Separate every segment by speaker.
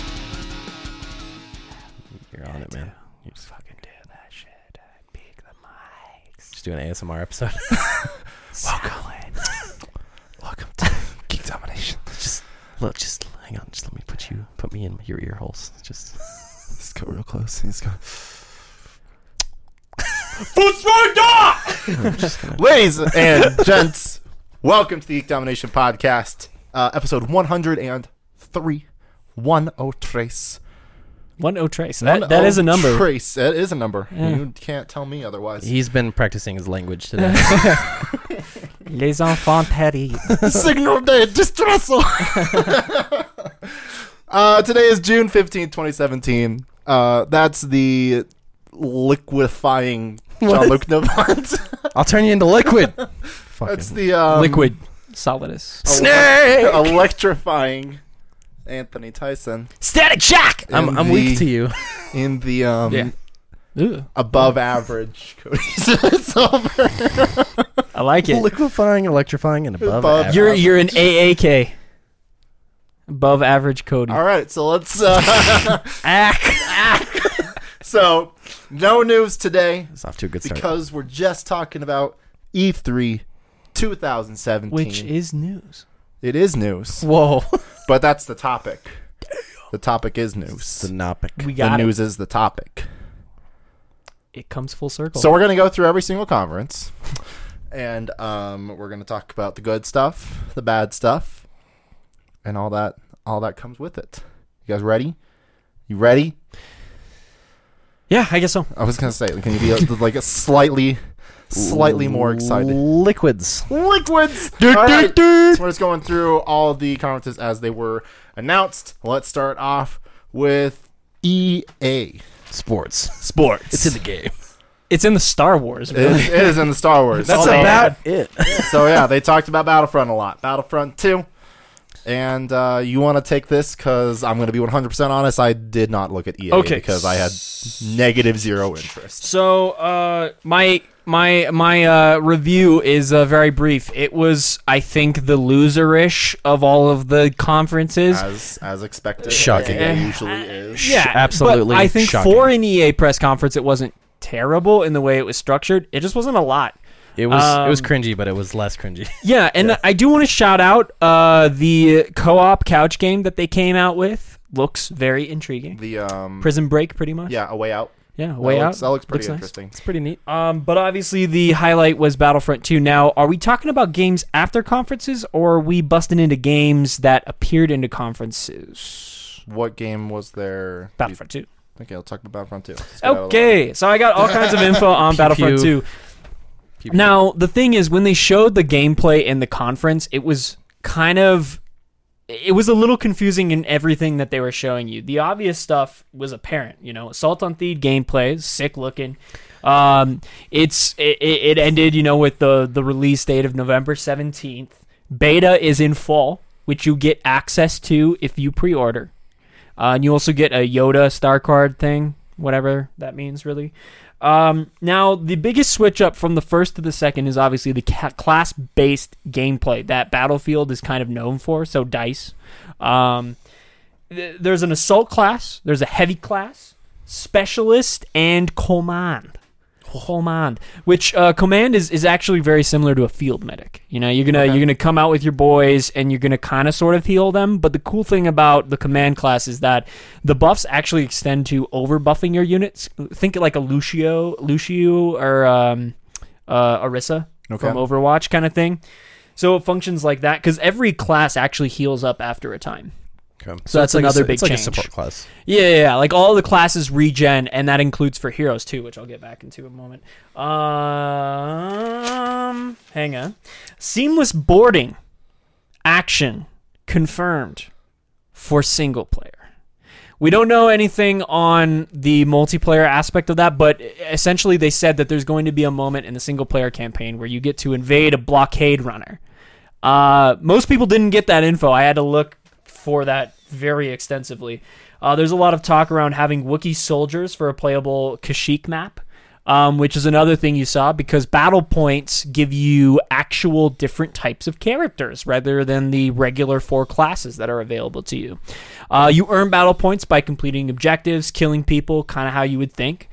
Speaker 1: uh, Just do an ASMR episode.
Speaker 2: Welcome. Welcome to Geek Domination.
Speaker 1: just look, just hang on. Just let me put you, put me in your ear holes. Just.
Speaker 2: Let's go real close. Let's go.
Speaker 1: I'm just gonna-
Speaker 2: Ladies and gents, welcome to the Geek Domination Podcast, uh, episode 103. 103.
Speaker 3: One O Trace. That, that is a number.
Speaker 2: oh Trace. That is a number.
Speaker 3: Yeah.
Speaker 2: You can't tell me otherwise.
Speaker 1: He's been practicing his language today.
Speaker 3: Les enfants Paris.
Speaker 2: Signal de distress. uh, today is June fifteenth, 2017. Uh, that's the liquefying John Luke Navant.
Speaker 1: I'll turn you into liquid.
Speaker 2: that's
Speaker 1: Fucking
Speaker 2: the um,
Speaker 3: Liquid. Solidus.
Speaker 2: Snake! electrifying Anthony Tyson
Speaker 3: Static Shock!
Speaker 1: I'm,
Speaker 2: in
Speaker 1: I'm weak
Speaker 2: the-
Speaker 1: to you.
Speaker 2: in the um,
Speaker 3: Yeah. Ooh,
Speaker 2: above average Cody Silver.
Speaker 3: I like it.
Speaker 1: Liquefying, electrifying, and above.
Speaker 2: Above-
Speaker 1: average.
Speaker 3: You're you're an AAK. Above average Cody.
Speaker 2: All right, so let's. Uh,
Speaker 3: Ack.
Speaker 2: so, no news today
Speaker 1: It's off to a good start.
Speaker 2: because we're just talking about E E3 2017.
Speaker 3: Which is news.
Speaker 2: it is news,
Speaker 1: Whoa.
Speaker 2: but that's the topic. The topic is news.
Speaker 1: Synoptic.
Speaker 3: We
Speaker 2: The
Speaker 3: got it.
Speaker 2: news is the topic.
Speaker 3: It comes full circle.
Speaker 2: So we're gonna go through every single conference, and um, we're gonna talk about the good stuff, the bad stuff, and all that all that comes with it. You guys ready? You ready?
Speaker 3: yeah, I guess so.
Speaker 2: I was gonna say, can you be uh, like a slightly, slightly more excited?
Speaker 1: Liquids.
Speaker 2: Liquids. All right. So we're just going through all the conferences as they were announced. Let's start off with E EA
Speaker 1: Sports.
Speaker 2: Sports.
Speaker 1: It's in the game.
Speaker 3: It's in the Star Wars.
Speaker 2: It is, it is in the Star Wars.
Speaker 3: That's
Speaker 2: So-
Speaker 3: about
Speaker 1: it.
Speaker 2: so yeah, they talked about Battlefront a lot. Battlefront 2. And uh, you want to take this because I'm going to be 100% honest. I did not look at EA
Speaker 3: Okay.
Speaker 2: because I had negative zero interest.
Speaker 3: So uh, my my my uh, review is uh, very brief. It was, I think, the loserish of all of the conferences.
Speaker 2: As, as expected.
Speaker 1: Shocking.
Speaker 3: Eh.
Speaker 2: It usually is.
Speaker 1: Sh- absolutely
Speaker 3: But I think
Speaker 1: shocking.
Speaker 3: for an EA press conference, it wasn't terrible in the way it was structured. It just wasn't a lot.
Speaker 1: It was it was
Speaker 3: Um,
Speaker 1: cringy, but it was less cringy.
Speaker 3: Yeah, and I do want to shout out uh, the co-op couch game that they came out with. Looks very intriguing.
Speaker 2: The, um,
Speaker 3: Prison Break, pretty much.
Speaker 2: yeah, A Way Out.
Speaker 3: yeah. Way
Speaker 2: that
Speaker 3: out.
Speaker 2: Looks, that looks pretty
Speaker 3: nice.
Speaker 2: interesting.
Speaker 1: It's pretty neat.
Speaker 3: Um, but obviously the highlight was Battlefront 2. Now, are we talking about games after conferences, or are we busting into games that appeared into conferences?
Speaker 2: What game was there?
Speaker 3: Battlefront 2.
Speaker 2: Okay, I'll talk about Battlefront 2. Let's get out of the way.
Speaker 3: Okay, so I got all kinds of info on
Speaker 1: Pew,
Speaker 3: Battlefront
Speaker 1: pew.
Speaker 3: 2. Now, the thing is, when they showed the gameplay in the conference, it was kind of. It was a little confusing in everything that they were showing you. The obvious stuff was apparent, you know, assault on Thede gameplay, is sick looking. Um, it's it, it it ended, you know, with the the release date of November seventeenth. Beta is in fall, which you get access to if you pre-order, uh, and you also get a Yoda star card thing, whatever that means, really. Um, now, the biggest switch up from the first to the second is obviously the ca- class based gameplay that Battlefield is kind of known for. So, dice. Um, th- there's an assault class, there's a heavy class, specialist, and command. Command, which uh, command is, is actually very similar to a field medic. You know, you're gonna you're gonna come out with your boys and you're gonna kind of sort of heal them. But the cool thing about the command class is that the buffs actually extend to over buffing your units. Think like a Lucio, Lucio or um, uh, Arissa
Speaker 2: Okay.
Speaker 3: from Overwatch kind of thing. So it functions like that because every class actually heals up after a time. So
Speaker 1: it's
Speaker 3: that's
Speaker 1: like a
Speaker 3: another
Speaker 1: su-
Speaker 3: big
Speaker 1: it's like a
Speaker 3: change.
Speaker 1: support class.
Speaker 3: Yeah, yeah, yeah. Like all the classes regen, and that includes for heroes too, which I'll get back into in a moment. Um, hang on. Seamless boarding action confirmed for single player. We don't know anything on the multiplayer aspect of that, but essentially they said that there's going to be a moment in the single player campaign where you get to invade a blockade runner. Uh, most people didn't get that info. I had to look for that very extensively. Uh, there's a lot of talk around having Wookiee soldiers for a playable Kashyyyk map, um, which is another thing you saw because battle points give you actual different types of characters rather than the regular four classes that are available to you. Uh, you earn battle points by completing objectives, killing people, kind of how you would think.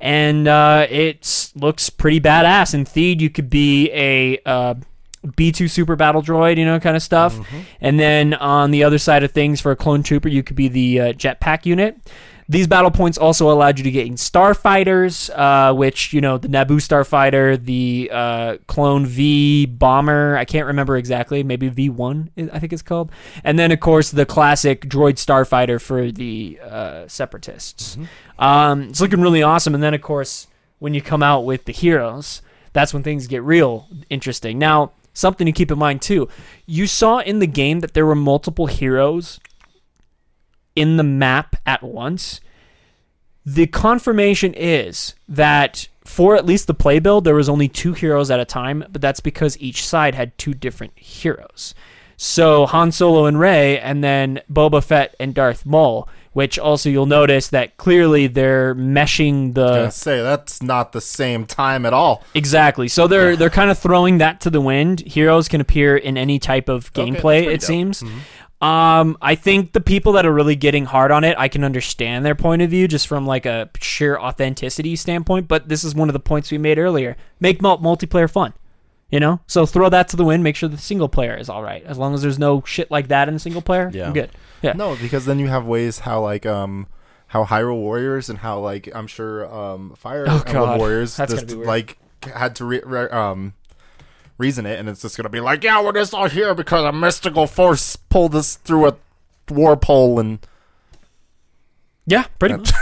Speaker 3: and uh, it looks pretty badass. In Theed, you could be a uh, B2 super battle droid, you know, kind of stuff. And then on the other side of things, for a clone trooper, you could be the uh, jetpack unit. These battle points also allowed you to gain starfighters, uh, which, you know, the Naboo starfighter, the uh, clone V bomber, I can't remember exactly, maybe V1, is- I think it's called. And then, of course, the classic droid starfighter for the uh, separatists. Um, it's looking really awesome. And then, of course, when you come out with the heroes, that's when things get real interesting. Now, something to keep in mind too. You saw in the game that there were multiple heroes in the map at once. The confirmation is that for at least the play build, there was only two heroes at a time, but that's because each side had two different heroes. So Han Solo and Rey, and then Boba Fett and Darth Maul, which also you'll notice that clearly they're meshing the
Speaker 2: I say that's not the same time at all.
Speaker 3: Exactly. So they're they're kind of throwing that to the wind. Heroes can appear in any type of
Speaker 2: Okay, that's
Speaker 3: gameplay.
Speaker 2: pretty
Speaker 3: it
Speaker 2: dope. Mm-hmm.
Speaker 3: seems. Um, I think the people that are really getting hard on it, I can understand their point of view just from like a sheer authenticity standpoint. But this is one of the points we made earlier: make mul- multiplayer fun. You know, so throw that to the wind. Make sure the single player is all right. As long as there's no shit like that in the single player,
Speaker 1: Yeah.
Speaker 3: I'm good. Yeah.
Speaker 2: No, because then you have ways how like um how Hyrule Warriors and how like I'm sure um Fire
Speaker 3: Oh,
Speaker 2: Emblem
Speaker 3: God.
Speaker 2: Warriors
Speaker 3: That's
Speaker 2: just
Speaker 3: gotta be weird.
Speaker 2: like had to re- re- um reason it, and it's just gonna be like, yeah, we're just all here because a mystical force pulled us through a warp hole, and
Speaker 3: Yeah, pretty much.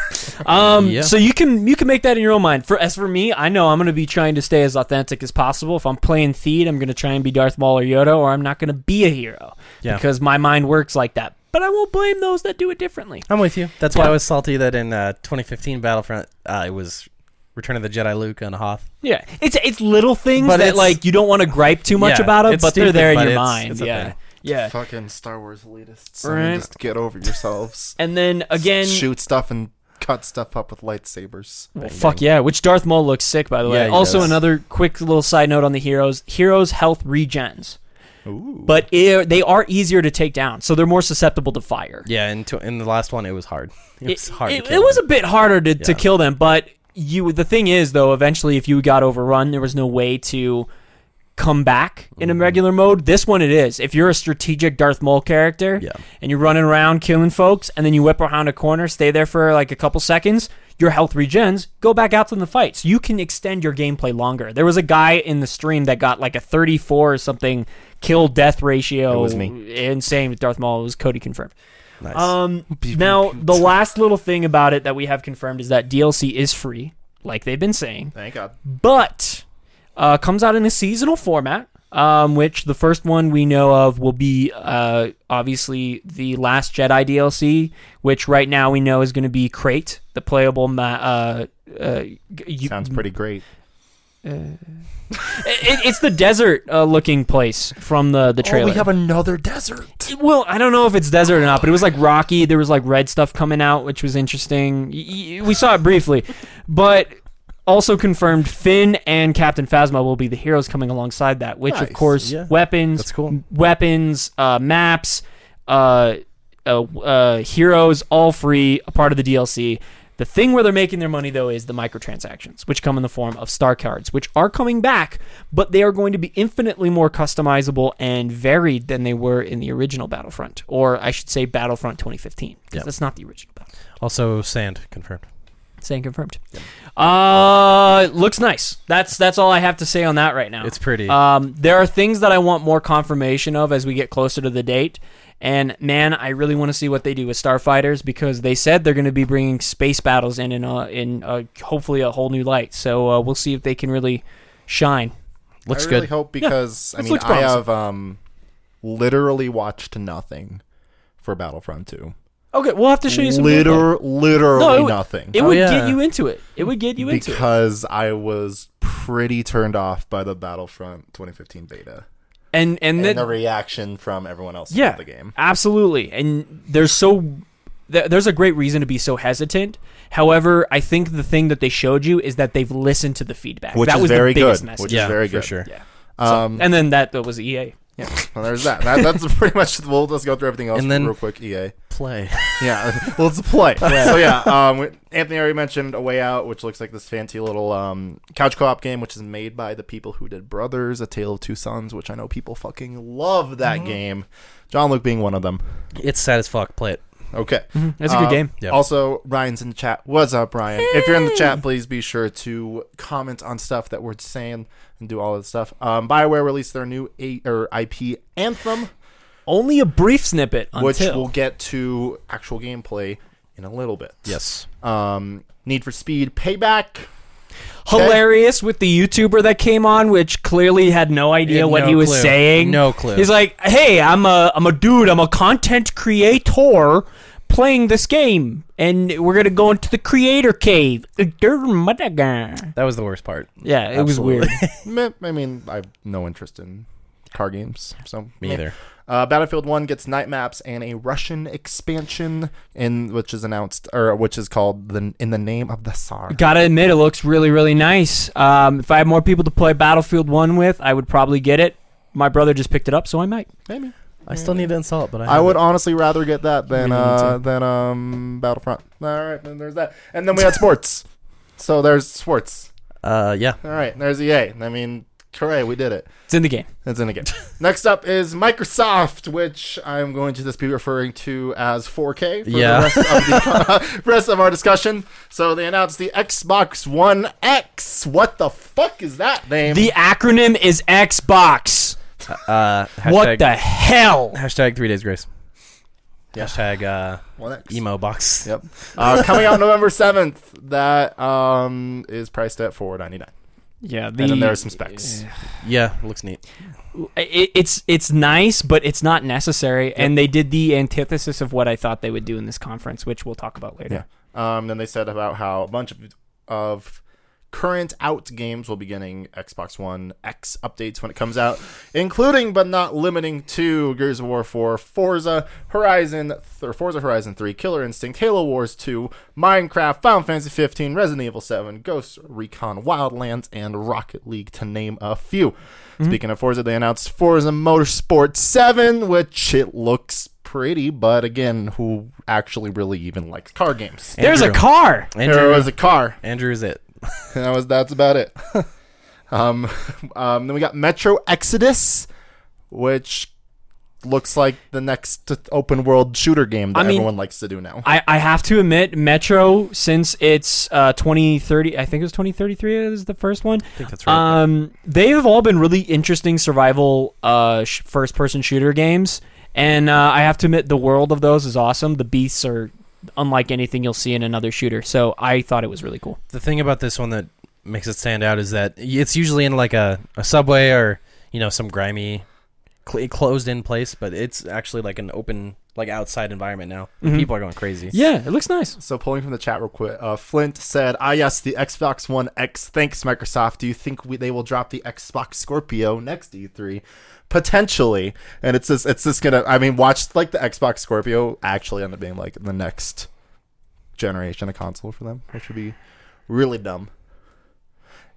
Speaker 3: um,
Speaker 1: Yeah.
Speaker 3: So you can you can make that in your own mind. For as for me, I know I'm going to be trying to stay as authentic as possible. If I'm playing Theed, I'm going to try and be Darth Maul or Yoda, or I'm not going to be a hero
Speaker 1: Yeah.
Speaker 3: because my mind works like that. But I won't blame those that do it differently.
Speaker 1: I'm with you. That's why
Speaker 3: Yeah.
Speaker 1: I was salty that in uh, 2015 Battlefront, uh, it was Return of the Jedi Luke on Hoth.
Speaker 3: Yeah, it's it's little things
Speaker 1: But
Speaker 3: that
Speaker 1: it's-
Speaker 3: like you don't want to gripe too much
Speaker 1: Yeah,
Speaker 3: about it,
Speaker 1: it's
Speaker 3: but
Speaker 1: stupid,
Speaker 3: they're there in
Speaker 1: but
Speaker 3: your
Speaker 1: it's-
Speaker 3: mind.
Speaker 1: it's a
Speaker 3: yeah,
Speaker 1: thing.
Speaker 3: yeah.
Speaker 2: fucking Star Wars elitists,
Speaker 3: I mean, Right.
Speaker 2: just get over yourselves.
Speaker 3: And then again,
Speaker 2: shoot stuff and cut stuff up with lightsabers.
Speaker 3: Well,
Speaker 1: Bang,
Speaker 3: fuck
Speaker 1: bang.
Speaker 3: yeah! Which Darth Maul looks sick, by the way.
Speaker 1: Yeah, he
Speaker 3: also,
Speaker 1: does.
Speaker 3: another quick little side note on the heroes: heroes' health regens.
Speaker 2: Ooh.
Speaker 3: but i they are easier to take down, so they're more susceptible to fire.
Speaker 1: Yeah, and to, in the last one, it was hard. It was hard.
Speaker 3: It,
Speaker 1: to kill
Speaker 3: it was a
Speaker 1: him.
Speaker 3: bit harder to, to
Speaker 1: Yeah.
Speaker 3: kill them, but you. The thing is, though, eventually, if you got overrun, there was no way to come back in
Speaker 1: Mm.
Speaker 3: a regular mode. This one, it is. If you're a strategic Darth Maul character,
Speaker 1: Yeah.
Speaker 3: and you're running around killing folks, and then you whip around a corner, stay there for like a couple seconds, your health regens, go back out to the fight. So you can extend your gameplay longer. There was a guy in the stream that got like a 34 or something kill death ratio.
Speaker 2: It was me.
Speaker 3: Insane with Darth Maul. It was Cody confirmed.
Speaker 1: nice.
Speaker 3: Um, now, the last little thing about it that we have confirmed is that DLC is free, like they've been saying
Speaker 2: Thank God.
Speaker 3: but uh, comes out in a seasonal format, um, which the first one we know of will be uh, obviously the Last Jedi DLC, which right now we know is going to be Crate, the playable. Ma- uh, uh, g- you-
Speaker 2: Sounds pretty great.
Speaker 3: It, it's the desert uh, looking place from the the trailer.
Speaker 2: Oh, we have another desert.
Speaker 3: well, I don't know if it's desert or not, but it was like rocky. There was like red stuff coming out, which was interesting. Y- y- We saw it briefly, but also confirmed Finn and Captain Phasma will be the heroes coming alongside that. Which, of
Speaker 2: Nice,
Speaker 3: course,
Speaker 1: yeah.
Speaker 3: weapons,
Speaker 1: That's cool.
Speaker 3: weapons, uh, maps, uh, uh, uh, heroes, all free, a part of the DLC. The thing where they're making their money though is the microtransactions, which come in the form of star cards, which are coming back, but they are going to be infinitely more customizable and varied than they were in the original Battlefront, or I should say Battlefront 2015, because
Speaker 1: Yep.
Speaker 3: that's not the original Battlefront.
Speaker 1: also, sand confirmed.
Speaker 3: Saying confirmed. Uh, looks nice. That's that's all I have to say on that right now.
Speaker 1: It's pretty.
Speaker 3: Um, there are things that I want more confirmation of as we get closer to the date. And man, I really want to see what they do with starfighters because they said they're going to be bringing space battles in in, uh, in uh, hopefully a whole new light. So uh, we'll see if they can really shine.
Speaker 1: Looks
Speaker 2: I really
Speaker 1: good.
Speaker 2: hope because I
Speaker 3: this
Speaker 2: mean
Speaker 3: looks
Speaker 2: I
Speaker 3: promising.
Speaker 2: have um literally watched nothing for Battlefront 2.
Speaker 3: Okay, we'll have to show you some. gameplay.
Speaker 2: Liter- literally
Speaker 3: No,
Speaker 2: nothing.
Speaker 3: It
Speaker 1: Oh,
Speaker 3: would get
Speaker 1: yeah.
Speaker 3: you into it. It would get you into it.
Speaker 2: because I was pretty turned off by the Battlefront 2015 beta
Speaker 3: And and,
Speaker 2: and
Speaker 3: then
Speaker 2: the reaction from everyone else
Speaker 3: yeah,
Speaker 2: about the game.
Speaker 3: Absolutely. And there's so th- there's a great reason to be so hesitant. However, I think the thing that they showed you is that they've listened to the feedback.
Speaker 2: Which
Speaker 3: that
Speaker 2: is
Speaker 3: was
Speaker 2: very
Speaker 3: the biggest
Speaker 2: good,
Speaker 3: message.
Speaker 2: which is
Speaker 1: yeah,
Speaker 2: very
Speaker 1: for
Speaker 2: good.
Speaker 1: sure.
Speaker 3: yeah.
Speaker 2: Um
Speaker 3: and then that, that was E EA.
Speaker 2: Yeah, well, there's that. that. That's pretty much. We'll let's go through everything else
Speaker 1: And then-
Speaker 2: real quick. E EA.
Speaker 1: Play.
Speaker 2: Yeah, well, it's a play. So yeah, um, we- Anthony already mentioned A Way Out, which looks like this fancy little um, couch co-op game, which is made by the people who did Brothers: A Tale of Two Sons, which I know people fucking love that
Speaker 3: Mm-hmm.
Speaker 2: game. John Luke being one of them.
Speaker 1: It's sad as fuck. Play it.
Speaker 2: Okay,
Speaker 3: Mm-hmm. That's a good
Speaker 2: Um,
Speaker 3: game.
Speaker 1: Yep.
Speaker 2: Also, Ryan's in the chat. What's up, Ryan? If you're in the chat, please be sure to comment on stuff that we're saying and do all that stuff. Um, Bioware released their new A- or IP Anthem,
Speaker 3: Only a brief snippet until
Speaker 2: which we'll get to actual gameplay in a little bit.
Speaker 1: Yes.
Speaker 2: um, Need for Speed Payback.
Speaker 3: hilarious with the YouTuber that came on, which clearly had no idea
Speaker 1: Yeah,
Speaker 3: what
Speaker 1: no
Speaker 3: he was
Speaker 1: clue.
Speaker 3: saying.
Speaker 1: No clue.
Speaker 3: He's like, "Hey, I'm a I'm a dude. I'm a content creator playing this game, and we're gonna go into the creator cave." Uh, Yeah, it
Speaker 1: That was the worst part.
Speaker 3: was
Speaker 1: Absolutely.
Speaker 3: weird.
Speaker 2: Meh, I mean, I have no interest in car games, so
Speaker 1: Me
Speaker 2: meh.
Speaker 1: either.
Speaker 2: Uh, Battlefield One gets night maps and a Russian expansion, in which is announced or which is called the in the name of the Tsar.
Speaker 3: Gotta admit, it looks really really nice. Um, if I had more people to play Battlefield One with, I would probably get it. My brother just picked it up, so I might.
Speaker 2: Maybe
Speaker 1: I still need to install it, but I,
Speaker 2: I
Speaker 1: have
Speaker 2: would
Speaker 1: it.
Speaker 2: honestly rather get that than
Speaker 1: Really want
Speaker 2: uh, than um Battlefront. All right, then there's that, and then we had sports. So there's sports.
Speaker 1: Uh, yeah.
Speaker 2: All right, there's EA. I mean, hooray, we did it.
Speaker 3: It's in the game.
Speaker 2: That's in a game. Next up is Microsoft, which I'm going to just be referring to as 4K for
Speaker 1: Yeah.
Speaker 2: the rest of, the, rest of our discussion. So they announced the Xbox One X. What the fuck is that name?
Speaker 3: The acronym is Xbox.
Speaker 1: Uh, hashtag,
Speaker 3: what the hell?
Speaker 1: Hashtag three days grace.
Speaker 2: Yeah.
Speaker 1: Hashtag uh,
Speaker 2: One X.
Speaker 1: emo box.
Speaker 2: Yep. Uh, coming out November 7th. That um, is priced at 499
Speaker 3: Yeah,
Speaker 2: And then there are some specs.
Speaker 1: Yeah, looks neat.
Speaker 3: it, it's it's nice, but it's not necessary. And they did the antithesis of what I thought they would do in this conference, which we'll talk about later.
Speaker 2: Um, then they said about how a bunch of, of current out games will be getting Xbox One X updates when it comes out, including but not limiting to Gears of War 4, Forza Horizon, or Forza Horizon 3, Killer Instinct, Halo Wars 2, Minecraft, Final Fantasy 15, Resident Evil 7, Ghost Recon Wildlands, and Rocket League, to name a few. Speaking of Forza, they announced Forza Motorsport 7, which it looks pretty, but again, who actually really even likes car games?
Speaker 3: There's a
Speaker 1: Andrew.
Speaker 3: car.
Speaker 2: There
Speaker 1: Andrew,
Speaker 2: was a car.
Speaker 1: Andrew is it.
Speaker 2: That was that's about it. um, um, then we got Metro Exodus, which looks like the next open world shooter game that
Speaker 3: I mean-
Speaker 2: everyone likes to do now.
Speaker 3: I, I have to admit, Metro, since it's uh, 2030, I think it was 2033 is the first one.
Speaker 1: I think that's right.
Speaker 3: Um, they have all been really interesting survival uh, sh- first person shooter games. And uh, I have to admit, the world of those is awesome. The beasts are unlike anything you'll see in another shooter. So I thought it was really cool.
Speaker 1: the thing about this one that makes it stand out is that it's usually in like a, a subway or you know some grimy cl- closed in place but it's actually like an open like outside environment now
Speaker 3: Mhm.
Speaker 1: people are going crazy
Speaker 3: Yeah, it looks nice.
Speaker 2: So pulling from the chat real quick, uh, Flint said, "Ah, yes, the Xbox One X. Thanks, Microsoft. Do you think we, they will drop the Xbox Scorpio next E E3? Potentially. And it's just, it's just gonna. I mean, watch like the Xbox Scorpio actually end up being like the next generation of console for them, which would be really dumb.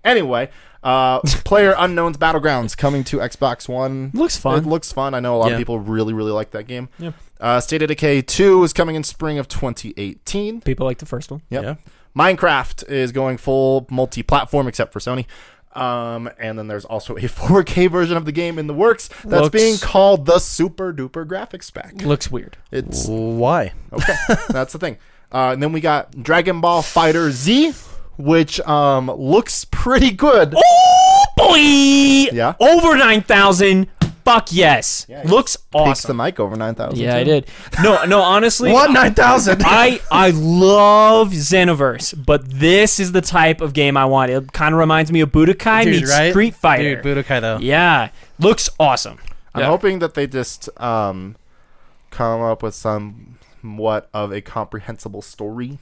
Speaker 2: Anyway, uh, Player Unknown's Battlegrounds coming to Xbox One.
Speaker 3: Looks fun.
Speaker 2: It looks fun. I know a lot of
Speaker 1: Yeah.
Speaker 2: people really, really like that game.
Speaker 3: Yep.
Speaker 2: Uh, State of Decay 2 is coming in spring of 2018.
Speaker 3: People like the first one.
Speaker 2: Yep.
Speaker 1: Yeah.
Speaker 2: Minecraft is going full multi platform except for Sony. Um, and then there's also a 4K version of the game in the works that's
Speaker 3: Looks-
Speaker 2: being called the Super Duper Graphics Pack.
Speaker 3: Looks weird.
Speaker 2: It's
Speaker 1: why
Speaker 2: okay. that's the thing. Uh, and then we got Dragon Ball Fighter Z, which um, looks pretty good.
Speaker 3: Oh boy!
Speaker 2: Yeah.
Speaker 3: Over nine thousand. Fuck yes.
Speaker 2: Yeah, you
Speaker 3: Looks
Speaker 2: Takes the
Speaker 3: Oh, awesome.
Speaker 2: mic over 9,000.
Speaker 3: Yeah,
Speaker 2: too.
Speaker 3: I did. No, no. Honestly,
Speaker 1: what 9000
Speaker 3: I I love Xenoverse, but this is the type of game I want. It kind of reminds me of Budokai
Speaker 1: Dude,
Speaker 3: meets
Speaker 1: right?
Speaker 3: Street Fighter.
Speaker 1: dude budokai though
Speaker 3: yeah, looks awesome.
Speaker 2: I'm
Speaker 3: Yeah.
Speaker 2: hoping that they just um, come up with somewhat of a comprehensible story.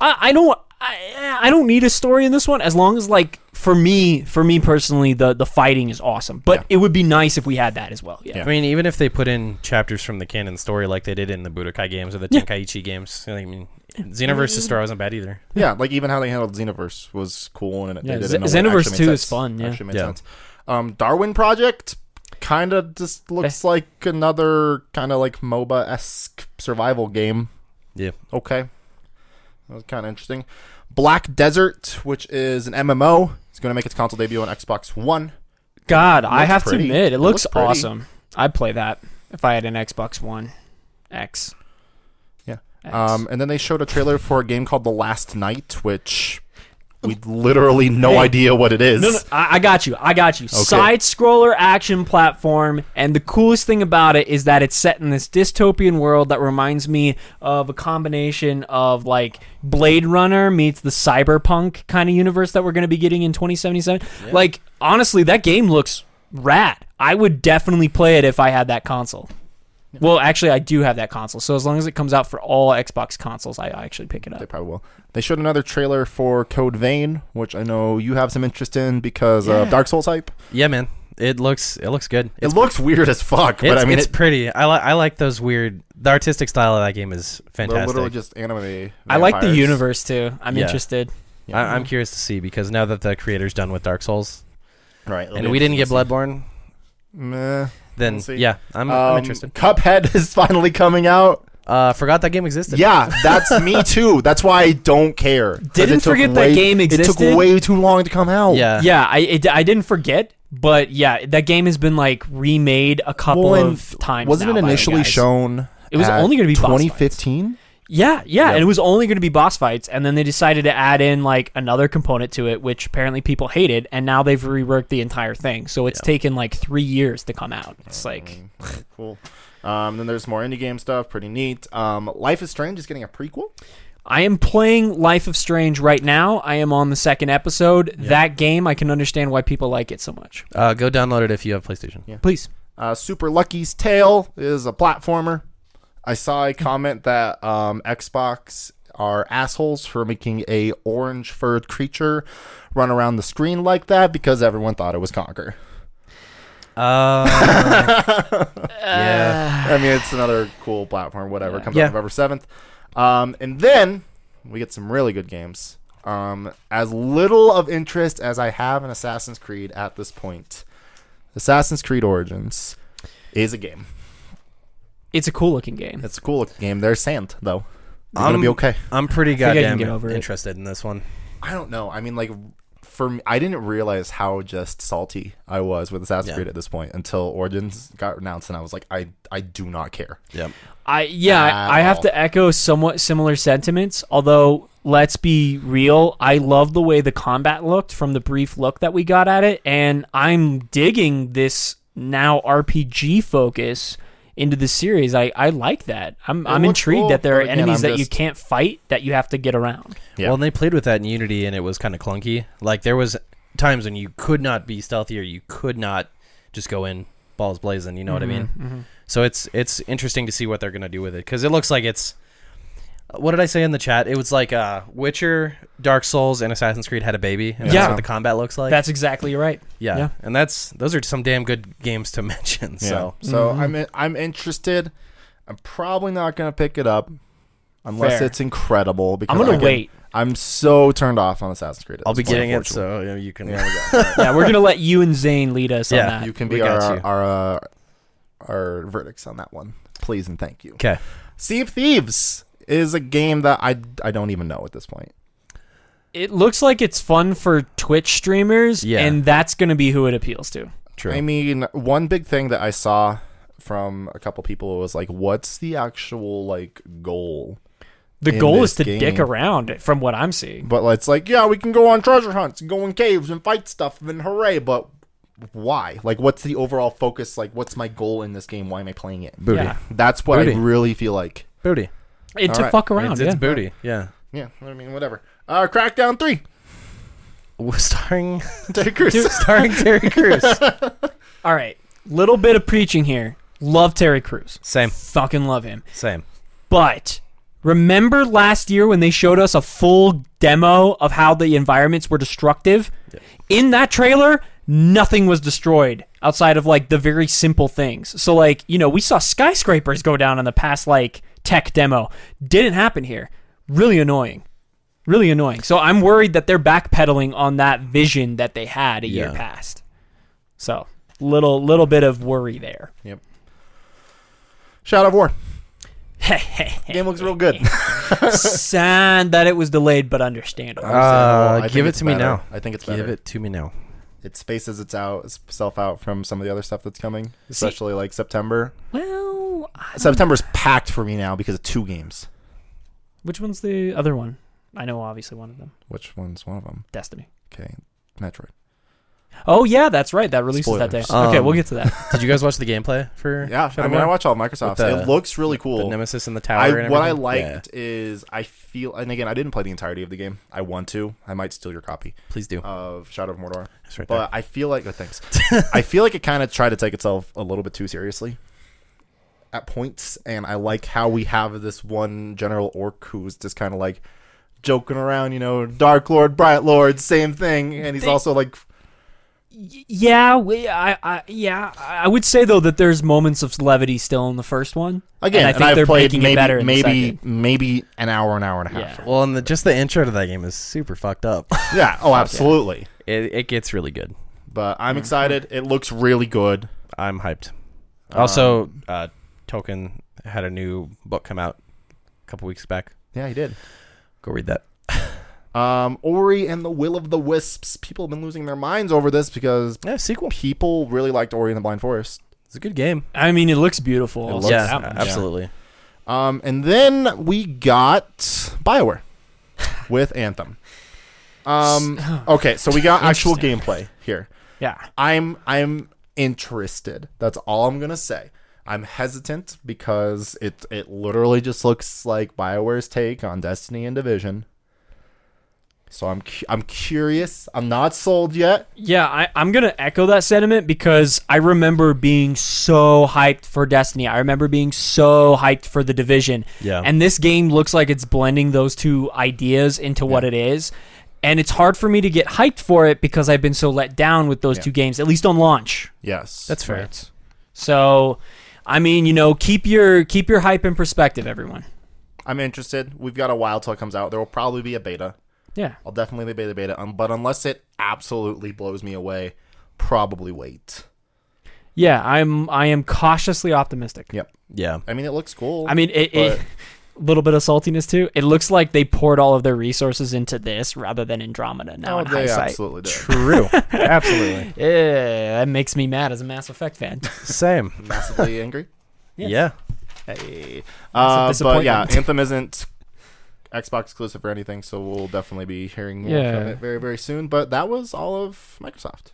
Speaker 3: I, I don't I, I don't need a story in this one as long as like for me for me personally the the fighting is awesome. But
Speaker 2: Yeah.
Speaker 3: it would be nice if we had that as well.
Speaker 1: I
Speaker 2: Yeah.
Speaker 1: mean, even if they put in chapters from the canon story like they did in the Budokai games or the
Speaker 3: Yeah.
Speaker 1: Tenkaichi games, I mean, Xenoverse's story wasn't bad either.
Speaker 2: Yeah, like even how they handled Xenoverse was cool, and it,
Speaker 3: Yeah,
Speaker 2: they did
Speaker 3: Z-
Speaker 2: it in a way that
Speaker 3: Xenoverse
Speaker 2: actually made
Speaker 3: 2 is
Speaker 2: sense.
Speaker 3: fun, yeah.
Speaker 2: actually made
Speaker 1: Yeah.
Speaker 2: sense. Um, Darwin Project kind of just looks
Speaker 3: Eh.
Speaker 2: like another kind of like MOBA esque survival game.
Speaker 1: Yeah.
Speaker 2: Okay. That was kind of interesting. Black Desert, which is an MMO, is going to make its console debut on Xbox One.
Speaker 3: God, I
Speaker 2: looks
Speaker 3: have
Speaker 2: pretty.
Speaker 3: to admit,
Speaker 2: It
Speaker 3: it looks,
Speaker 2: looks pretty.
Speaker 3: awesome. I'd play that if I had an Xbox One X.
Speaker 2: Yeah.
Speaker 3: X.
Speaker 2: Um, and then they showed a trailer for a game called The Last Night, which we literally no
Speaker 3: Hey.
Speaker 2: idea what it is.
Speaker 3: No, no, I, I got you. I got you. Side scroller action platform, and the coolest thing about it is that it's set in this dystopian world that reminds me of a combination of like Blade Runner meets the cyberpunk kind of universe that we're going to be getting in 2077. Like, honestly, that game looks rad. I would definitely play it if I had that console. Well, actually, I do have that console, so as long as it comes out for all Xbox consoles, I I actually pick it
Speaker 2: They
Speaker 3: up.
Speaker 2: probably will. They showed another trailer for Code Vein, which I know you have some interest in because of
Speaker 3: Yeah.
Speaker 2: Dark Souls hype.
Speaker 1: Yeah, man. It looks it looks good.
Speaker 2: It looks weird as fuck, but
Speaker 1: it's,
Speaker 2: I mean,
Speaker 1: it's
Speaker 2: it,
Speaker 1: pretty. I like I like those weird. The artistic style of that game is
Speaker 2: they're
Speaker 1: fantastic.
Speaker 2: literally just anime. Vampires.
Speaker 3: I like the universe too. I'm
Speaker 1: Yeah.
Speaker 3: interested.
Speaker 1: I,
Speaker 2: Mhm.
Speaker 1: I'm curious to see because now that the creator's done with Dark Souls
Speaker 2: Right. it'll
Speaker 1: and
Speaker 2: be
Speaker 1: we didn't get
Speaker 2: interesting
Speaker 1: Bloodborne,
Speaker 2: to see. Meh.
Speaker 1: then
Speaker 2: We'll see.
Speaker 1: yeah, I'm,
Speaker 2: Um,
Speaker 1: I'm interested.
Speaker 2: Cuphead is finally coming out.
Speaker 1: Uh, forgot that game existed.
Speaker 2: Yeah, that's me too. That's why I don't care. 'Cause
Speaker 3: Didn't
Speaker 2: it took
Speaker 3: forget that
Speaker 2: way-
Speaker 3: game
Speaker 2: It took
Speaker 3: existed.
Speaker 2: way too long to come out.
Speaker 1: yeah,
Speaker 3: yeah, I it, I didn't forget, but yeah, that game has been like remade a couple
Speaker 2: Well, and
Speaker 3: of times.
Speaker 2: Wasn't
Speaker 3: now
Speaker 2: it
Speaker 3: by the
Speaker 2: initially
Speaker 3: guys.
Speaker 2: shown?
Speaker 3: It was
Speaker 2: at
Speaker 3: only gonna be boss fights.
Speaker 2: 2015.
Speaker 3: Yeah, yeah, and it was only going to be boss fights, and then they decided to add in like another component to it, which apparently people hated, and now they've reworked the entire thing. So it's taken like three years to come out.
Speaker 2: Mm.
Speaker 3: It's like
Speaker 2: Cool. Um, then there's more indie game stuff. Pretty neat. Um, Life is Strange is getting a prequel.
Speaker 3: I am playing Life of Strange right now. I am on the second episode. That game, I can understand why people like it so much.
Speaker 1: Uh, go download it if you have PlayStation.
Speaker 3: Please.
Speaker 2: Uh, Super Lucky's Tale is a platformer. I saw a comment that um, Xbox are assholes for making a orange furred creature run around the screen like that because everyone thought it was Conquer.
Speaker 1: Uh, yeah.
Speaker 2: I mean, it's another cool platform. Whatever comes
Speaker 1: Yeah.
Speaker 2: out November seventh, um, and then we get some really good games. Um, as little of interest as I have in Assassin's Creed at this point, Assassin's Creed Origins is a game.
Speaker 3: It's a cool looking game.
Speaker 2: It's a cool game. There's sand though. You're gonna
Speaker 1: Um,
Speaker 2: be okay.
Speaker 1: I'm pretty
Speaker 3: I can
Speaker 1: goddamn
Speaker 3: get over it.
Speaker 1: interested in this one.
Speaker 2: I don't know. I mean, like for me, I didn't realize how just salty I was with Assassin's
Speaker 1: Yeah.
Speaker 2: Creed at this point until Origins got announced, and I was like, I I do not care.
Speaker 1: Yep.
Speaker 3: I yeah,
Speaker 2: at
Speaker 3: I, I have
Speaker 2: all.
Speaker 3: to echo somewhat similar sentiments. Although, let's be real, I love the way the combat looked from the brief look that we got at it, and I'm digging this now RPG focus into the series. I, I like that. I'm I'm
Speaker 2: looks
Speaker 3: intrigued
Speaker 2: cool,
Speaker 3: that there are
Speaker 2: but again,
Speaker 3: enemies
Speaker 2: I'm
Speaker 3: that you
Speaker 2: just-
Speaker 3: can't fight that you have to get around.
Speaker 2: Yeah.
Speaker 1: Well, and they played with that in Unity, and it was kind of clunky. Like there was times when you could not be stealthy, or you could not just go in balls blazing. You know what I mean?
Speaker 3: Mm-hmm,
Speaker 1: So it's it's interesting to see what they're gonna do with it because it looks like it's. uh, What did I say in the chat? It was like uh, Witcher, Dark Souls, and Assassin's Creed had a baby, and
Speaker 3: Yeah.
Speaker 1: that's what the combat looks like.
Speaker 3: That's exactly right.
Speaker 1: yeah.
Speaker 3: yeah.
Speaker 1: and that's those are some damn good games to mention. So
Speaker 2: So so I'm in, I'm interested. I'm probably not gonna pick it up unless
Speaker 3: Fair.
Speaker 2: it's incredible. Because
Speaker 3: I'm gonna
Speaker 2: again,
Speaker 3: wait.
Speaker 2: I'm so turned off on Assassin's Creed. at
Speaker 1: I'll be
Speaker 2: this point,
Speaker 1: getting it,
Speaker 2: unfortunately.
Speaker 1: so you, know, you can.
Speaker 3: yeah, we're gonna let you and Zane lead us
Speaker 1: Yeah.
Speaker 3: on
Speaker 2: You
Speaker 3: that.
Speaker 2: can
Speaker 1: We
Speaker 2: be
Speaker 1: got
Speaker 2: our,
Speaker 1: you.
Speaker 2: our uh, our verdicts on that one, please and thank you.
Speaker 1: Okay.
Speaker 2: Sea of Thieves is a game that I I don't even know at this point.
Speaker 3: It looks like it's fun for Twitch streamers,
Speaker 1: Yeah.
Speaker 3: and that's gonna be who it appeals to.
Speaker 1: True.
Speaker 2: I mean, one big thing that I saw from a couple people was like, what's the actual like goal?
Speaker 3: The
Speaker 2: in
Speaker 3: goal
Speaker 2: this
Speaker 3: is to dick
Speaker 2: game.
Speaker 3: around, from what I'm seeing.
Speaker 2: But it's like, yeah, we can go on treasure hunts, and go in caves and fight stuff, and hooray! But why? Like, what's the overall focus? Like, what's my goal in this game? Why am I playing it?
Speaker 1: Booty.
Speaker 3: Yeah.
Speaker 2: That's what I
Speaker 1: Booty.
Speaker 2: really feel like.
Speaker 1: Booty.
Speaker 3: It to
Speaker 2: Alright,
Speaker 3: fuck around.
Speaker 1: it's, it's
Speaker 3: yeah.
Speaker 1: booty. Yeah.
Speaker 2: Yeah, I mean, whatever. Uh, Crackdown three,
Speaker 1: Starring
Speaker 2: Takers.
Speaker 1: starring Terry Crews.
Speaker 3: All right, little bit of preaching here. Love Terry Crews.
Speaker 1: Same.
Speaker 3: Fucking love him.
Speaker 1: Same.
Speaker 3: But remember last year when they showed us a full demo of how the environments were destructive? In that trailer, nothing was destroyed outside of like the very simple things. So like, you know, we saw skyscrapers go down in the past like tech demo. Didn't happen here. Really annoying. Really annoying. So I'm worried that they're backpedaling on that vision that they had a year
Speaker 1: Yeah.
Speaker 3: past. So little little bit of worry there.
Speaker 2: Shadow of War game looks real good.
Speaker 3: Sad that it was delayed, but
Speaker 2: Uh,
Speaker 3: understandable.
Speaker 2: Understandable. I think
Speaker 1: Uh, give it
Speaker 2: it's
Speaker 1: to me
Speaker 2: better.
Speaker 1: now.
Speaker 2: I think it's better.
Speaker 1: Give it to me now.
Speaker 2: it spaces its out itself out from some of the other stuff that's coming, especially like September.
Speaker 3: Well, I-
Speaker 2: September's packed for me now because of two games.
Speaker 3: which one's the other one? I know obviously one of them,
Speaker 2: Which one's one of them?
Speaker 3: Destiny.
Speaker 2: Okay, Metroid.
Speaker 3: Oh yeah, that's right. That releases that day.
Speaker 1: Spoilers.
Speaker 3: okay,
Speaker 1: Um,
Speaker 3: we'll get to that.
Speaker 1: Did you guys watch the gameplay for?
Speaker 2: Yeah,
Speaker 1: Shadow
Speaker 2: I
Speaker 1: of
Speaker 2: mean, I
Speaker 1: War?
Speaker 2: watch all Microsoft.
Speaker 1: the-
Speaker 2: it looks really cool.
Speaker 1: The Nemesis in the tower.
Speaker 2: I,
Speaker 1: and
Speaker 2: what I
Speaker 1: everything? Yeah.
Speaker 2: liked is I feel, and again, I didn't play the entirety of the game. I want to. I might steal your copy
Speaker 1: Please do.
Speaker 2: of Shadow of Mordor,
Speaker 1: It's right there.
Speaker 2: but I feel like, oh, thanks. I feel like it kind of tried to take itself a little bit too seriously at points, and I like how we have this one general orc who's just kind of like joking around, you know, Dark Lord, Bright Lord, same thing, and he's
Speaker 3: They-
Speaker 2: also like,
Speaker 3: Y- yeah, we, I, I, yeah, I I would say though that there's moments of levity still in the first one.
Speaker 2: again,
Speaker 3: and I
Speaker 2: and
Speaker 3: think
Speaker 2: I've
Speaker 3: they're
Speaker 2: played
Speaker 3: making
Speaker 2: maybe,
Speaker 3: it better. In the
Speaker 2: maybe,
Speaker 3: second.
Speaker 2: maybe an hour, an hour and a half.
Speaker 3: Yeah.
Speaker 1: well, and the, just the intro to that game is super fucked up.
Speaker 2: Yeah, Mm-hmm. oh, absolutely.
Speaker 1: it, it gets really good.
Speaker 2: But I'm excited. It looks really good.
Speaker 1: I'm hyped. Also,
Speaker 2: Um,
Speaker 1: uh, Token had a new book come out a couple weeks back.
Speaker 2: Yeah, he did.
Speaker 1: Go read that.
Speaker 2: Um, Ori and the Will of the Wisps. People have been losing their minds over this because
Speaker 1: Yeah, sequel.
Speaker 2: people really liked Ori and the Blind Forest.
Speaker 1: It's a good game.
Speaker 3: I mean, it looks beautiful.
Speaker 2: It
Speaker 3: I'll
Speaker 2: looks
Speaker 3: say
Speaker 1: yeah,
Speaker 3: that much.
Speaker 1: absolutely.
Speaker 2: Um, and then we got Bioware with Anthem. Um, okay, so we got actual gameplay here.
Speaker 3: Yeah.
Speaker 2: I'm I'm interested. That's all I'm gonna say. I'm hesitant because it it literally just looks like Bioware's take on Destiny and Division. So I'm cu- I'm curious. I'm not sold yet.
Speaker 3: Yeah, I, I'm gonna echo that sentiment because I remember being so hyped for Destiny. I remember being so hyped for the Division.
Speaker 1: Yeah.
Speaker 3: And this game looks like it's blending those two ideas into what it is. And it's hard for me to get hyped for it because I've been so let down with those
Speaker 2: Yeah.
Speaker 3: two games, at least on launch.
Speaker 2: Yes,
Speaker 1: That's fair.
Speaker 3: So I mean, you know, keep your keep your hype in perspective, everyone.
Speaker 2: I'm interested. We've got a while till it comes out. There will probably be a beta.
Speaker 3: Yeah.
Speaker 2: I'll definitely be the beta, um, but unless it absolutely blows me away, probably wait.
Speaker 3: Yeah, I'm I am cautiously optimistic.
Speaker 2: Yep.
Speaker 1: Yeah.
Speaker 2: I mean, it looks cool.
Speaker 3: I mean, it,
Speaker 2: But-
Speaker 3: it little bit of saltiness too. It looks like they poured all of their resources into this rather than Andromeda now
Speaker 2: oh,
Speaker 3: in
Speaker 2: they
Speaker 3: hindsight.
Speaker 2: absolutely did.
Speaker 1: True. Absolutely.
Speaker 3: Yeah, that makes me mad as a Mass Effect fan.
Speaker 1: Same.
Speaker 2: Massively angry.
Speaker 3: Yes.
Speaker 1: Yeah.
Speaker 2: Hey. Uh, but yeah,
Speaker 3: disappointment.
Speaker 2: Anthem isn't Xbox exclusive or anything, so we'll definitely be hearing more
Speaker 3: Yeah.
Speaker 2: from it very, very soon. But that was all of Microsoft.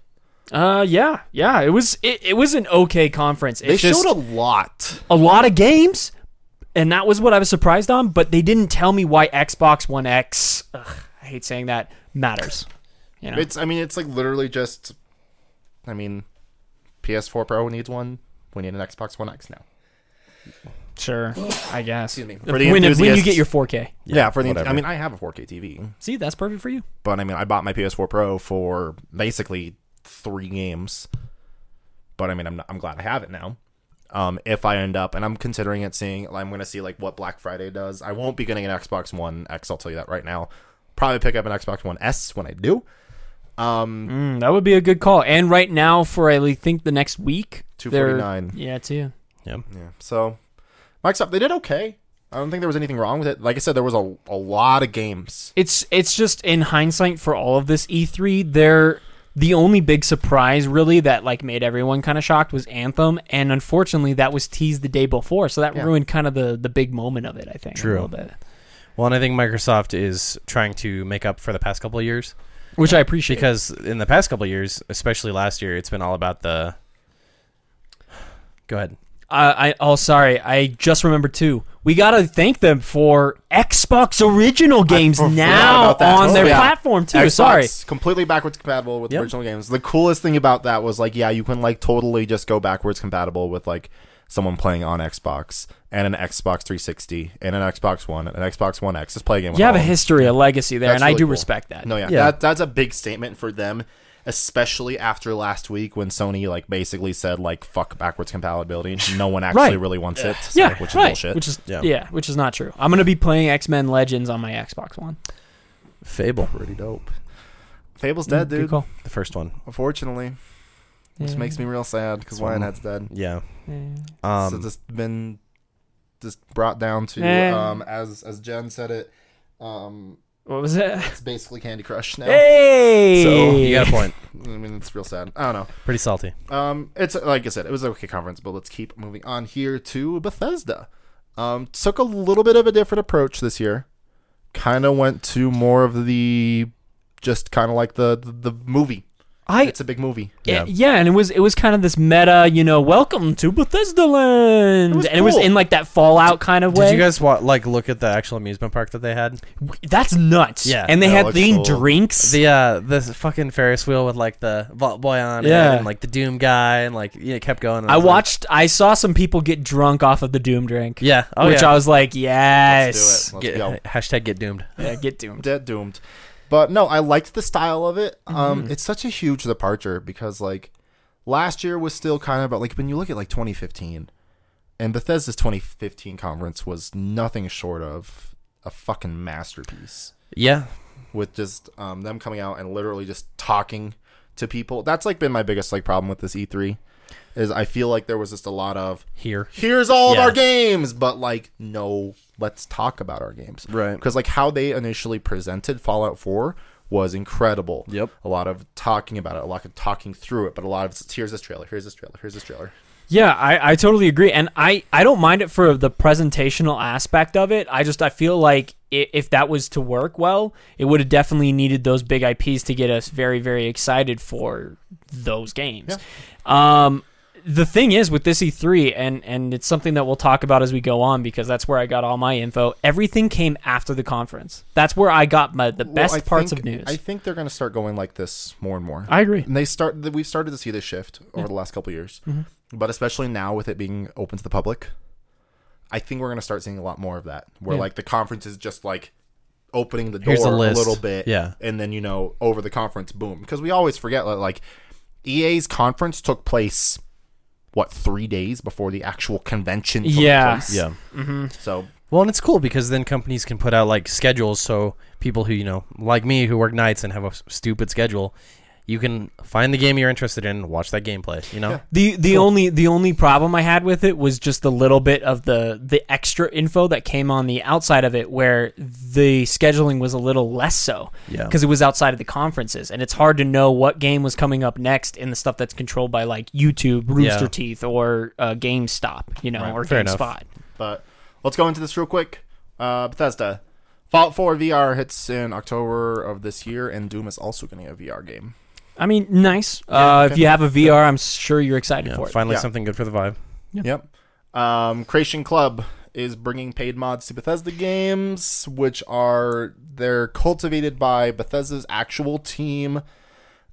Speaker 3: uh, yeah, yeah. It was it, it was an okay conference. It's
Speaker 2: They
Speaker 3: just
Speaker 2: showed a lot.
Speaker 3: a lot of games, and that was what I was surprised on. But they didn't tell me why Xbox One X. Ugh, I hate saying that matters. You know,
Speaker 2: It's, I mean, it's like literally just, I mean, PS4 Pro needs one. We need an Xbox One X now.
Speaker 3: sure, I guess.
Speaker 2: me. For the
Speaker 3: When, when you
Speaker 2: enthusiasts.
Speaker 3: get your 4K,
Speaker 2: Yeah, for the.
Speaker 1: whatever.
Speaker 2: I mean, I have a 4K TV,
Speaker 3: see that's perfect for you.
Speaker 2: but I mean, I bought my PS4 Pro for basically three games. But I mean, I'm not, I'm glad I have it now. Um, if I end up, and I'm considering it, seeing I'm going to see like what Black Friday does. I won't be getting an Xbox One X. I'll tell you that right now. Probably pick up an Xbox One S when I do. Um,
Speaker 3: Mm, that would be a good call. And right now, for I think the next week,
Speaker 2: two
Speaker 3: they're-
Speaker 2: forty nine.
Speaker 3: Yeah, too.
Speaker 1: Yeah.
Speaker 2: Yeah. So Microsoft, they did okay. I don't think there was anything wrong with it. Like I said, there was a, a lot of games.
Speaker 3: It's it's just in hindsight for all of this E3, they're the only big surprise really that like made everyone kind of shocked was Anthem, and unfortunately that was teased the day before, so that
Speaker 2: Yeah.
Speaker 3: ruined kind of the the big moment of it. I think
Speaker 1: True.
Speaker 3: a little bit,
Speaker 1: Well, and I think Microsoft is trying to make up for the past couple of years
Speaker 3: which I appreciate.
Speaker 1: because in the past couple of years, especially last year, it's been all about the. Go ahead.
Speaker 3: I, I oh sorry, I just remembered too. We gotta thank them for Xbox original games
Speaker 2: forgot
Speaker 3: now
Speaker 2: about that. Oh,
Speaker 3: on their
Speaker 2: Yeah.
Speaker 3: platform too.
Speaker 2: Xbox,
Speaker 3: Sorry,
Speaker 2: completely backwards compatible with
Speaker 1: Yep.
Speaker 2: original games. The coolest thing about that was like, yeah, you can like totally just go backwards compatible with like someone playing on Xbox and an Xbox 360 and an Xbox One and an Xbox One X. Just play a game. With
Speaker 3: you have
Speaker 2: all
Speaker 3: a
Speaker 2: of them.
Speaker 3: history, a legacy there,
Speaker 2: That's
Speaker 3: and I
Speaker 2: really
Speaker 3: do
Speaker 2: cool.
Speaker 3: respect that.
Speaker 2: No, yeah,
Speaker 1: Yeah.
Speaker 2: That, that's a big statement for them, especially after last week when Sony like basically said like fuck backwards compatibility. No one actually
Speaker 3: Right.
Speaker 2: really wants it.
Speaker 3: yeah,
Speaker 2: which is
Speaker 3: right,
Speaker 2: bullshit.
Speaker 3: Which is
Speaker 1: Yeah.
Speaker 3: yeah. which is not true. I'm gonna be playing X Men Legends on my Xbox One.
Speaker 1: Fable,
Speaker 2: pretty dope. Fable's dead,
Speaker 3: Good
Speaker 2: dude.
Speaker 3: call.
Speaker 1: the first one.
Speaker 2: Unfortunately, which makes me real sad because
Speaker 1: Swallow.
Speaker 2: Lionhead's dead.
Speaker 1: Yeah.
Speaker 3: Yeah.
Speaker 1: Um,
Speaker 2: so just been just brought down to
Speaker 3: Eh.
Speaker 2: um as as Jen said it, um
Speaker 3: What was it?
Speaker 2: it's basically Candy Crush now.
Speaker 3: Hey.
Speaker 1: so you got a point.
Speaker 2: I mean it's real sad. I don't
Speaker 1: Pretty salty.
Speaker 2: know. Um it's like I said, it was an okay conference, but let's keep moving on here to Bethesda. Um took a little bit of a different approach this year. Kinda went to more of the just kinda like the the, the movie.
Speaker 3: I
Speaker 2: it's a big movie.
Speaker 3: yeah. yeah, and it was it was kind of this meta, you know, welcome to Bethesda Land,
Speaker 2: It was
Speaker 3: and it was
Speaker 2: cool.
Speaker 3: in like that Fallout kind of way.
Speaker 1: Did you guys wa- like look at the actual amusement park that they had?
Speaker 3: That's nuts.
Speaker 1: Yeah.
Speaker 3: and they
Speaker 2: That
Speaker 3: had
Speaker 2: looks
Speaker 3: the
Speaker 2: cool.
Speaker 3: drinks.
Speaker 1: The uh, the fucking Ferris wheel with like the Vault Boy on
Speaker 3: Yeah.
Speaker 1: it, and like the Doom guy, and like yeah, it kept going. and
Speaker 3: I
Speaker 1: was like-
Speaker 3: watched. I saw some people get drunk off of the Doom drink.
Speaker 1: Yeah. Oh
Speaker 3: which
Speaker 1: yeah.
Speaker 3: I was like, yes,
Speaker 2: Let's do it. Let's
Speaker 1: Get-
Speaker 2: go.
Speaker 1: hashtag get doomed.
Speaker 3: Yeah, get doomed.
Speaker 2: dead doomed but no i liked the style of it um it's such a huge departure because like last year was still kind of about like when you look at like 2015 and bethesda's 2015 conference was nothing short of a fucking masterpiece
Speaker 1: Yeah.
Speaker 2: with just um, them coming out and literally just talking to people that's like been my biggest like problem with this e3 is i feel like there was just a lot of
Speaker 1: Here.
Speaker 2: here's all of
Speaker 1: Yeah.
Speaker 2: our games but like no let's talk about our games
Speaker 1: Right.
Speaker 2: because like how they initially presented fallout 4 was incredible
Speaker 1: Yep.
Speaker 2: a lot of talking about it a lot of talking through it but a lot of here's this trailer here's this trailer here's this trailer
Speaker 3: Yeah, I, I totally agree, and I, I don't mind it for the presentational aspect of it. I just I feel like i if that was to work well, it would have definitely needed those big IPs to get us very very excited for those games. Um, the thing is with this E3, and and it's something that we'll talk about as we go on because that's where I got all my info. Everything came after the conference. That's where I got my the
Speaker 2: Well,
Speaker 3: best
Speaker 2: I
Speaker 3: parts
Speaker 2: think-
Speaker 3: of news.
Speaker 2: i think they're going to start going like this more and more
Speaker 3: I agree.
Speaker 2: and they start th- we've started to see this shift over the last couple years
Speaker 1: Mm-hmm.
Speaker 2: but especially now with it being open to the public i think we're going to start seeing a lot more of that where
Speaker 3: Yeah.
Speaker 2: like the conference is just like opening the door
Speaker 1: Here's a
Speaker 2: a,
Speaker 1: list.
Speaker 2: little bit
Speaker 1: Yeah.
Speaker 2: and then you know over the conference boom because we always forget like, like ea's conference took place what three days before the actual convention took
Speaker 3: Yeah.
Speaker 2: place.
Speaker 1: Yeah.
Speaker 2: so
Speaker 1: Well, and it's cool because then companies can put out like schedules, so people who you know, like me, who work nights and have a s- stupid schedule, you can find the game you're interested in, watch that gameplay. You know,
Speaker 3: The the only the only problem I had with it was just the little bit of the the extra info that came on the outside of it where the scheduling was a little less so
Speaker 1: Yeah.
Speaker 3: because it was outside of the conferences and it's hard to know what game was coming up next in the stuff that's controlled by like YouTube, Rooster
Speaker 1: Yeah.
Speaker 3: Teeth or uh, GameStop, you know, or
Speaker 1: Fair enough.
Speaker 3: GameSpot.
Speaker 2: But let's go into this real quick. Uh, Bethesda. Fallout 4 VR hits in October of this year, and Doom is also getting a VR game.
Speaker 3: I mean, nice. uh, if you have a VR, I'm sure you're excited
Speaker 1: Yeah,
Speaker 3: for it.
Speaker 1: finally
Speaker 2: Yeah.
Speaker 1: something good for the vibe.
Speaker 2: Yep. Um, Creation Club is bringing paid mods to Bethesda games, which are they're cultivated by Bethesda's actual team,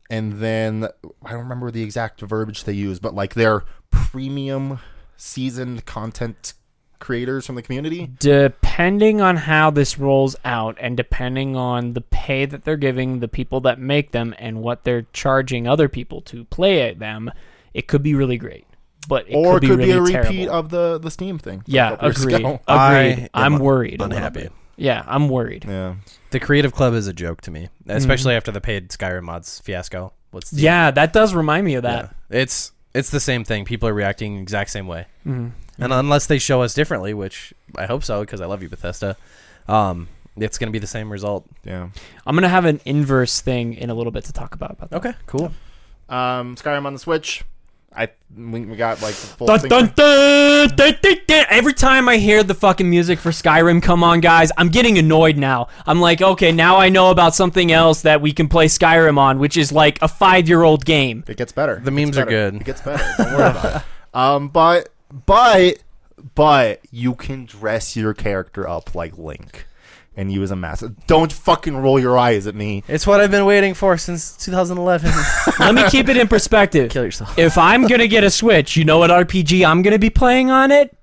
Speaker 2: and then I don't remember the exact verbiage they use, but like they're premium seasoned content creators from the community.
Speaker 3: depending on how this rolls out and depending on the pay that they're giving the people that make them and what they're charging other people to play at them, it could be really great. But it
Speaker 2: or
Speaker 3: could be, really
Speaker 2: a repeat
Speaker 3: terrible.
Speaker 2: of the the Steam thing. from a
Speaker 3: yeah,
Speaker 2: couple years
Speaker 3: agreed.
Speaker 2: ago.
Speaker 3: Agreed.
Speaker 1: I am
Speaker 3: I'm worried. a little
Speaker 1: Unhappy.
Speaker 3: bit. Yeah, I'm worried.
Speaker 2: Yeah.
Speaker 1: The creative club is a joke to me, especially after the paid Skyrim mods fiasco. What's the,
Speaker 3: Mm-hmm. Yeah, that does remind me of that.
Speaker 1: Yeah. It's it's the same thing. People are reacting the exact same way.
Speaker 3: Mm-hmm.
Speaker 1: And unless they show us differently, which I hope so, because I love you, Bethesda. Um, it's going to be the same result.
Speaker 2: Yeah.
Speaker 3: I'm gonna have an inverse thing in a little bit to talk about about that.
Speaker 1: Okay, cool.
Speaker 2: Um, Skyrim on the Switch. I we, we got like the full
Speaker 3: Dun,
Speaker 2: thing-
Speaker 3: dun, dun, dun, dun, dun. Every time I hear the fucking music for Skyrim, come on, guys, I'm getting annoyed now. I'm like, okay, now I know about something else that we can play Skyrim on, which is like a five year old game.
Speaker 2: It gets better.
Speaker 1: The memes are
Speaker 2: better.
Speaker 1: good.
Speaker 2: It gets better. Don't worry about it. Um, but but but you can dress your character up like Link, and use a mask. Don't fucking roll your eyes at me.
Speaker 1: It's what I've been waiting for since 2011.
Speaker 3: Let me keep it in perspective.
Speaker 1: Kill yourself.
Speaker 3: If I'm gonna get a Switch, you know what RPG I'm gonna be playing on it?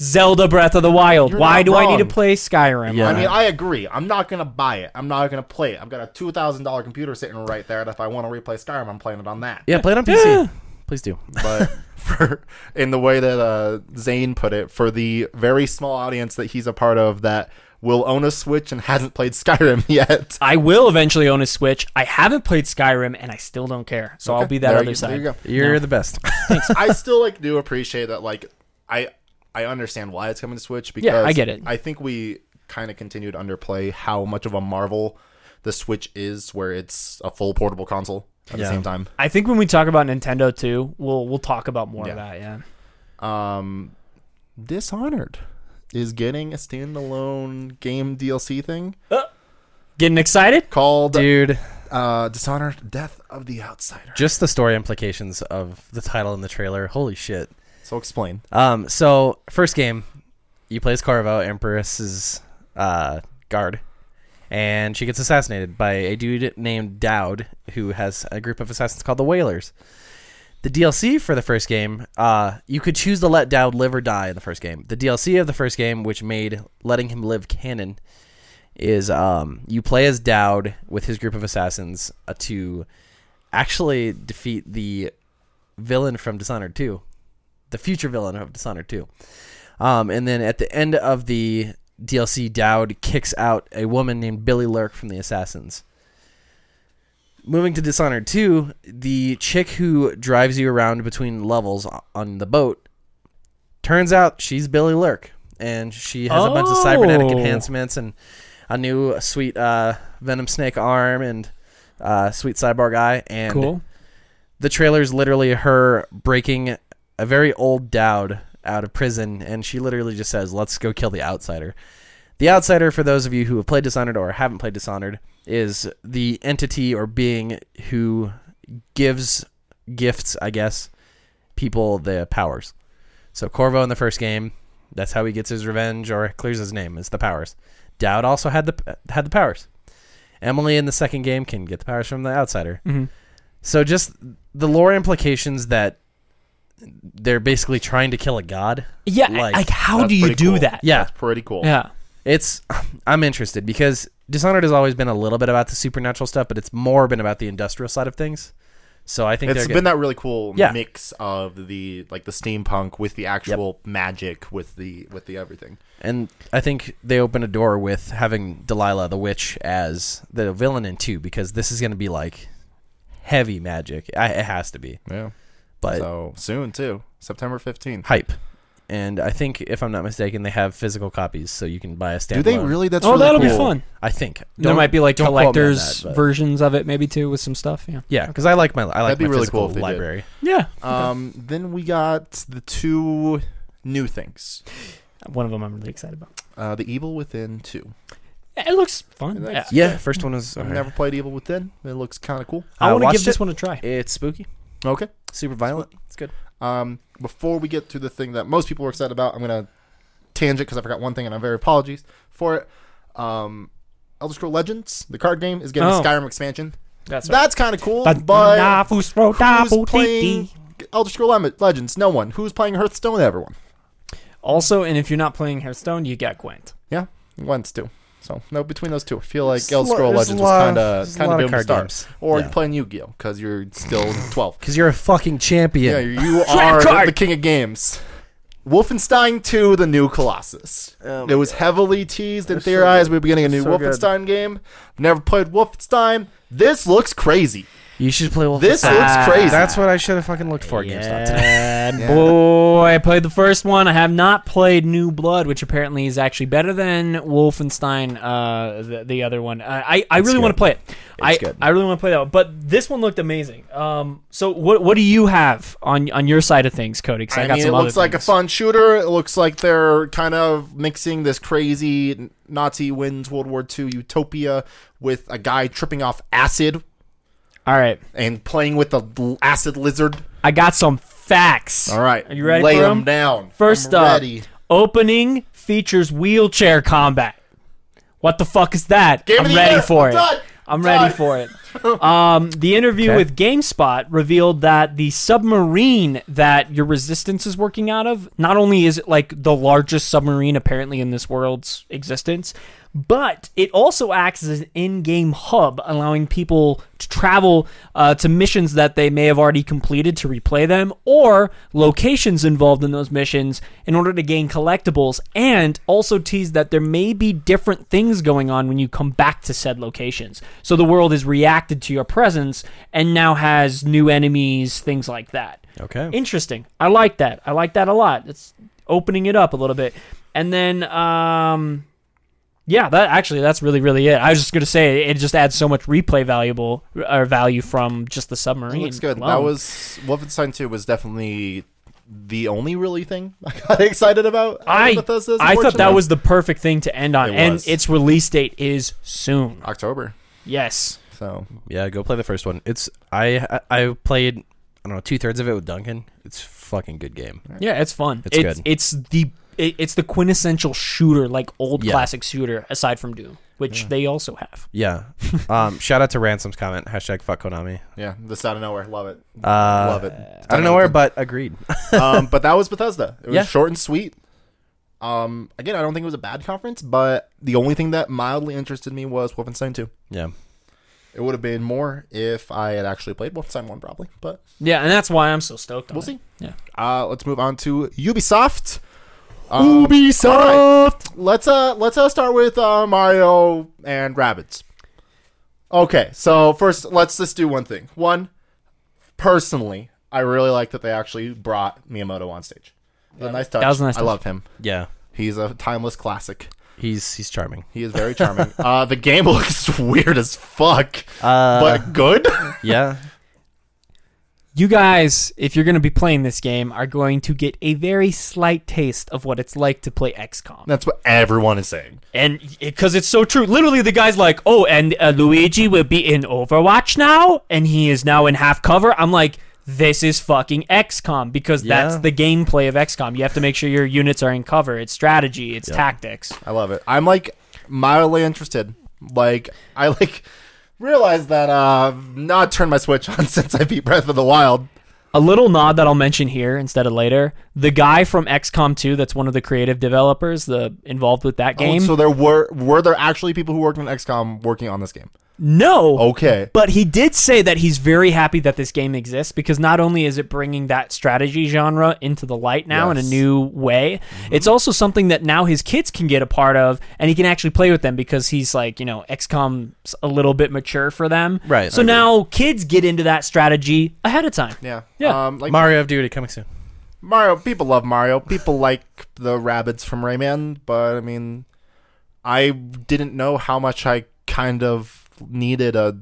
Speaker 3: Zelda Breath of the Wild.
Speaker 2: You're
Speaker 3: Why
Speaker 2: not
Speaker 3: do I need to
Speaker 2: wrong.
Speaker 3: play Skyrim?
Speaker 1: Yeah.
Speaker 2: I
Speaker 3: on
Speaker 2: mean,
Speaker 3: it?
Speaker 2: I agree. I'm not gonna buy it. I'm not gonna play it. I've got a two thousand dollar computer sitting right there, and if I want to replay Skyrim, I'm playing it on that.
Speaker 1: Yeah, play it on PC. Please do.
Speaker 2: but for in the way that uh, Zane put it, for the very small audience that he's a part of that will own a Switch and hasn't played Skyrim yet.
Speaker 3: I will eventually own a Switch. I haven't played Skyrim, and I still don't care. So I'll
Speaker 2: Okay,
Speaker 3: be that
Speaker 2: there
Speaker 3: other
Speaker 2: you-
Speaker 3: side.
Speaker 2: There you go.
Speaker 1: You're
Speaker 3: No.
Speaker 1: the best.
Speaker 2: I still like do appreciate that. Like, I I understand why it's coming to Switch because
Speaker 3: Yeah, I get it.
Speaker 2: I think we kind of continue to underplay how much of a marvel the Switch is, where it's a full portable console at
Speaker 1: Yeah.
Speaker 2: the same time.
Speaker 3: I think when we talk about Nintendo too, we'll we'll talk about more
Speaker 2: Yeah.
Speaker 3: of that. Yeah.
Speaker 2: Um, Dishonored is getting a standalone game DLC thing
Speaker 3: Getting excited?
Speaker 2: called
Speaker 1: Dude,
Speaker 2: uh, Dishonored: Death of the Outsider.
Speaker 1: just the story implications of the title and the trailer. Holy shit.
Speaker 2: So explain.
Speaker 1: Um, so first game, you play as Carvo, Empress's uh, guard, and she gets assassinated by a dude named Dowd, who has a group of assassins called the Whalers. The DLC for the first game, uh, you could choose to let Dowd live or die in the first game. The DLC of the first game, which made letting him live canon, is um, you play as Dowd with his group of assassins uh, to actually defeat the villain from Dishonored 2 the future villain of Dishonored 2. Um, and then at the end of the DLC, Dowd kicks out a woman named Billy Lurk from the Assassins. Moving to Dishonored 2, the chick who drives you around between levels o- on the boat turns out she's Billy Lurk. And she has a bunch of cybernetic
Speaker 3: Oh.
Speaker 1: enhancements and a new sweet uh, Venom Snake arm and uh, sweet cyborg eye. And
Speaker 3: Cool.
Speaker 1: the trailer's literally her breaking a very old Dowd out of prison, and she literally just says, "Let's go kill the outsider." The outsider, for those of you who have played Dishonored or haven't played Dishonored, is the entity or being who gives gifts, I guess, people the powers. So Corvo in the first game, that's how he gets his revenge or clears his name is the powers. Dowd also had the had the powers. Emily in the second game can get the powers from the outsider.
Speaker 3: Mhm.
Speaker 1: So just the lore implications that they're basically trying to kill a god.
Speaker 3: Yeah.
Speaker 1: Like,
Speaker 3: Like, how
Speaker 2: That's
Speaker 3: do you
Speaker 2: pretty
Speaker 3: do
Speaker 2: cool.
Speaker 3: that?
Speaker 1: Yeah.
Speaker 2: That's pretty cool.
Speaker 3: Yeah.
Speaker 1: It's I'm interested because Dishonored has always been a little bit about the supernatural stuff, but it's more been about the industrial side of things. So I think
Speaker 2: It's
Speaker 1: they're
Speaker 2: been that really cool
Speaker 1: Yeah.
Speaker 2: mix of the like the steampunk with the actual magic with the with the everything.
Speaker 1: And I think they open a door with having Delilah the witch as the villain in two because this is going to be like heavy magic. I, it has to be,
Speaker 2: Yeah.
Speaker 1: but
Speaker 2: so soon too, September fifteenth.
Speaker 1: hype. And I think, if I'm not mistaken, they have physical copies, so you can buy a standalone.
Speaker 2: Do they really? That's
Speaker 3: oh,
Speaker 2: really
Speaker 3: that'll be
Speaker 2: cool.
Speaker 3: fun.
Speaker 1: I think
Speaker 3: there
Speaker 1: Don't-
Speaker 3: might be like
Speaker 1: don't quote me on
Speaker 3: collectors
Speaker 1: that, but-
Speaker 3: versions of it, maybe too, with some stuff. Yeah.
Speaker 1: Yeah, because I like my I like
Speaker 2: That'd be
Speaker 1: my
Speaker 2: really
Speaker 1: physical
Speaker 2: cool if they did.
Speaker 1: library.
Speaker 3: Yeah.
Speaker 2: Um, then we got the two new things.
Speaker 3: One of them I'm really excited about.
Speaker 2: Uh, the Evil Within two.
Speaker 3: It looks fun.
Speaker 2: It
Speaker 3: Yeah.
Speaker 2: looks-
Speaker 1: Yeah, first one was. uh,
Speaker 2: I've never played Evil Within. It looks kind of cool.
Speaker 3: I
Speaker 1: I
Speaker 3: want to
Speaker 1: watched
Speaker 3: give this
Speaker 1: it.
Speaker 3: one a try.
Speaker 1: It's spooky,
Speaker 2: Okay.
Speaker 1: super violent. It's good.
Speaker 2: Um, before we get to the thing that most people were excited about, I'm gonna tangent because I forgot one thing, and I'm very apologies for it. Um, Elder Scroll Legends, the card game, is getting
Speaker 3: Oh.
Speaker 2: a Skyrim expansion.
Speaker 3: That's
Speaker 2: That's kind of cool, but who's playing Elder Scroll Lem- Legends? No one. Who's playing Hearthstone? Everyone.
Speaker 3: Also, and if you're not playing Hearthstone, you get Gwent.
Speaker 2: Yeah, one's two. So no, between those two, I feel like
Speaker 1: There's a
Speaker 2: Elder
Speaker 1: lot-
Speaker 2: Scroll
Speaker 1: there's a
Speaker 2: Legends
Speaker 1: lot-
Speaker 2: was kind
Speaker 1: there's
Speaker 2: of
Speaker 1: a
Speaker 2: kind
Speaker 1: lot
Speaker 2: of
Speaker 1: of
Speaker 2: doomed to
Speaker 1: card
Speaker 2: start,
Speaker 1: games.
Speaker 2: or
Speaker 1: Yeah.
Speaker 2: you're playing Yu-Gi-Oh because you're still twelve.
Speaker 1: Because you're a fucking champion.
Speaker 2: Yeah, you
Speaker 3: Trap
Speaker 2: are
Speaker 3: card!
Speaker 2: the king of games. Wolfenstein 2: The New Colossus. it was heavily teased and theorized we were getting a new
Speaker 1: So good.
Speaker 2: Wolfenstein game. Never played Wolfenstein. This looks crazy.
Speaker 1: You should play Wolfenstein.
Speaker 3: Ah,
Speaker 2: This looks crazy.
Speaker 1: That's what I should have fucking looked for. at GameStop today.
Speaker 3: Yeah, boy, I played the first one. I have not played New Blood, which apparently is actually better than Wolfenstein, uh, the, the other one. I, I, I really
Speaker 1: good.
Speaker 3: want to play it. I,
Speaker 1: good.
Speaker 3: I really want to play that one. But this one looked amazing. Um, so what what do you have on on your side of things, Cody? 'Cause I,
Speaker 2: I,
Speaker 3: got
Speaker 2: mean,
Speaker 3: some
Speaker 2: it
Speaker 3: other
Speaker 2: looks like a
Speaker 3: things.
Speaker 2: fun shooter. It looks like they're kind of mixing this crazy Nazi wins World War II utopia with a guy tripping off acid
Speaker 3: All right,
Speaker 2: and playing with the l- acid lizard.
Speaker 3: I got some facts.
Speaker 2: All right,
Speaker 3: Are you ready
Speaker 2: Lay
Speaker 3: for 'em?
Speaker 2: them down.
Speaker 3: First
Speaker 2: I'm
Speaker 3: up,
Speaker 2: ready.
Speaker 3: opening features wheelchair combat. What the fuck is that?
Speaker 2: Game of
Speaker 3: I'm
Speaker 2: the
Speaker 3: ready
Speaker 2: year.
Speaker 3: for
Speaker 2: I'm
Speaker 3: it.
Speaker 2: done.
Speaker 3: I'm
Speaker 2: I'm
Speaker 3: ready
Speaker 2: done.
Speaker 3: for it. Um, the interview
Speaker 1: Okay.
Speaker 3: with GameSpot revealed that the submarine that your resistance is working out of not only is it like the largest submarine apparently in this world's existence, But it also acts as an in game hub, allowing people to travel uh, to missions that they may have already completed to replay them, or locations involved in those missions in order to gain collectibles, and also tease that there may be different things going on when you come back to said locations. So the world is reacted to your presence and now has new enemies, things like that.
Speaker 1: Okay.
Speaker 3: Interesting. I like that. I like that a lot. It's opening it up a little bit. And then um yeah, that actually that's really really it. I was just going to say it just adds so much replay valuable or value from just the submarine.
Speaker 2: It looks good. That
Speaker 3: alone.
Speaker 2: was Wolfenstein 2 was definitely the only really thing I got excited about. out of
Speaker 3: I,
Speaker 2: Bethesda's,
Speaker 3: I thought that
Speaker 2: unfortunately.
Speaker 3: was the perfect thing to end on
Speaker 2: It
Speaker 3: and
Speaker 2: was. Uh,
Speaker 3: its release date is soon.
Speaker 2: October.
Speaker 3: Yes.
Speaker 2: So
Speaker 1: Yeah, go play the first one. It's I I I played I don't know two thirds of it with Duncan. It's a fucking good game.
Speaker 3: Yeah, it's fun.
Speaker 1: It's
Speaker 3: it's,
Speaker 1: good.
Speaker 3: it's the it, it's the quintessential shooter like old
Speaker 1: Yeah.
Speaker 3: classic shooter aside from Doom, which they also have.
Speaker 1: Yeah. um, shout out to Ransom's comment hashtag fuck Konami.
Speaker 2: yeah, this out of nowhere. Love it.
Speaker 1: Uh,
Speaker 2: Love it.
Speaker 1: I don't know where, but agreed.
Speaker 2: um, but that was Bethesda. It was
Speaker 1: Yeah.
Speaker 2: short and sweet. Um, again, I don't think it was a bad conference, but the only thing that mildly interested me was Wolfenstein 2.
Speaker 1: yeah.
Speaker 2: It would have been more if I had actually played Wolfenstein 1, probably, but
Speaker 3: Yeah, and that's why I'm so stoked on
Speaker 2: we'll
Speaker 3: it.
Speaker 2: see.
Speaker 3: Yeah.
Speaker 2: Uh, let's move on to Ubisoft. Um, Ubisoft. Let's uh let's uh start with uh, Mario and rabbits. Okay, so first let's just do one thing. One, personally, I really like that they actually brought Miyamoto on stage. It was a nice touch.
Speaker 3: was a nice
Speaker 2: I
Speaker 3: touch.
Speaker 2: love him.
Speaker 1: Yeah.
Speaker 2: He's a timeless classic.
Speaker 1: He's he's charming.
Speaker 2: He is very charming. uh, the game looks weird as fuck,
Speaker 1: Uh,
Speaker 2: but good.
Speaker 1: yeah.
Speaker 3: You guys, if you're going to be playing this game, are going to get a very slight taste of what it's like to play XCOM.
Speaker 2: That's what everyone is saying.
Speaker 3: And because it's so true. Literally, the guy's like, oh, and uh, Luigi will be in Overwatch now, and he is now in half cover. I'm like, this is fucking XCOM because
Speaker 1: Yeah.
Speaker 3: that's the gameplay of XCOM. You have to make sure your units are in cover. It's strategy, it's tactics.
Speaker 2: I love it. I'm like mildly interested. Like I like realized that uh I've not turned my switch on since I beat Breath of the Wild.
Speaker 3: A little nod that I'll mention here instead of later. The guy from XCOM 2, that's one of the creative developers, the involved with that game.
Speaker 2: Oh, so there were were there actually people who worked on XCOM working on this game?
Speaker 3: no,
Speaker 2: Okay.
Speaker 3: But he did say that he's very happy that this game exists because not only is it bringing that strategy genre into the light now in
Speaker 2: Yes. Mm-hmm.
Speaker 3: a new way, it's also something that now his kids can get a part of and he can actually play with them because he's like, you know, XCOM's a little bit mature for them.
Speaker 1: Right, I
Speaker 3: So
Speaker 1: agree.
Speaker 3: now kids get into that strategy ahead of time.
Speaker 2: Yeah.
Speaker 3: Yeah.
Speaker 2: Um like
Speaker 1: Mario of Duty coming soon.
Speaker 2: Mario people love Mario. People like the rabbits from Rayman, but I mean I didn't know how much I kind of needed a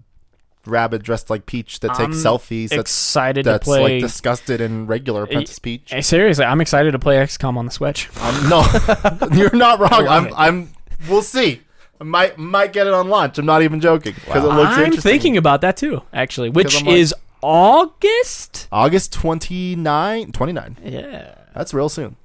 Speaker 2: rabbit dressed like Peach that takes
Speaker 3: I'm
Speaker 2: selfies that's
Speaker 3: Excited to
Speaker 2: that's like
Speaker 3: play.
Speaker 2: disgusted in regular Princess Peach.
Speaker 3: Hey, seriously, I'm excited to play XCOM on the Switch.
Speaker 2: Um, no, you're not wrong. I'm,
Speaker 3: it.
Speaker 2: I'm. We'll see. I might might get it on launch. I'm not even joking because it looks
Speaker 3: I'm
Speaker 2: interesting.
Speaker 3: thinking about that too, actually, which
Speaker 2: I'm like-
Speaker 3: is August?
Speaker 2: August 29, 29.
Speaker 3: Yeah.
Speaker 2: That's real soon.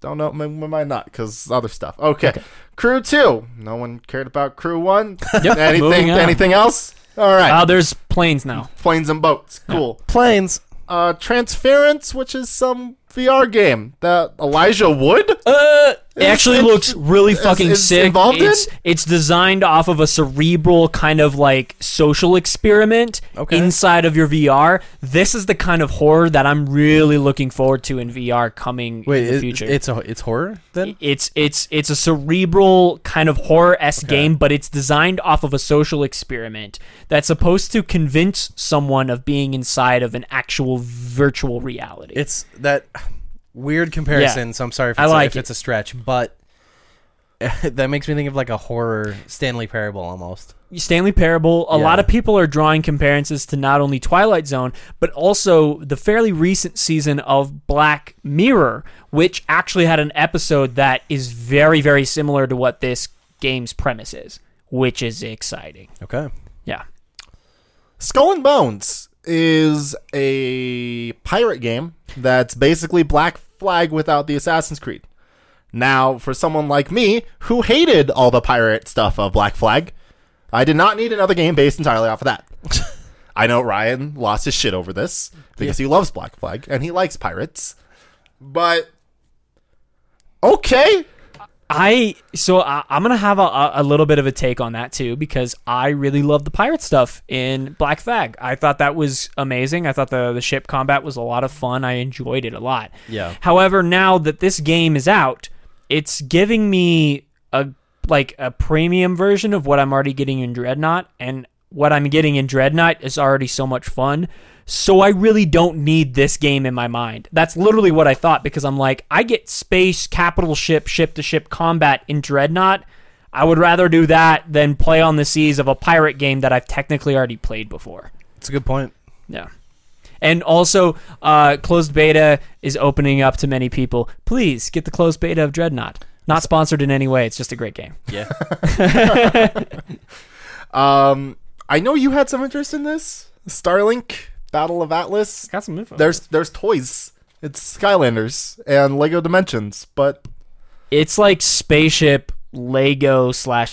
Speaker 2: Don't know. We we might not because other stuff. Okay. Crew two. No one cared about Crew one. anything?
Speaker 3: Moving on.
Speaker 2: Anything else? All right.
Speaker 3: Uh, there's planes now.
Speaker 2: Planes and boats. Cool.
Speaker 1: Planes.
Speaker 2: Uh, Transference, which is some VR game that Elijah Wood.
Speaker 3: Uh,
Speaker 2: Is-
Speaker 3: it actually
Speaker 2: is-
Speaker 3: looks really
Speaker 2: is-
Speaker 3: fucking
Speaker 2: is
Speaker 3: sick.
Speaker 2: involved in?
Speaker 3: it's, it's designed off of a cerebral kind of like social experiment
Speaker 1: Okay.
Speaker 3: inside of your VR. This is the kind of horror that I'm really looking forward to in VR coming
Speaker 1: Wait,
Speaker 3: in the
Speaker 1: it-
Speaker 3: future.
Speaker 1: it's a it's horror then?
Speaker 3: it's it's it's a cerebral kind of horror s game, but it's designed off of a social experiment that's supposed to convince someone of being inside of an actual virtual reality.
Speaker 1: It's that weird comparison. So I'm sorry if
Speaker 3: I
Speaker 1: it's,
Speaker 3: like
Speaker 1: if
Speaker 3: it.
Speaker 1: it's a stretch, but that makes me think of like a horror Stanley Parable almost.
Speaker 3: Stanley Parable. A
Speaker 1: Yeah.
Speaker 3: lot of people are drawing comparisons to not only Twilight Zone, but also the fairly recent season of Black Mirror, which actually had an episode that is very, very similar to what this game's premise is, which is exciting.
Speaker 1: Okay.
Speaker 3: Yeah.
Speaker 2: Skull and Bones is a pirate game that's basically Black Flag without the Assassin's Creed. Now, for someone like me who hated all the pirate stuff of Black Flag, I did not need another game based entirely off of that. I know Ryan lost his shit over this because he loves Black Flag and he likes pirates. But okay,
Speaker 3: I so I, I'm gonna have a- a, a little bit of a take on that too because I really love the pirate stuff in Black Flag. I thought that was amazing. I thought the the ship combat was a lot of fun. I enjoyed it a lot.
Speaker 1: Yeah.
Speaker 3: However, now that this game is out, it's giving me a like a premium version of what I'm already getting in Dreadnought, and what I'm getting in Dreadnought is already so much fun. So I really don't need this game in my mind. That's literally what I thought because I'm like, I get space, capital ship, ship to ship combat in Dreadnought. I would rather do that than play on the seas of a pirate game that I've technically already played before.
Speaker 1: It's a good point.
Speaker 3: Yeah. And also, uh, closed beta is opening up to many people. Please get the closed beta of Dreadnought. Not sponsored in any way. It's just a great game.
Speaker 1: Yeah.
Speaker 2: Um, I know you had some interest in this Starlink Battle of Atlas.
Speaker 3: Got some info.
Speaker 2: There's there's toys. It's Skylanders and Lego Dimensions, but
Speaker 3: It's like spaceship Lego slash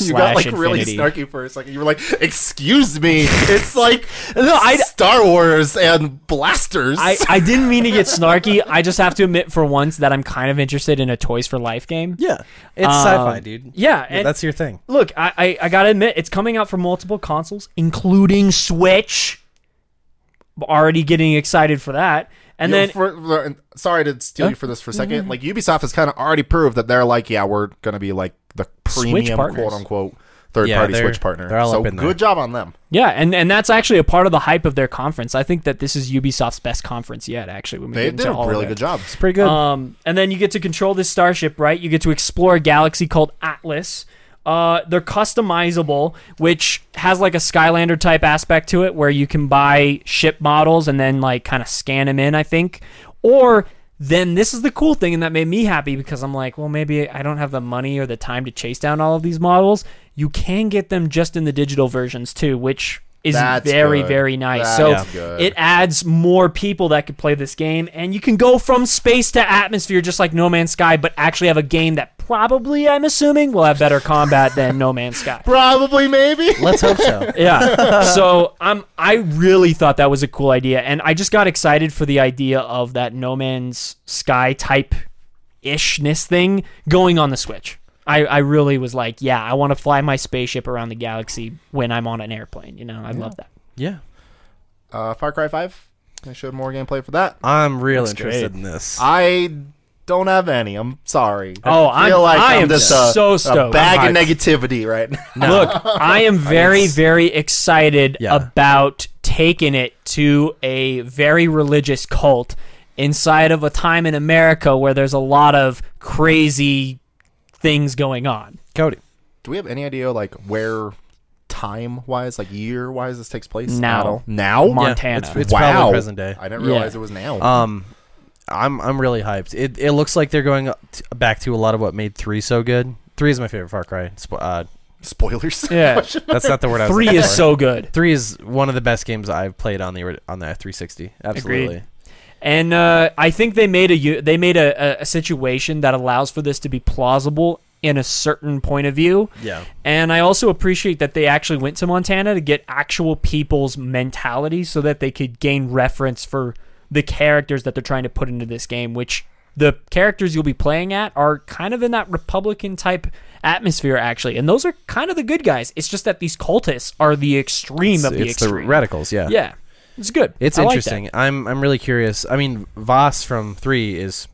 Speaker 2: you
Speaker 3: slash
Speaker 2: got like
Speaker 3: Infinity.
Speaker 2: really snarky for a second. You were like, "Excuse me, it's like
Speaker 3: No, I-
Speaker 2: Star Wars and blasters."
Speaker 3: I, I didn't mean to get snarky. I just have to admit for once that I'm kind of interested in a Toys for Life game.
Speaker 1: Yeah. It's
Speaker 3: Um,
Speaker 1: sci-fi, dude.
Speaker 3: Yeah,
Speaker 1: Yeah,
Speaker 3: and-
Speaker 1: that's your thing.
Speaker 3: Look, I, I, I gotta admit, it's coming out for multiple consoles, including Switch. Already getting excited for that. And
Speaker 2: You know,
Speaker 3: then
Speaker 2: for- for- and sorry to steal you for this for a 2nd Like Ubisoft has kind of already proved that they're like, yeah, we're gonna be like the premium
Speaker 3: partners.
Speaker 2: quote unquote third
Speaker 1: Yeah,
Speaker 2: party
Speaker 1: they're-
Speaker 2: Switch partner.
Speaker 1: they're all
Speaker 2: so
Speaker 1: up in
Speaker 2: good
Speaker 1: there.
Speaker 2: job on them.
Speaker 3: Yeah, and, and that's actually a part of the hype of their conference. I think that this is Ubisoft's best conference yet, actually. When we
Speaker 2: They
Speaker 3: get
Speaker 2: did
Speaker 3: into
Speaker 2: a
Speaker 3: all of
Speaker 2: really
Speaker 3: it.
Speaker 2: good job.
Speaker 1: It's pretty good.
Speaker 3: Um, and then you get to control this starship, right? You get to explore a galaxy called Atlas. Uh, they're customizable, which has like a Skylander type aspect to it, where you can buy ship models and then like kind of scan them in. I think, or then this is the cool thing, and that made me happy because I'm like, well, maybe I don't have the money or the time to chase down all of these models. You can get them just in the digital versions too, which is
Speaker 2: That's
Speaker 3: very,
Speaker 2: good.
Speaker 3: very nice.
Speaker 2: That's
Speaker 3: so
Speaker 2: good.
Speaker 3: it adds more people that could play this game, and you can go from space to atmosphere just like No Man's Sky, but actually have a game that probably, I'm assuming, will have better combat than No Man's Sky.
Speaker 2: Probably, maybe.
Speaker 1: Let's hope so.
Speaker 3: Yeah. So I'm I really thought that was a cool idea, and I just got excited for the idea of that No Man's Sky type ishness thing going on the Switch. I, I really was like, yeah, I want to fly my spaceship around the galaxy when I'm on an airplane. You know, I love that.
Speaker 1: Yeah.
Speaker 2: Uh, Far Cry Five. They showed more gameplay for that.
Speaker 1: I'm real
Speaker 3: Looks
Speaker 1: interested
Speaker 3: great. Uh,
Speaker 1: in this.
Speaker 2: I don't have any. I'm sorry.
Speaker 3: Oh,
Speaker 2: I
Speaker 3: I'm,
Speaker 2: feel like
Speaker 3: I
Speaker 2: I'm
Speaker 3: am
Speaker 2: just a,
Speaker 3: so
Speaker 2: a
Speaker 3: stoked.
Speaker 2: bag of
Speaker 1: hyped.
Speaker 2: negativity right now.
Speaker 3: Look, I am very, very excited
Speaker 1: Yeah.
Speaker 3: about taking it to a very religious cult inside of a time in America where there's a lot of crazy things going on.
Speaker 1: Cody.
Speaker 2: Do we have any idea like where time wise, like year wise, this takes place?
Speaker 3: Now.
Speaker 2: At all? now,
Speaker 3: Mon-
Speaker 1: Yeah,
Speaker 3: Montana.
Speaker 1: it's it's
Speaker 2: wow.
Speaker 1: probably present day.
Speaker 2: I didn't
Speaker 3: Yeah. Uh,
Speaker 2: realize it was now.
Speaker 1: Um, I'm I'm really hyped. It it looks like they're going up t- back to a lot of what made three so good. Three is my favorite Far Cry. Spo- uh,
Speaker 2: Spoilers.
Speaker 3: Yeah.
Speaker 1: that's not the word I was.
Speaker 3: Three
Speaker 1: looking
Speaker 3: is
Speaker 1: for.
Speaker 3: so good.
Speaker 1: Three is one of the best games I've played on the ori- on the 360. Absolutely.
Speaker 3: And uh, I think they made a u- they made a, a, a situation that allows for this to be plausible in a certain point of view.
Speaker 1: Yeah.
Speaker 3: And I also appreciate that they actually went to Montana to get actual people's mentality so that they could gain reference for the characters that they're trying to put into this game, which the characters you'll be playing at are kind of in that Republican type atmosphere, actually. And those are kind of the good guys. It's just that these cultists are the extreme
Speaker 1: It's,
Speaker 3: of the
Speaker 1: it's the
Speaker 3: extreme.
Speaker 1: radicals. Yeah.
Speaker 3: yeah. It's good.
Speaker 1: It's
Speaker 3: I like that.
Speaker 1: interesting. I'm I'm really curious. I mean, Voss from Three is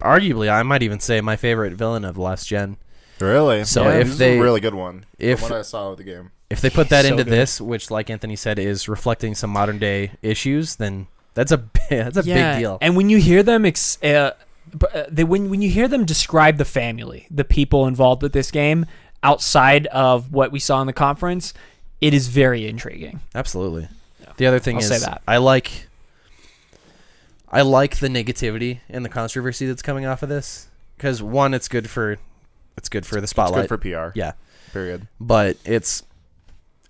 Speaker 1: arguably I might even say my favorite villain of last gen.
Speaker 2: Really?
Speaker 1: So
Speaker 2: Yeah,
Speaker 1: if
Speaker 2: this is
Speaker 1: they-
Speaker 2: a really good one,
Speaker 1: if-
Speaker 2: if what I saw of the game,
Speaker 1: If they put that
Speaker 3: So
Speaker 1: into
Speaker 3: good.
Speaker 1: this, which like Anthony said is reflecting some modern day issues, then that's a bi- that's a big deal.
Speaker 3: And when you hear them, ex- uh, b- uh, they, when when you hear them describe the family, the people involved with this game, outside of what we saw in the conference, it is very intriguing.
Speaker 1: Absolutely. The other thing
Speaker 3: I'll
Speaker 1: is,
Speaker 3: say that.
Speaker 1: I like, I like the negativity and the controversy that's coming off of this because one, it's good for, it's good for the
Speaker 2: it's
Speaker 1: spotlight.
Speaker 2: good for PR.
Speaker 1: yeah,
Speaker 2: Period.
Speaker 1: but it's,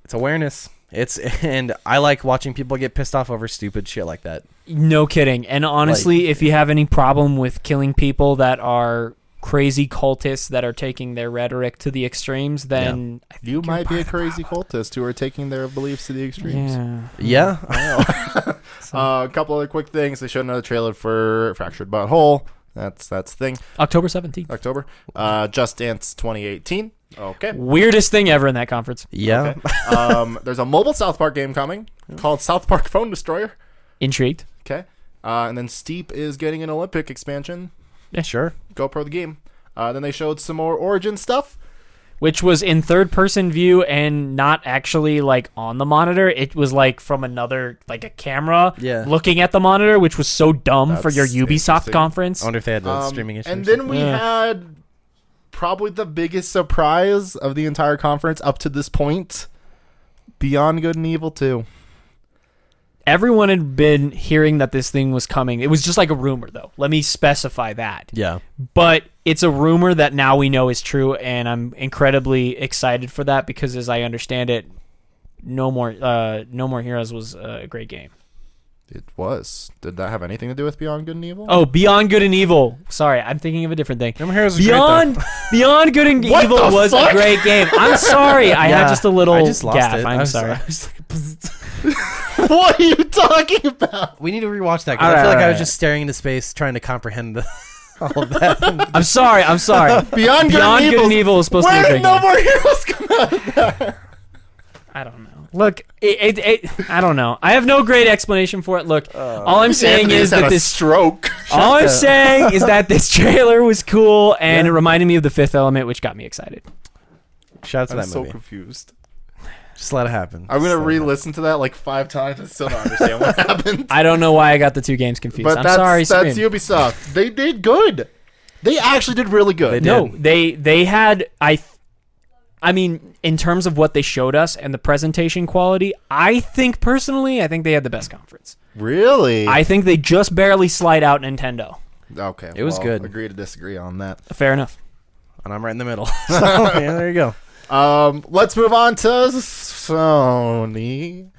Speaker 1: it's awareness. It's and I like watching people get pissed off over stupid shit like that.
Speaker 3: No kidding. And honestly, if you have any problem with killing people that are crazy cultists that are taking their rhetoric to the extremes, then I think
Speaker 2: You
Speaker 3: you're
Speaker 2: might be
Speaker 3: part
Speaker 2: a
Speaker 3: of the
Speaker 2: crazy
Speaker 3: problem.
Speaker 2: cultist who are taking their beliefs to the extremes.
Speaker 3: Yeah.
Speaker 1: Yeah,
Speaker 3: Oh,
Speaker 2: Wow. uh, a couple other quick things. They showed another trailer for Fractured Butthole. That's that's the thing.
Speaker 3: October 17th.
Speaker 2: October. Uh, Just Dance 2018. Okay.
Speaker 3: Weirdest thing ever in that conference.
Speaker 1: Yeah.
Speaker 2: Okay. um, there's a mobile South Park game coming called South Park Phone Destroyer.
Speaker 3: Intrigued.
Speaker 2: Okay. Uh, and then Steep is getting an Olympic expansion.
Speaker 1: Sure.
Speaker 2: GoPro the game. Uh, then they showed some more Origin stuff.
Speaker 3: Which was in third person view and not actually like on the monitor. It was like from another like a camera
Speaker 1: Yeah.
Speaker 3: looking at the monitor, which was so dumb for your
Speaker 2: That's
Speaker 3: Ubisoft
Speaker 2: interesting.
Speaker 1: I
Speaker 3: conference.
Speaker 1: wonder if they had the
Speaker 2: Um,
Speaker 1: streaming issue.
Speaker 2: And then we
Speaker 3: Yeah.
Speaker 2: had probably the biggest surprise of the entire conference up to this point. Beyond Good and Evil 2.
Speaker 3: Everyone had been hearing that this thing was coming. It was just like a rumor though. Let me specify that.
Speaker 1: yeah.
Speaker 3: but it's a rumor that now we know is true and i'm incredibly excited for that because as i understand it no more uh no more heroes was a great game
Speaker 2: It was. Did that have anything to do with Beyond Good and Evil?
Speaker 3: oh beyond good and evil sorry i'm thinking of a different thing
Speaker 1: Remember Heroes was great,
Speaker 3: beyond beyond good and
Speaker 2: What
Speaker 3: evil
Speaker 2: the
Speaker 3: was
Speaker 2: fuck?
Speaker 3: a great game i'm sorry i had
Speaker 1: Yeah.
Speaker 3: just a little
Speaker 1: I just lost
Speaker 3: gap.
Speaker 1: it.
Speaker 3: i'm
Speaker 1: I was-
Speaker 3: sorry
Speaker 1: I was like,
Speaker 2: what are you talking about?
Speaker 1: we need to rewatch that. 'cause I
Speaker 3: Alright,
Speaker 1: feel like I was
Speaker 3: alright.
Speaker 1: just staring into space, trying to comprehend the, all of that.
Speaker 3: i'm sorry i'm sorry
Speaker 2: Beyond,
Speaker 3: beyond
Speaker 2: Good and Evil.
Speaker 3: evil is supposed to
Speaker 2: Where
Speaker 3: be a
Speaker 2: did
Speaker 3: great
Speaker 2: No
Speaker 3: game.
Speaker 2: More Heroes come out of that?
Speaker 3: I don't know. Look, it, it, it, I don't know. I have no great explanation for it. Look,
Speaker 2: Uh,
Speaker 3: all I'm saying
Speaker 2: Anthony's
Speaker 3: is
Speaker 2: had
Speaker 3: that
Speaker 2: a
Speaker 3: this
Speaker 2: stroke.
Speaker 3: All I'm saying is that this trailer was cool and it reminded me of The Fifth Element, which got me excited.
Speaker 1: Shout out to
Speaker 2: I'm
Speaker 1: that
Speaker 2: so
Speaker 1: movie.
Speaker 2: confused.
Speaker 1: Just let it happen.
Speaker 2: I'm gonna
Speaker 1: Just let it happen.
Speaker 2: re-listen to that like five times and still don't understand what happened.
Speaker 3: I don't know why I got the two games confused.
Speaker 2: But
Speaker 3: I'm
Speaker 2: that's
Speaker 3: sorry,
Speaker 2: that's
Speaker 3: Scream.
Speaker 2: Ubisoft. They did good. They actually did really good.
Speaker 1: They
Speaker 3: No,
Speaker 1: did.
Speaker 3: they they had I. th- I mean, in terms of what they showed us and the presentation quality, I think personally, I think they had the best conference.
Speaker 2: Really?
Speaker 3: I think they just barely slide out Nintendo.
Speaker 2: okay.
Speaker 1: It was
Speaker 2: well,
Speaker 1: good.
Speaker 2: Agree to disagree on that.
Speaker 3: Fair enough.
Speaker 1: and I'm right in the middle. so, yeah, there you go.
Speaker 2: Um, let's move on to Sony.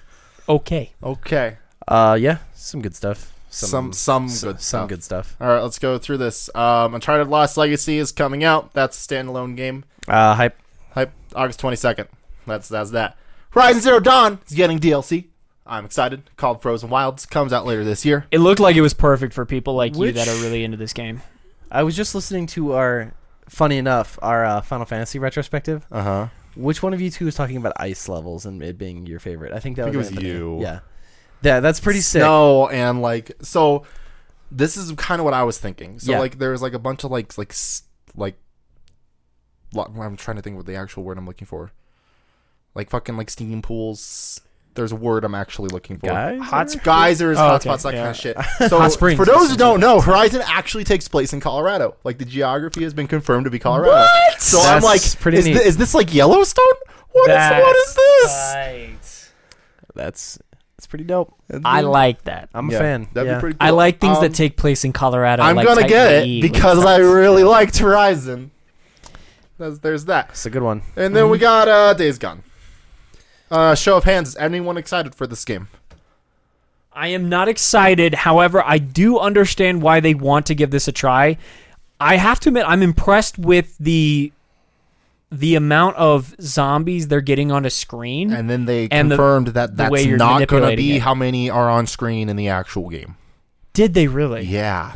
Speaker 3: Okay.
Speaker 2: Okay.
Speaker 1: Uh, yeah, some good stuff.
Speaker 2: Some some,
Speaker 1: s- some
Speaker 2: good stuff.
Speaker 1: good stuff.
Speaker 2: All right, let's go through this. Um, Uncharted Lost Legacy is coming out. That's a standalone game.
Speaker 1: Uh, hype.
Speaker 2: Hype August 22nd. That's that's that. Horizon Zero Dawn is getting DLC. I'm excited. Called Frozen Wilds comes out later this year.
Speaker 3: It looked like it was perfect for people like
Speaker 1: Which-
Speaker 3: you that are really into this game.
Speaker 1: I was just listening to our, funny enough, our uh, Final Fantasy retrospective.
Speaker 2: Uh huh.
Speaker 1: Which one of you two was talking about ice levels and it being your favorite? I think that
Speaker 2: I think
Speaker 1: was,
Speaker 2: it was
Speaker 1: Anthony.
Speaker 2: you.
Speaker 1: Yeah, yeah, that's pretty sick.
Speaker 2: No, and like so, this is kind of what I was thinking. So
Speaker 1: Yeah.
Speaker 2: like there was like a bunch of like like s- like. lo- I'm trying to think what the actual word I'm looking for. Like fucking like steam pools. There's a word I'm actually looking for.
Speaker 1: guys,
Speaker 3: Hot
Speaker 1: are-
Speaker 2: geysers,
Speaker 3: Oh,
Speaker 2: hotspots, that
Speaker 3: okay,
Speaker 2: kind
Speaker 3: yeah.
Speaker 2: of shit. So,
Speaker 3: Hot springs,
Speaker 2: for those who
Speaker 3: essentially.
Speaker 2: don't know, Horizon actually takes place in Colorado. Like the geography has been confirmed to be Colorado. So I'm
Speaker 1: That's
Speaker 2: like,
Speaker 1: pretty
Speaker 2: is, thi-
Speaker 1: neat.
Speaker 2: is this like Yellowstone? What is what is this?
Speaker 3: uh,
Speaker 1: that's that's pretty dope.
Speaker 3: I like that.
Speaker 1: I'm
Speaker 2: Yeah,
Speaker 1: a fan.
Speaker 2: That'd
Speaker 1: yeah.
Speaker 2: be pretty. Cool.
Speaker 3: I like things
Speaker 2: Um,
Speaker 3: that take place in Colorado.
Speaker 2: I'm
Speaker 3: like E
Speaker 2: gonna
Speaker 3: Titan
Speaker 2: get it
Speaker 3: League.
Speaker 2: because I really liked Horizon. That's, there's that,
Speaker 1: It's a good one.
Speaker 2: and then
Speaker 3: Mm-hmm.
Speaker 2: we got uh, Days Gone. Uh, show of hands, is anyone excited for this game?
Speaker 3: I am not excited. However, I do understand why they want to give this a try. I have to admit, I'm impressed with the the amount of zombies they're getting on a screen.
Speaker 2: And then they
Speaker 3: Mm-hmm. And the-
Speaker 2: confirmed that
Speaker 3: the
Speaker 2: that's
Speaker 3: way you're
Speaker 2: not going to
Speaker 3: manipulating
Speaker 2: be
Speaker 3: it.
Speaker 2: how many are on screen in the actual game.
Speaker 3: Did they really?
Speaker 2: Yeah.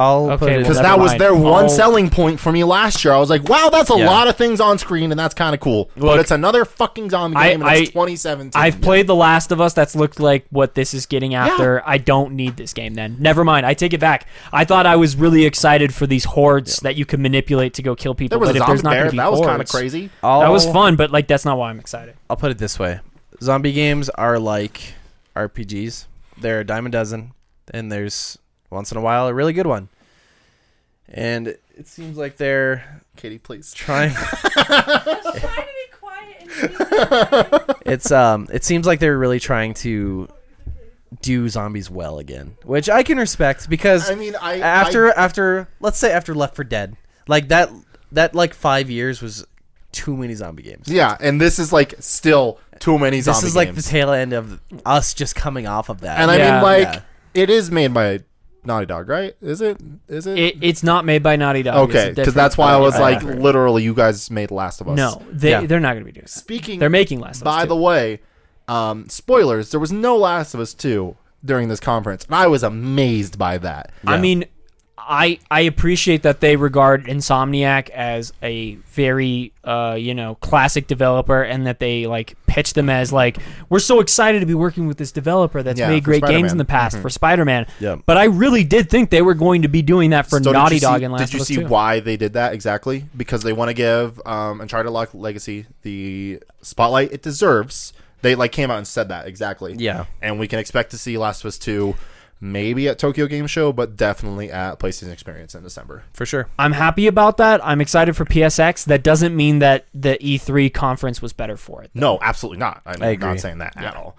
Speaker 1: I'll put
Speaker 3: Okay,
Speaker 1: it
Speaker 3: well,
Speaker 1: in
Speaker 2: because
Speaker 3: never
Speaker 1: the-
Speaker 2: that was
Speaker 3: mind. Oh.
Speaker 2: their one
Speaker 3: I'll-
Speaker 2: selling point for me last year. I was like, wow, that's a
Speaker 1: Yeah.
Speaker 2: lot of things on screen, and that's kind of cool. but
Speaker 3: Look,
Speaker 2: it's another fucking zombie
Speaker 3: I-
Speaker 2: game, and it's
Speaker 3: I-
Speaker 2: 2017.
Speaker 3: I've played The Last of Us. That's looked like what this is getting after. I don't need this game then. Never mind. I take it back. I thought I was really excited for these hordes that you can manipulate to go kill
Speaker 2: There
Speaker 3: people.
Speaker 2: was
Speaker 3: but
Speaker 2: a
Speaker 3: if there's
Speaker 2: zombie
Speaker 3: not going
Speaker 2: bear.
Speaker 3: to be
Speaker 2: That was kind of
Speaker 3: hordes-
Speaker 2: crazy. Oh.
Speaker 1: I'll,
Speaker 3: That was fun, but like that's not why I'm excited.
Speaker 1: I'll put it this way: zombie games are like RPGs. They're a dime a dozen, and there's once in a while a really good one. And it seems like they're
Speaker 2: Katie, please.
Speaker 1: trying.
Speaker 4: trying to be quiet and
Speaker 1: it's um it seems like they're really trying to do zombies well again which i can respect because
Speaker 2: I mean, I
Speaker 1: after after let's say after left for dead like that that like five years was too many zombie games
Speaker 2: yeah, and this is like still too many
Speaker 1: this
Speaker 2: zombie
Speaker 1: is like
Speaker 2: games.
Speaker 1: the tail end of us just coming off of that
Speaker 2: and I
Speaker 3: Yeah.
Speaker 2: mean, like
Speaker 1: Yeah.
Speaker 2: it is made by Naughty Dog, right? Is it? Is it?
Speaker 3: It, it's not made by Naughty Dog.
Speaker 2: okay, because that's why I was
Speaker 1: yeah.
Speaker 2: like,
Speaker 1: different.
Speaker 2: literally, you guys made Last of Us.
Speaker 3: no, they
Speaker 1: Yeah.
Speaker 3: they're not going to be doing that.
Speaker 2: Speaking
Speaker 3: They're making Last of Us.
Speaker 2: By the way, um, spoilers. There was no Last of Us two during this conference, and I was amazed by that.
Speaker 3: I mean, I I appreciate that they regard Insomniac as a very uh, you know classic developer, and that they like pitch them as like we're so excited to be working with this developer that's
Speaker 2: Yeah,
Speaker 3: made
Speaker 2: for
Speaker 3: great games
Speaker 2: Spider-Man. Mm-hmm.
Speaker 3: in the past for Spider-Man.
Speaker 1: Yeah.
Speaker 3: But I really did think they were going to be doing that for
Speaker 2: So did you
Speaker 3: Naughty
Speaker 2: see-
Speaker 3: Dog and Last
Speaker 2: Did you
Speaker 3: of Us
Speaker 2: see
Speaker 3: 2.
Speaker 2: why they did that exactly? Because they want to give um, Uncharted Lock Legacy the spotlight it deserves. They like came out and said that exactly.
Speaker 1: Yeah.
Speaker 2: and we can expect to see Last of Us two, maybe at Tokyo Game Show, but definitely at PlayStation Experience in December.
Speaker 1: for sure.
Speaker 3: I'm happy about that. I'm excited for PSX. That doesn't mean that the E3 conference was better for it.
Speaker 2: No, absolutely not. I'm
Speaker 1: I agree.
Speaker 2: not saying that at all.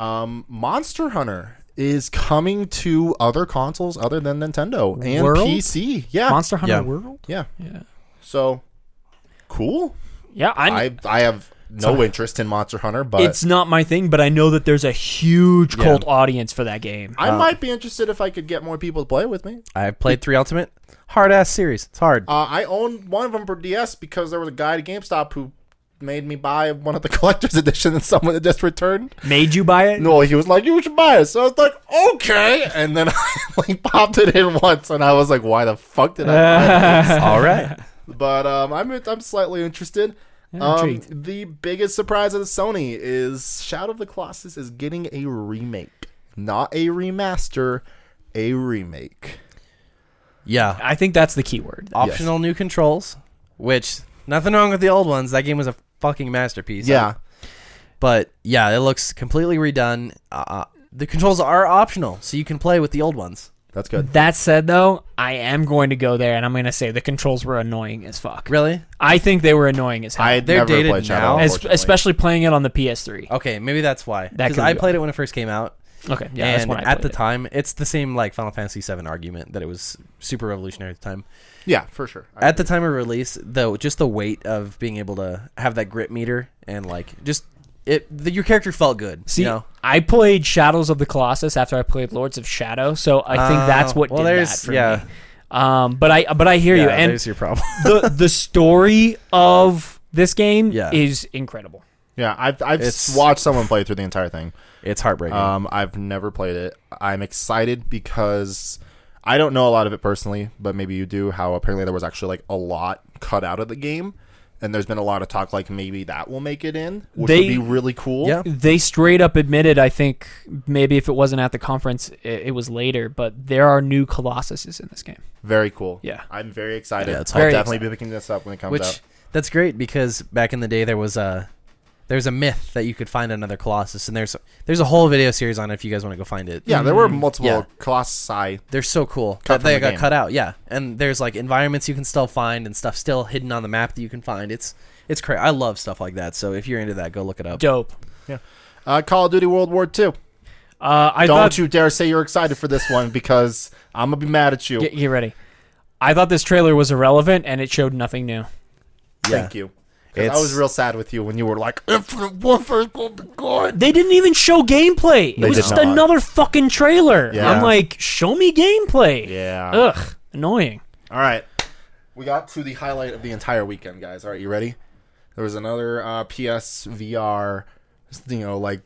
Speaker 2: Um, Monster Hunter is coming to other consoles other than Nintendo and
Speaker 3: World?
Speaker 2: PC. Yeah,
Speaker 3: Monster Hunter
Speaker 1: Yeah.
Speaker 3: World?
Speaker 2: yeah,
Speaker 3: Yeah.
Speaker 2: So cool.
Speaker 3: Yeah, I'm,
Speaker 2: I I have no interest in Monster Hunter, but
Speaker 3: it's not my thing, but I know that there's a huge cult audience for that game.
Speaker 2: I might be interested if I could get more people to play with me.
Speaker 1: I played three Ultimate. Hard ass series. It's hard.
Speaker 2: Uh, I own one of them for DS because there was a guy at GameStop who made me buy one of the collector's edition and someone had just returned.
Speaker 3: Made you buy it?
Speaker 2: No, he was like, you should buy it. So I was like, okay. And then I like popped it in once and I was like, why the fuck did I buy this?
Speaker 1: all right.
Speaker 2: But um, I'm, I'm slightly interested. Um,
Speaker 3: intrigued.
Speaker 2: the biggest surprise of the Sony is Shadow of the Colossus is getting a remake. Not a remaster, a remake.
Speaker 1: Yeah.
Speaker 3: I think that's the key word.
Speaker 1: Optional new controls, which nothing wrong with the old ones. That game was a fucking masterpiece.
Speaker 2: Yeah.
Speaker 1: But yeah, it looks completely redone. Uh, Uh, the controls are optional, so you can play with the old ones.
Speaker 2: That's good.
Speaker 3: That said, though, I am going to go there and I'm going to say the controls were annoying as fuck.
Speaker 1: Really?
Speaker 3: I think they were annoying as hell.
Speaker 2: I had
Speaker 1: They're
Speaker 2: never
Speaker 1: dated
Speaker 2: played Shadow,
Speaker 1: now.
Speaker 3: Es-
Speaker 2: unfortunately.
Speaker 3: especially playing it on the PS3.
Speaker 1: Okay, maybe that's why.
Speaker 3: That
Speaker 1: Because
Speaker 3: could
Speaker 1: I
Speaker 3: be
Speaker 1: played it when it first came out.
Speaker 3: Okay, yeah, that's
Speaker 1: and
Speaker 3: when I
Speaker 1: at
Speaker 3: played
Speaker 1: the
Speaker 3: it.
Speaker 1: time, it's the same like Final Fantasy VII argument that it was super revolutionary at the time.
Speaker 2: yeah, for sure. I
Speaker 1: at the time of release, though, just the weight of being able to have that grip meter and like just it, the, your character felt good.
Speaker 3: See,
Speaker 1: you know?
Speaker 3: I played Shadows of the Colossus after I played Lords of Shadow, so I think
Speaker 1: Oh,
Speaker 3: that's what
Speaker 1: well,
Speaker 3: did that
Speaker 1: there's-
Speaker 3: for
Speaker 1: yeah.
Speaker 3: me. Um, but I but I hear you,
Speaker 1: Yeah,
Speaker 3: and
Speaker 1: there's your problem.
Speaker 3: the the story of this game
Speaker 1: Yeah.
Speaker 3: is incredible.
Speaker 2: Yeah, I've I've
Speaker 1: It's-
Speaker 2: watched someone play through the entire thing.
Speaker 1: it's heartbreaking.
Speaker 2: Um, I've never played it. I'm excited because I don't know a lot of it personally, but maybe you do. How apparently there was actually like a lot cut out of the game, and there's been a lot of talk like maybe that will make it in, which
Speaker 3: They-
Speaker 2: would be really cool.
Speaker 1: Yeah.
Speaker 3: They straight up admitted, I think maybe if it wasn't at the conference, it, it was later. But there are new Colossuses in this game.
Speaker 2: very cool.
Speaker 3: Yeah.
Speaker 2: I'm very excited.
Speaker 1: Yeah, it's
Speaker 2: I'll
Speaker 3: very
Speaker 2: definitely be picking this up when it comes
Speaker 1: which
Speaker 2: out.
Speaker 1: that's great because back in the day there was a there's a myth that you could find another Colossus, and there's there's a whole video series on it if you guys want to go find it.
Speaker 2: Yeah, there were multiple
Speaker 1: Mm-hmm. Yeah.
Speaker 2: colossi.
Speaker 1: They're so cool
Speaker 2: Cut
Speaker 1: that they
Speaker 2: from the
Speaker 1: got
Speaker 2: game.
Speaker 1: cut out. Yeah, and there's like environments you can still find and stuff still hidden on the map that you can find. It's it's crazy. I love stuff like that. So if you're into that, go look it up.
Speaker 3: Dope.
Speaker 2: Uh, Call of Duty World War Two.
Speaker 3: Uh, I
Speaker 2: Don't
Speaker 3: thought
Speaker 2: you dare say you're excited for this one because I'm gonna be mad at you.
Speaker 3: get, get ready. I thought this trailer was irrelevant and it showed nothing new.
Speaker 2: Thank you. 'Cause I
Speaker 1: It's-
Speaker 2: was real sad with you when you were like, Infinite Warfare is going to be good.
Speaker 3: They didn't even show gameplay. It
Speaker 2: They
Speaker 3: was
Speaker 2: did
Speaker 3: just
Speaker 2: not.
Speaker 3: another fucking trailer.
Speaker 2: Yeah.
Speaker 3: I'm like, show me gameplay.
Speaker 2: Yeah.
Speaker 3: Ugh, annoying.
Speaker 2: All right. We got to the highlight of the entire weekend, guys. All right, you ready? There was another uh, PSVR, you know, like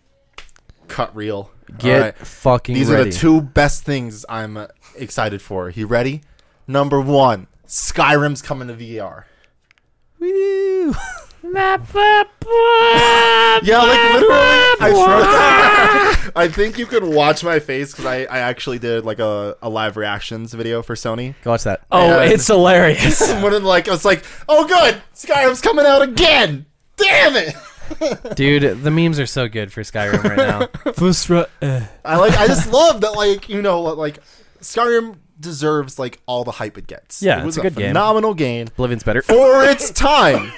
Speaker 2: cut reel.
Speaker 1: Get
Speaker 2: All right.
Speaker 1: fucking
Speaker 2: These
Speaker 1: ready.
Speaker 2: are the two best things I'm uh, excited for. You ready? Number one, Skyrim's coming to VR.
Speaker 1: Woo.
Speaker 2: Yeah, like literally, I, swear- I think you could watch my face because I, I actually did like a, a live reactions video for Sony.
Speaker 1: Go watch that.
Speaker 3: Oh,
Speaker 2: Yeah.
Speaker 3: it's hilarious.
Speaker 2: And when like I was like, oh good, Skyrim's coming out again. Damn it!
Speaker 1: Dude, the memes are so good for Skyrim right now.
Speaker 3: Fusra,
Speaker 1: eh.
Speaker 3: uh,
Speaker 2: I like I just love that like you know like Skyrim deserves like all the hype it gets.
Speaker 1: Yeah,
Speaker 2: it was
Speaker 1: it's a good game.
Speaker 2: phenomenal game.
Speaker 1: Oblivion's better.
Speaker 2: for its time.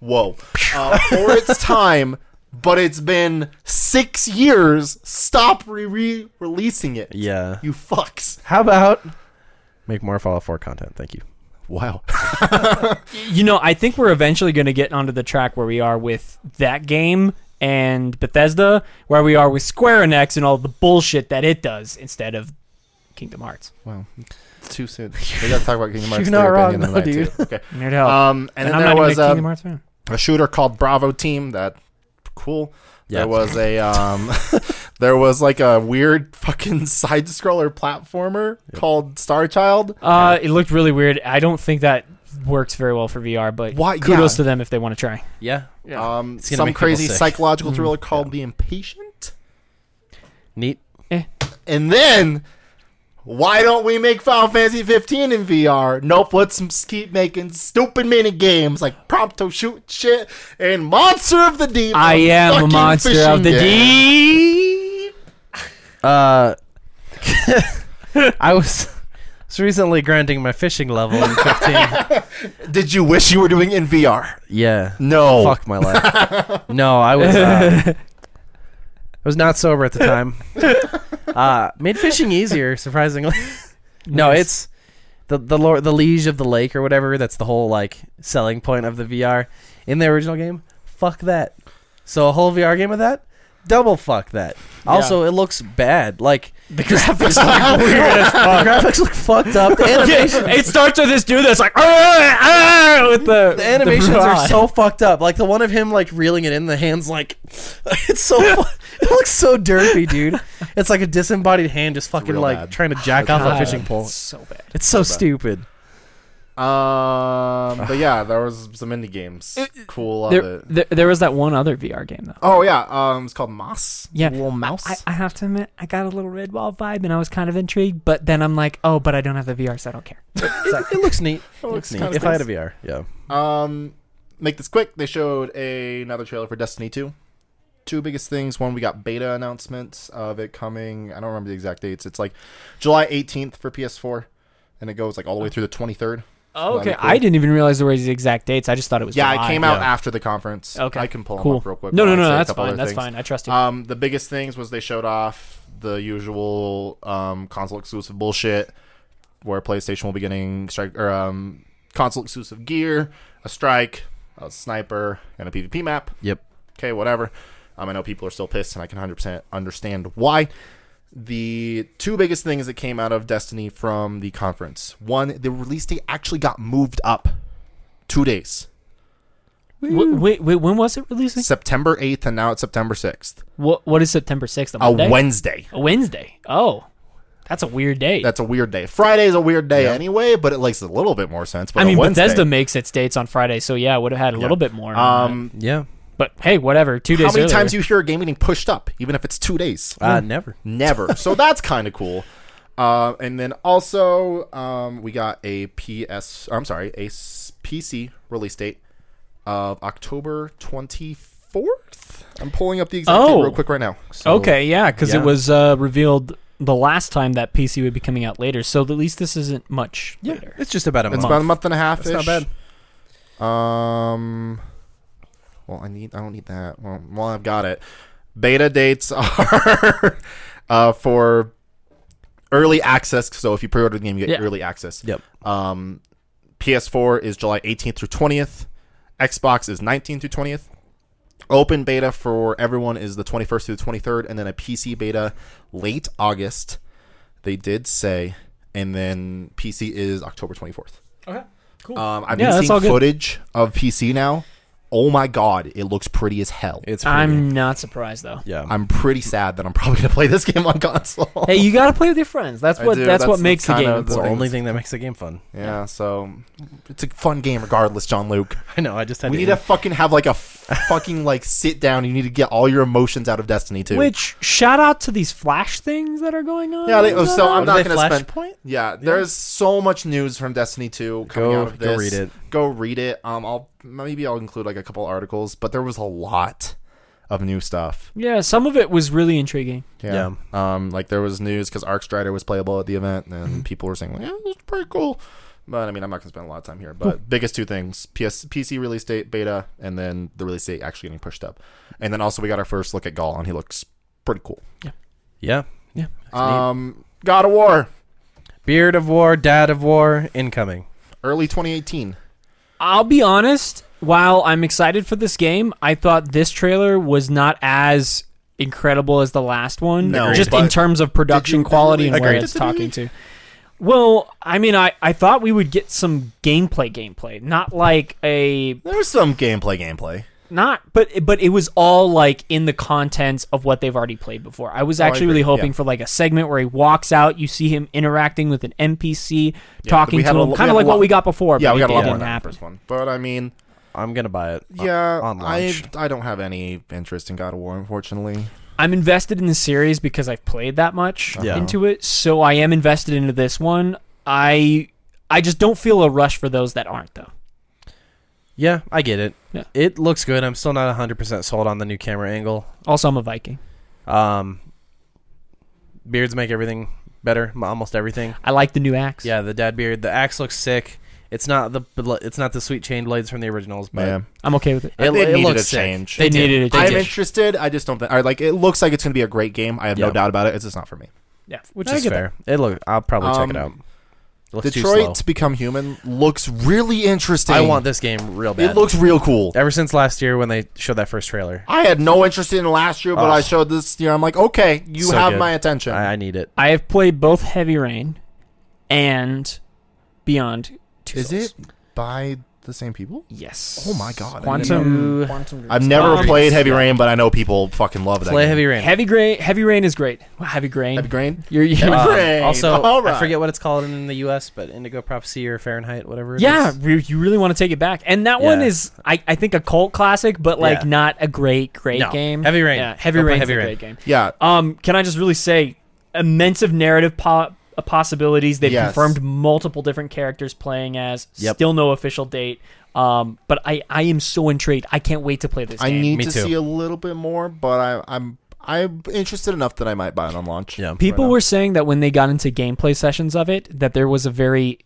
Speaker 2: Whoa. Uh, for its time, but it's been six years. Stop re releasing it.
Speaker 1: Yeah.
Speaker 2: You fucks.
Speaker 1: How about make more Fallout 4 content? Thank you.
Speaker 2: Wow.
Speaker 3: you know, I think we're eventually going to get onto the track where we are with that game and Bethesda, where we are with Square Enix and all the bullshit that it does instead of Kingdom Hearts.
Speaker 2: Wow. It's too soon. We gotta talk about Kingdom Hearts.
Speaker 1: You're not
Speaker 2: 3 at the
Speaker 1: wrong,
Speaker 2: end of
Speaker 1: though,
Speaker 2: the night,
Speaker 1: dude.
Speaker 2: too. Okay.
Speaker 3: Nerd help.
Speaker 2: Um, and,
Speaker 3: and
Speaker 2: then
Speaker 3: I'm
Speaker 2: there
Speaker 3: not
Speaker 2: was
Speaker 3: even a Kingdom
Speaker 2: um,
Speaker 3: Hearts fan.
Speaker 2: a shooter called Bravo Team that cool.
Speaker 1: Yeah.
Speaker 2: There was a um, There was like a weird fucking side scroller platformer called Star Child.
Speaker 3: Uh, it looked really weird. I don't think that works very well for VR, but
Speaker 2: Why-
Speaker 3: kudos
Speaker 2: yeah.
Speaker 3: to them if they want to try.
Speaker 1: Yeah.
Speaker 2: Um,
Speaker 1: It's gonna
Speaker 2: some
Speaker 1: make people
Speaker 2: crazy
Speaker 1: sick. Mm-hmm.
Speaker 2: psychological thriller called The Impatient.
Speaker 1: Neat.
Speaker 3: Eh.
Speaker 2: And then, why don't we make Final Fantasy 15 in VR? Nope, let's m- keep making stupid mini games like Prompto Shoot Shit and Monster of the Deep.
Speaker 3: I am a
Speaker 2: fucking
Speaker 3: monster
Speaker 2: fishing
Speaker 3: of the
Speaker 2: game.
Speaker 3: deep.
Speaker 1: Uh, I was, was recently grinding my fishing level in 15.
Speaker 2: Did you wish you were doing it in VR?
Speaker 1: yeah.
Speaker 2: No.
Speaker 1: Fuck my life. no, I was. Uh, I was not sober at the time. Uh, made fishing easier, surprisingly. no,
Speaker 3: Nice.
Speaker 1: it's the the lore, the liege of the lake or whatever. That's the whole like selling point of the VR in the original game. Fuck that. So a whole VR game of that. Double fuck that. Also, it looks bad. Like the graphics look weird as fuck. The graphics look fucked up. The animation
Speaker 3: it starts with this dude that's like, "Arr, arr," with the
Speaker 1: the animations are
Speaker 3: broad.
Speaker 1: so fucked up. Like the one of him like reeling it in, the hands like it's so fu- it looks so derpy, dude. It's like a disembodied hand just fucking
Speaker 2: real
Speaker 1: like
Speaker 2: bad.
Speaker 1: trying to jack off a fishing pole.
Speaker 3: So bad.
Speaker 1: It's so stupid.
Speaker 2: Um, but yeah, there was some indie games. Cool of
Speaker 3: There,
Speaker 2: it.
Speaker 3: there, there was that one other VR game though.
Speaker 2: Oh yeah, um, it's called Moss.
Speaker 3: Yeah.
Speaker 2: little mouse.
Speaker 3: I, I have to admit, I got a little red wall vibe, and I was kind of intrigued. But then I'm like, oh, but I don't have the VR, so I don't care.
Speaker 1: It, it looks neat. It
Speaker 2: looks
Speaker 1: looks neat.
Speaker 2: kinda
Speaker 1: If I had a
Speaker 2: nice.
Speaker 1: VR, yeah.
Speaker 2: Um, make this quick. They showed a, another trailer for Destiny 2. Two biggest things. One, we got beta announcements of it coming. I don't remember the exact dates. It's like July 18th for PS4, and it goes like all the way through the 23rd.
Speaker 3: Oh,
Speaker 2: That'd
Speaker 3: okay,
Speaker 2: be cool.
Speaker 3: I didn't even realize there were the exact dates. I just thought it was.
Speaker 2: Yeah,
Speaker 3: July.
Speaker 2: it came out
Speaker 1: yeah.
Speaker 2: after the conference.
Speaker 3: Okay,
Speaker 2: I can pull 'em
Speaker 3: cool.
Speaker 2: up real quick.
Speaker 3: No,
Speaker 2: while
Speaker 3: no,
Speaker 2: I
Speaker 3: no,
Speaker 2: say a
Speaker 3: that's
Speaker 2: couple
Speaker 3: fine.
Speaker 2: other
Speaker 3: That's
Speaker 2: things.
Speaker 3: fine. I trust you.
Speaker 2: Um, the biggest things was they showed off the usual um, console exclusive bullshit, where PlayStation will be getting strike or um, console exclusive gear, a strike, a sniper, and a PvP map.
Speaker 1: Yep.
Speaker 2: Okay, whatever. Um, I know people are still pissed, and I can 100% understand why. The two biggest things that came out of Destiny from the conference: one, the release date actually got moved up two days,
Speaker 3: Wh- wait, wait, when was it releasing?
Speaker 2: September 8th, and now it's September 6th,
Speaker 3: What What is September sixth? A
Speaker 2: a
Speaker 3: Monday?
Speaker 2: Wednesday.
Speaker 3: A Wednesday. Oh, that's a weird day.
Speaker 2: That's a weird day. Friday is a weird day anyway, but it makes a little bit more sense. But
Speaker 3: I
Speaker 2: a
Speaker 3: mean,
Speaker 2: Wednesday,
Speaker 3: Bethesda makes its dates on Friday, so yeah, would have had a little bit more. on
Speaker 2: Um,
Speaker 1: Yeah.
Speaker 3: that. but hey, whatever. Two days.
Speaker 2: how many
Speaker 3: earlier.
Speaker 2: times do you hear a game getting pushed up, even if it's two days?
Speaker 1: Uh, never.
Speaker 2: Never. so that's kind of cool. Uh, and then also, um, we got a PS. I'm sorry, a s- PC release date of October 24th. I'm pulling up the exact date
Speaker 3: Oh.
Speaker 2: real quick right now. So
Speaker 3: Okay, yeah, because
Speaker 1: yeah.
Speaker 3: it was uh, revealed the last time that PC would be coming out later, so at least this isn't much
Speaker 1: Yeah.
Speaker 3: later.
Speaker 1: It's just about a
Speaker 2: It's
Speaker 1: month.
Speaker 2: about a month and a half.
Speaker 1: That's not bad.
Speaker 2: Um. Well, I need. I don't need that. Well, well I've got it. Beta dates are uh, for early access. So if you pre-order the game, you get
Speaker 3: Yeah.
Speaker 2: early access.
Speaker 1: Yep.
Speaker 2: Um, PS4 is July 18th through 20th. Xbox is 19th through 20th. Open beta for everyone is the 21st through the 23rd, and then a PC beta late August. They did say, and then PC is October 24th.
Speaker 3: Okay, cool.
Speaker 2: Um, I've
Speaker 3: Yeah,
Speaker 2: been
Speaker 3: that's
Speaker 2: seeing
Speaker 3: all good.
Speaker 2: footage of PC now. Oh my god, it looks pretty as hell.
Speaker 1: It's pretty.
Speaker 3: I'm not surprised though.
Speaker 1: yeah.
Speaker 2: I'm pretty sad that I'm probably gonna play this game on console.
Speaker 3: Hey, you gotta play with your friends. That's
Speaker 2: I
Speaker 3: what.
Speaker 2: do.
Speaker 3: That's,
Speaker 2: That's-
Speaker 3: what makes
Speaker 2: that's
Speaker 3: the game.
Speaker 2: kinda
Speaker 1: it's the
Speaker 2: things-
Speaker 1: only thing that makes the game fun.
Speaker 2: yeah, so it's a fun game regardless, John Luke.
Speaker 1: I know. I just had
Speaker 2: We
Speaker 1: to
Speaker 2: need to fucking have like a f- fucking like sit down. You need to get all your emotions out of Destiny too.
Speaker 3: Which shout out to these flash things that are going on.
Speaker 2: yeah, they, oh, so
Speaker 1: What
Speaker 2: I'm
Speaker 1: are
Speaker 2: not
Speaker 1: they,
Speaker 2: gonna spend.
Speaker 1: Flashpoint?
Speaker 2: Yeah, there's so much news from Destiny 2 coming
Speaker 1: Go-
Speaker 2: out of this.
Speaker 1: go read it.
Speaker 2: Go read it. Um, I'll maybe I'll include like a couple articles, but there was a lot of new stuff.
Speaker 3: yeah, some of it was really intriguing.
Speaker 2: Yeah. Um, like there was news because Arc Strider was playable at the event,
Speaker 1: Mm-hmm.
Speaker 2: and people were saying like, "Yeah, it's pretty cool." But I mean, I'm not gonna spend a lot of time here. But biggest two things: PS PC release date beta, and then the release date actually getting pushed up. And then also we got our first look at Gaul, and he looks pretty cool.
Speaker 1: Yeah.
Speaker 2: Um, God of War,
Speaker 1: Beard of War, Dad of War, incoming.
Speaker 2: early 2018.
Speaker 3: I'll be honest, while I'm excited for this game, I thought this trailer was not as incredible as the last one.
Speaker 2: No,
Speaker 3: just
Speaker 2: but
Speaker 3: in terms of production
Speaker 2: did you
Speaker 3: quality
Speaker 2: really
Speaker 3: and where
Speaker 2: agree?
Speaker 3: it's talking to. Well, I mean, I, I thought we would get some gameplay gameplay, not like a
Speaker 2: There was some gameplay, gameplay.
Speaker 3: not, but but it was all like in the contents of what they've already played before. I was
Speaker 2: Oh, I
Speaker 3: actually really
Speaker 2: agree, yeah.
Speaker 3: hoping for like a segment where he walks out, you see him interacting with an NPC, talking
Speaker 2: we
Speaker 3: to
Speaker 2: had a
Speaker 3: him,
Speaker 2: lo- we had
Speaker 3: kind of
Speaker 2: a
Speaker 3: like
Speaker 2: lot-
Speaker 3: what we got before.
Speaker 2: yeah,
Speaker 3: but
Speaker 2: we
Speaker 3: it,
Speaker 2: got a
Speaker 3: it
Speaker 2: lot more
Speaker 3: didn't
Speaker 2: out of
Speaker 3: happen.
Speaker 2: this one. But I mean,
Speaker 1: I'm gonna buy it. on-
Speaker 2: yeah,
Speaker 1: on
Speaker 2: I
Speaker 1: launch.
Speaker 2: I don't have any interest in God of War, unfortunately.
Speaker 3: I'm invested in the series because I've played that much
Speaker 1: Yeah.
Speaker 3: into it, so I am invested into this one. I I just don't feel a rush for those that aren't though.
Speaker 1: yeah, I get it.
Speaker 3: Yeah.
Speaker 1: It looks good. I'm still not 100 percent sold on the new camera angle.
Speaker 3: Also, I'm a Viking.
Speaker 1: Um, beards make everything better, m- almost everything.
Speaker 3: I like the new axe.
Speaker 1: Yeah, the dad beard. The axe looks sick. It's not the bl- it's not the sweet chain blades from the originals, but
Speaker 2: Yeah,
Speaker 3: I'm okay with it.
Speaker 1: it,
Speaker 2: They
Speaker 1: it
Speaker 2: needed
Speaker 1: looks
Speaker 2: a
Speaker 1: sick.
Speaker 2: change.
Speaker 3: They
Speaker 1: did.
Speaker 3: needed it. They
Speaker 2: I'm
Speaker 3: did.
Speaker 2: interested. I just don't think. Or like, it looks like it's gonna be a great game. I have
Speaker 1: Yeah.
Speaker 2: no doubt about it. It's just not for me.
Speaker 3: yeah, which
Speaker 1: Which is fair. It look. I'll probably check it out.
Speaker 2: Um,
Speaker 1: It looks too
Speaker 2: Detroit
Speaker 1: slow.
Speaker 2: Become Human looks really interesting.
Speaker 1: I want this game real bad.
Speaker 2: It looks real cool.
Speaker 1: ever since last year when they showed that first trailer.
Speaker 2: I had no interest in it last year, but
Speaker 1: Ugh.
Speaker 2: I showed this year. I'm like, okay, you
Speaker 1: Oh. So
Speaker 2: have
Speaker 1: good.
Speaker 2: my attention.
Speaker 1: I, I need it.
Speaker 3: I have played both Heavy Rain and Beyond. Two
Speaker 2: Is
Speaker 3: Souls.
Speaker 2: it by the same people?
Speaker 3: Yes.
Speaker 2: Oh my god! I didn't even-
Speaker 3: Quantum.
Speaker 2: I've never
Speaker 3: Um,
Speaker 2: played Heavy Rain, but I know people fucking love that.
Speaker 1: Play
Speaker 2: game.
Speaker 1: Heavy Rain.
Speaker 3: Heavy Grain. Heavy Rain is great. Wow, heavy Grain.
Speaker 2: Heavy Rain.
Speaker 3: You're, you're,
Speaker 1: Um,
Speaker 2: Rain.
Speaker 1: also,
Speaker 2: All right.
Speaker 1: I forget what it's called in the U.S., but Indigo Prophecy or Fahrenheit, whatever. it
Speaker 3: yeah,
Speaker 1: is.
Speaker 3: re- you really want to take it back. And that one
Speaker 1: Yeah.
Speaker 3: is, I, I think, a cult classic, but like
Speaker 1: Yeah.
Speaker 3: not a great, great
Speaker 1: No.
Speaker 3: game.
Speaker 1: Heavy Rain.
Speaker 3: Yeah, Heavy
Speaker 1: Go play
Speaker 3: Rain's
Speaker 1: Heavy
Speaker 3: a
Speaker 1: Rain.
Speaker 3: great game.
Speaker 2: Yeah,
Speaker 3: Um, can I just really say, immense of narrative po- uh, possibilities. They've
Speaker 2: Yes.
Speaker 3: confirmed multiple different characters playing as.
Speaker 1: Yep.
Speaker 3: Still no official date. Um, but I, I am so intrigued. I can't wait to play this
Speaker 2: I
Speaker 3: game.
Speaker 2: need
Speaker 1: Me
Speaker 2: to
Speaker 1: too.
Speaker 2: see a little bit more, but I, I'm I'm interested enough that I might buy it on launch.
Speaker 1: Yeah.
Speaker 2: Right
Speaker 3: People
Speaker 2: on.
Speaker 3: were saying that when they got into gameplay sessions of it, that there was a very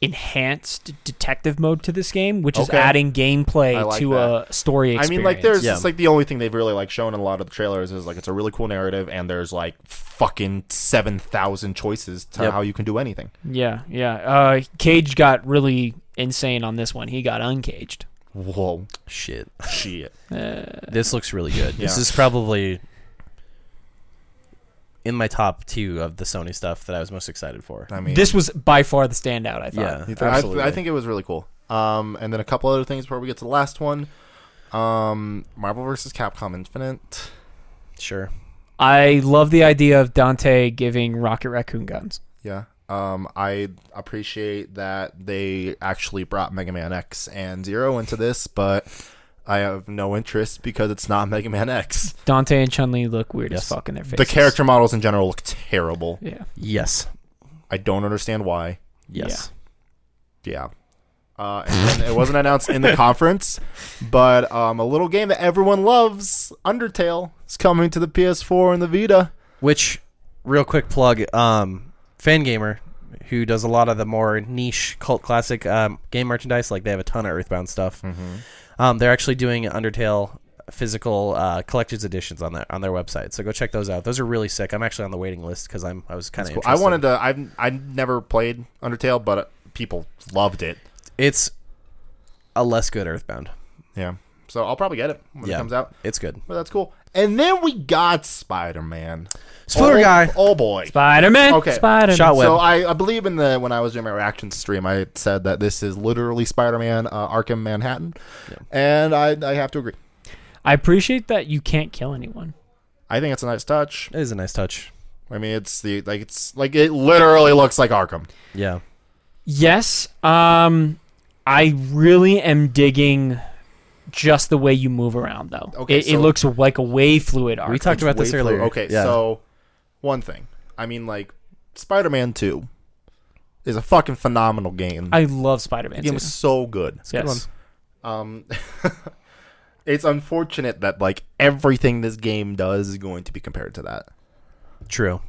Speaker 3: enhanced detective mode to this game, which is
Speaker 2: Okay.
Speaker 3: adding gameplay
Speaker 2: I like
Speaker 3: to a story
Speaker 2: I
Speaker 3: experience.
Speaker 2: mean, like, there's
Speaker 1: Yeah.
Speaker 2: just, like the only thing they've really like shown in a lot of the trailers is like it's a really cool narrative, and there's like fucking seven thousand choices to
Speaker 1: Yep.
Speaker 2: how you can do anything.
Speaker 3: yeah, yeah. Uh, Cage got really insane on this one. He got uncaged. Uh,
Speaker 2: Whoa,
Speaker 1: Shit.
Speaker 2: shit!
Speaker 1: This looks really good. This
Speaker 2: Yeah.
Speaker 1: is probably in my top two of the Sony stuff that I was most excited for.
Speaker 2: I mean,
Speaker 3: This was by far the standout. I thought.
Speaker 1: Yeah.
Speaker 2: I,
Speaker 1: absolutely.
Speaker 2: I think it was really cool. Um, and then a couple other things before we get to the last one. Um, Marvel vs. Capcom Infinite.
Speaker 1: Sure.
Speaker 3: I love the idea of Dante giving Rocket Raccoon guns.
Speaker 2: Yeah. Um, I appreciate that they actually brought Mega Man X and Zero into this, but I have no interest because it's not Mega Man X.
Speaker 3: Dante and Chun Li look weird as
Speaker 1: Yes.
Speaker 3: fuck in their faces.
Speaker 2: The character models in general look terrible.
Speaker 3: Yeah.
Speaker 1: Yes.
Speaker 2: I don't understand why.
Speaker 1: Yes.
Speaker 2: Yeah. Uh, and then it wasn't announced in the conference, but um, a little game that everyone loves, Undertale, is coming to the PS4 and the Vita.
Speaker 1: Which, real quick plug, um, Fangamer, who does a lot of the more niche cult classic um, game merchandise, like they have a ton of Earthbound stuff. Um, they're actually doing Undertale physical uh, collector's editions on that on their website. So go check those out. Those are really sick. I'm actually on the waiting list because I'm I was kind of.
Speaker 2: Cool. I wanted to. I've I never played Undertale, but uh, people loved it.
Speaker 1: It's a less good Earthbound.
Speaker 2: Yeah. So I'll probably get it when
Speaker 1: Yeah.
Speaker 2: it comes out. Oh,
Speaker 1: It's good.
Speaker 2: But that's cool. And then we got Spider Man.
Speaker 1: Splinter
Speaker 2: oh,
Speaker 1: Guy.
Speaker 2: Oh boy.
Speaker 3: Spider Man.
Speaker 2: Okay.
Speaker 3: Spider
Speaker 1: Shot
Speaker 3: Man.
Speaker 1: web.
Speaker 2: So I, I believe in the when I was doing my reaction stream, I said that this is literally Spider Man uh, Arkham Manhattan, and I, I have to agree.
Speaker 3: I appreciate that you can't kill anyone.
Speaker 2: I think it's a nice touch.
Speaker 1: It is a nice touch.
Speaker 2: I mean, it's the like it's like it literally looks like Arkham.
Speaker 1: Yeah.
Speaker 3: Yes. Um, I really am digging just the way you move around, though.
Speaker 2: Okay,
Speaker 3: it, it
Speaker 2: so-
Speaker 3: looks like a way fluid arc.
Speaker 1: We talked about this
Speaker 2: Way fluid.
Speaker 1: earlier.
Speaker 2: Okay,
Speaker 1: Yeah.
Speaker 2: so one thing, I mean, like Spider Man Two is a fucking phenomenal game.
Speaker 3: I love Spider Man.
Speaker 2: the game was so good.
Speaker 3: Yes.
Speaker 2: Um, it's unfortunate that like everything this game does is going to be compared to that.
Speaker 1: True.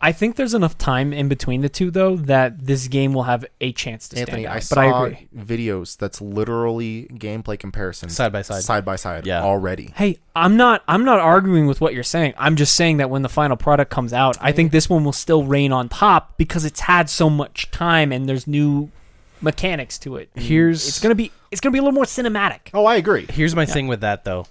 Speaker 3: I think there's enough time in between the two, though, that this game will have a chance to
Speaker 2: Anthony,
Speaker 3: stand out.
Speaker 2: I
Speaker 3: but
Speaker 2: saw
Speaker 3: I agree.
Speaker 2: videos that's literally gameplay comparisons
Speaker 1: Side by side.
Speaker 2: side by side,
Speaker 1: Yeah.
Speaker 2: already.
Speaker 3: Hey, I'm not. I'm not arguing with what you're saying. I'm just saying that when the final product comes out, I think this one will still reign on top because it's had so much time and there's new mechanics to it.
Speaker 1: Here's
Speaker 3: It's gonna be. It's gonna be a little more cinematic.
Speaker 2: Oh, I agree.
Speaker 1: Here's my thing with that though.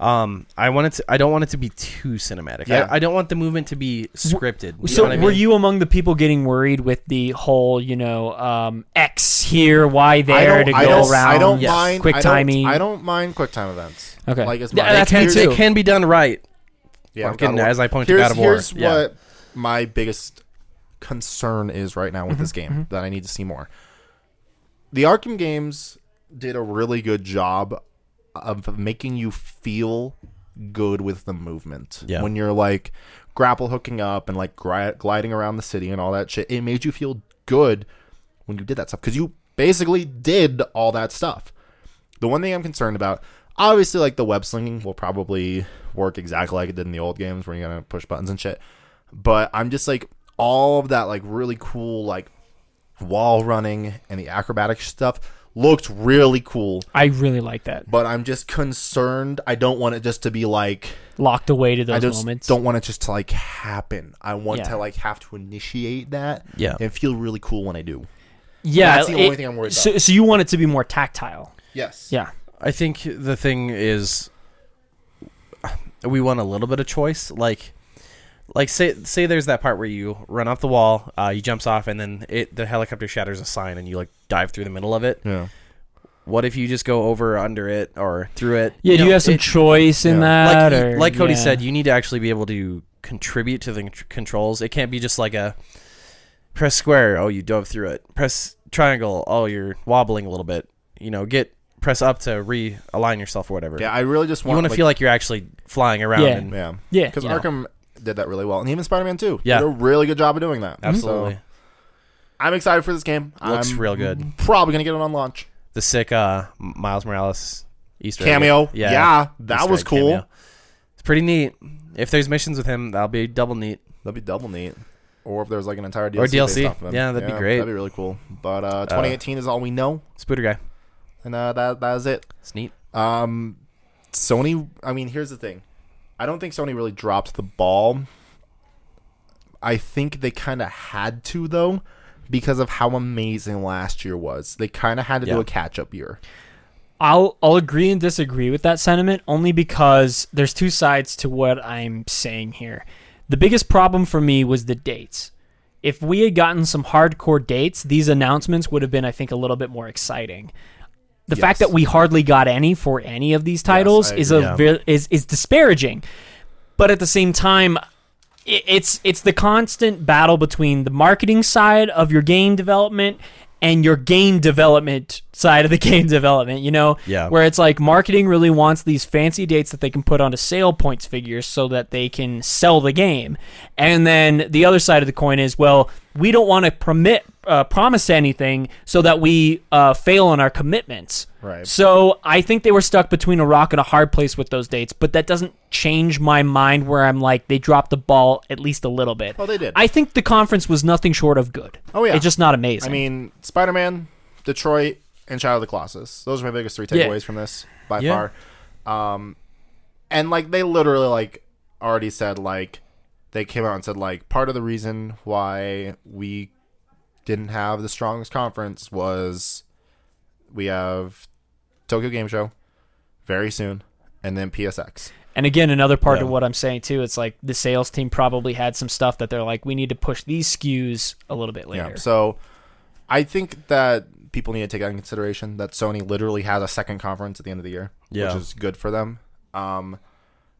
Speaker 1: Um, I want it to, I don't want it to be too cinematic.
Speaker 2: Yeah.
Speaker 1: I, I don't want the movement to be scripted. you
Speaker 3: So
Speaker 1: know what I
Speaker 3: were
Speaker 1: mean?
Speaker 3: you among the people getting worried with the whole, you know, um, X here, Y there to go
Speaker 2: I don't,
Speaker 3: around?
Speaker 2: I don't
Speaker 1: Yes.
Speaker 2: mind
Speaker 3: Quick
Speaker 2: I don't-
Speaker 3: timing.
Speaker 2: I don't mind quick time events.
Speaker 3: Okay.
Speaker 2: Like as
Speaker 3: Yeah,
Speaker 2: much.
Speaker 3: that's me
Speaker 1: can,
Speaker 3: too.
Speaker 1: It can be done right.
Speaker 2: Yeah,
Speaker 1: Fucking
Speaker 2: God of War.
Speaker 1: as I pointed
Speaker 2: here's,
Speaker 1: out of war.
Speaker 2: Here's
Speaker 1: Yeah.
Speaker 2: what my biggest concern is right
Speaker 3: Mm-hmm.
Speaker 2: now with this game that I need to see more. The Arkham games did a really good job of making you feel good with the movement.
Speaker 1: Yeah.
Speaker 2: When you're like grapple hooking up and like gri- gliding around the city and all that shit, it made you feel good when you did that stuff because you basically did all that stuff. The one thing I'm concerned about, obviously, like the web slinging will probably work exactly like it did in the old games where you're gonna push buttons and shit. But I'm just like all of that like really cool like wall running and the acrobatic stuff looked really cool.
Speaker 3: I really like that.
Speaker 2: But I'm just concerned. I don't want it just to be like
Speaker 3: Locked away to those
Speaker 2: I just
Speaker 3: moments.
Speaker 2: don't want it just to like happen. I want
Speaker 3: Yeah.
Speaker 2: to like have to initiate that
Speaker 1: Yeah.
Speaker 2: and feel really cool when I do.
Speaker 3: yeah,
Speaker 2: That's the only thing I'm worried
Speaker 3: So, so you want it to be more tactile.
Speaker 2: Yes.
Speaker 3: Yeah.
Speaker 1: I think the thing is we want a little bit of choice. Like like say say there's that part where you run off the wall, uh, he jumps off and then it the helicopter shatters a sign and you like dive through the middle of it.
Speaker 3: Mm.
Speaker 2: Yeah.
Speaker 1: What if you just go over under it or through it?
Speaker 3: Yeah, do
Speaker 1: know,
Speaker 3: you have some
Speaker 1: it-
Speaker 3: choice
Speaker 2: yeah.
Speaker 3: in that?
Speaker 1: like,
Speaker 3: or,
Speaker 1: like Cody
Speaker 3: yeah.
Speaker 1: said, you need to actually be able to contribute to the con- controls. It can't be just like a press square, oh you dove through it. Press triangle, oh you're wobbling a little bit. You know, get press up to realign yourself or whatever.
Speaker 2: Yeah, I really just
Speaker 1: You
Speaker 2: want
Speaker 1: want to feel like you're actually flying around.
Speaker 3: Yeah.
Speaker 1: And,
Speaker 2: Yeah.
Speaker 3: Yeah,
Speaker 2: Because
Speaker 3: you know.
Speaker 2: Arkham did that really well, and even Spider-Man Two
Speaker 1: Yeah.
Speaker 2: did a really good job of doing that.
Speaker 1: Absolutely.
Speaker 2: So, I'm excited for this game.
Speaker 1: Looks
Speaker 2: I'm
Speaker 1: real good.
Speaker 2: Probably gonna get it on launch.
Speaker 1: The sick uh, M- Miles Morales Easter egg.
Speaker 2: Cameo. Yeah, that
Speaker 1: Easter
Speaker 2: was
Speaker 1: egg
Speaker 2: cool.
Speaker 1: cameo. It's pretty neat. If there's missions with him, that'll be double neat.
Speaker 2: That'd be double neat. Or if there's like an entire DLC.
Speaker 1: Or
Speaker 2: based
Speaker 1: DLC.
Speaker 2: off of it.
Speaker 1: Yeah, that'd be great.
Speaker 2: That'd be really cool. But uh, 2018 is all we know,
Speaker 1: Spooter guy.
Speaker 2: and uh, that that is it.
Speaker 1: It's neat.
Speaker 2: Um, Sony. I mean, here's the thing. I don't think Sony really dropped the ball. I think they kind of had to though, because of how amazing last year was. They kind of had to do
Speaker 1: Yeah.
Speaker 2: a catch up year.
Speaker 3: I'll I'll agree and disagree with that sentiment only because there's two sides to what I'm saying here. The biggest problem for me was the dates. If we had gotten some hardcore dates, these announcements would have been I think a little bit more exciting. The fact
Speaker 2: Yes.
Speaker 3: that we hardly got any for any of these titles
Speaker 2: I
Speaker 3: is a
Speaker 1: agree.
Speaker 3: ve- is is disparaging. But at the same time, it- it's it's the constant battle between the marketing side of your game development and your game development side of the game development, you know?
Speaker 1: Yeah.
Speaker 3: Where it's like marketing really wants these fancy dates that they can put onto sale points figures so that they can sell the game. And then the other side of the coin is, well, we don't want to permit uh, promise anything so that we uh, fail on our commitments.
Speaker 2: Right.
Speaker 3: So I think they were stuck between a rock and a hard place with those dates, but that doesn't change my mind where I'm like they dropped the ball at least a little bit.
Speaker 2: Oh, they did.
Speaker 3: I think the conference was nothing short of good.
Speaker 2: Oh, yeah.
Speaker 3: It's just not amazing.
Speaker 2: I mean, Spider Man, Detroit, and Shadow of the Colossus. Those are my biggest three
Speaker 3: Yeah.
Speaker 2: takeaways from this by
Speaker 1: Yeah.
Speaker 2: far. Um, and like they literally like already said like they came out and said like part of the reason why we didn't have the strongest conference was we have Tokyo Game Show very soon and then PSX.
Speaker 3: And again, another part
Speaker 1: Yeah.
Speaker 3: of what I'm saying too, it's like the sales team probably had some stuff that they're like, we need to push these SKUs a little bit later.
Speaker 2: Yeah. So I think that people need to take that into consideration that Sony literally has a second conference at the end of the year,
Speaker 1: Yeah.
Speaker 2: which is good for them. Um,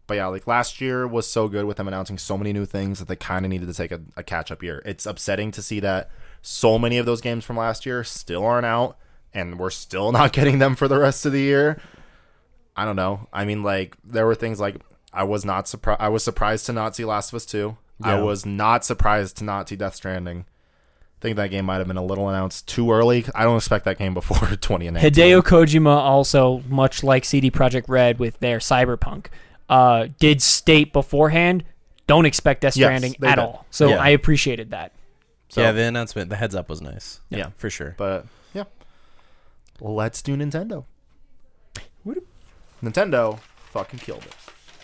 Speaker 2: but yeah, like last year was so good with them announcing so many new things that they kind of needed to take a, a catch up year. It's upsetting to see that so many of those games from last year still aren't out and we're still not getting them for the rest of the year. I don't know. I mean, like there were things like I was not surprised. I was surprised to not see Last of Us Two. I
Speaker 1: Yeah.
Speaker 2: was not surprised to not see Death Stranding. think that game might have been a little announced too early. I don't expect that game before twenty and
Speaker 3: Hideo Kojima also, much like CD Projekt Red with their Cyberpunk, uh, did state beforehand, don't expect Death
Speaker 2: Yes,
Speaker 3: Stranding
Speaker 2: they
Speaker 3: at
Speaker 2: did.
Speaker 3: all. So
Speaker 1: Yeah.
Speaker 3: I appreciated that.
Speaker 2: So-
Speaker 1: yeah, the announcement, the heads up was nice.
Speaker 2: Yeah.
Speaker 1: for sure.
Speaker 2: But yeah, let's do Nintendo. Nintendo fucking killed it.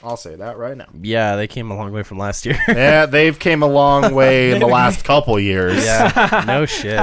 Speaker 2: I'll say that right now.
Speaker 1: Yeah, they came a long way from last year.
Speaker 2: yeah, they've came a long way in the last couple years.
Speaker 1: yeah, no shit.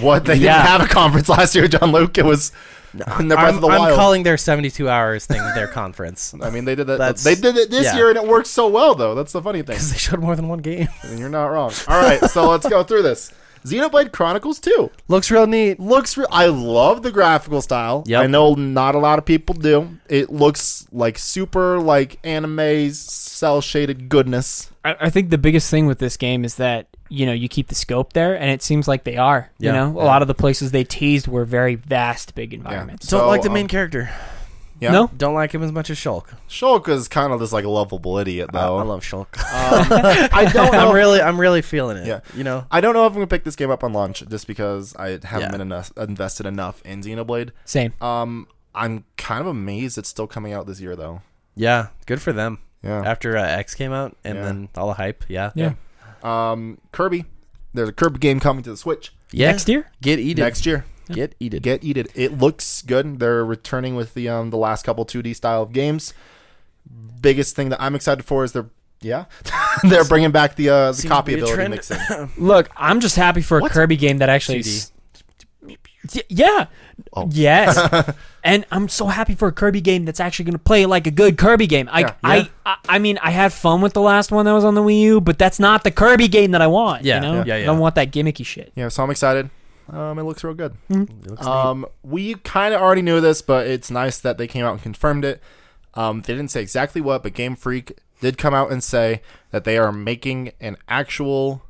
Speaker 2: What they
Speaker 3: Yeah.
Speaker 2: didn't have a conference last year. John Luke it was in the Breath
Speaker 1: I'm,
Speaker 2: of the
Speaker 1: I'm
Speaker 2: Wild.
Speaker 1: calling their 72 hours thing their conference
Speaker 2: I mean, they did that.
Speaker 1: That's-
Speaker 2: They did it this
Speaker 1: yeah.
Speaker 2: year, and it worked so well, though. That's the funny thing.
Speaker 1: because they showed more than one game.
Speaker 2: And you're not wrong. All right, so let's go through this. Xenoblade Chronicles 2
Speaker 1: Looks real neat.
Speaker 2: looks. Re- I love the graphical style.
Speaker 1: Yep.
Speaker 2: I know not a lot of people do. It looks like super like anime's cell shaded goodness.
Speaker 3: I, I think the biggest thing with this game is that you know you keep the scope there, and it seems like they are.
Speaker 1: Yeah.
Speaker 3: You know, a lot of the places they teased were very vast, big environments.
Speaker 1: Don't
Speaker 2: So,
Speaker 1: like the main
Speaker 2: um,
Speaker 1: character.
Speaker 2: Yeah.
Speaker 3: No,
Speaker 1: Don't like him as much as Shulk.
Speaker 2: Shulk is kind of this like lovable idiot
Speaker 1: I,
Speaker 2: though.
Speaker 1: I love Shulk.
Speaker 2: Um, I don't know.
Speaker 1: I'm really, I'm really feeling it.
Speaker 2: Yeah.
Speaker 1: you know.
Speaker 2: I don't know if I'm gonna pick this game up on launch just because I haven't
Speaker 1: Yeah.
Speaker 2: been enough, invested enough in Xenoblade.
Speaker 3: same.
Speaker 2: Um, I'm kind of amazed it's still coming out this year though.
Speaker 1: Yeah, good for them.
Speaker 2: Yeah.
Speaker 1: After uh, X came out and
Speaker 2: Yeah.
Speaker 1: then all the hype. Yeah,
Speaker 3: Yeah.
Speaker 2: Um, Kirby, there's a Kirby game coming to the Switch
Speaker 1: yeah.
Speaker 3: Next year,
Speaker 1: get eated.
Speaker 2: next year.
Speaker 1: Get eated.
Speaker 2: Get eated. It looks good. They're returning with the um the last couple 2D style of games. Biggest thing that I'm excited for is they're yeah they're bringing back the uh the
Speaker 1: Seems to
Speaker 2: copy
Speaker 1: be a
Speaker 2: ability
Speaker 1: trend.
Speaker 2: mixing.
Speaker 3: look, I'm just happy for a
Speaker 2: What?
Speaker 3: Kirby game that actually.
Speaker 1: 2D.
Speaker 3: s- Y- yeah.
Speaker 2: Oh.
Speaker 3: Yes. and I'm so happy for a Kirby game that's actually going to play like a good Kirby game. I,
Speaker 2: Yeah.
Speaker 3: I,
Speaker 2: Yeah.
Speaker 3: I I mean, I had fun with the last one that was on the Wii U, but that's not the Kirby game that I want.
Speaker 1: Yeah,
Speaker 3: You know?
Speaker 1: yeah, yeah,
Speaker 3: I
Speaker 1: yeah.
Speaker 3: don't want that gimmicky shit.
Speaker 2: Yeah, so I'm excited. Um, it looks real good.
Speaker 3: Mm-hmm.
Speaker 1: It looks neat.
Speaker 2: Um, we kind of already knew this, but it's nice that they came out and confirmed it. Um, they didn't say exactly what, but Game Freak did come out and say that they are making an actual,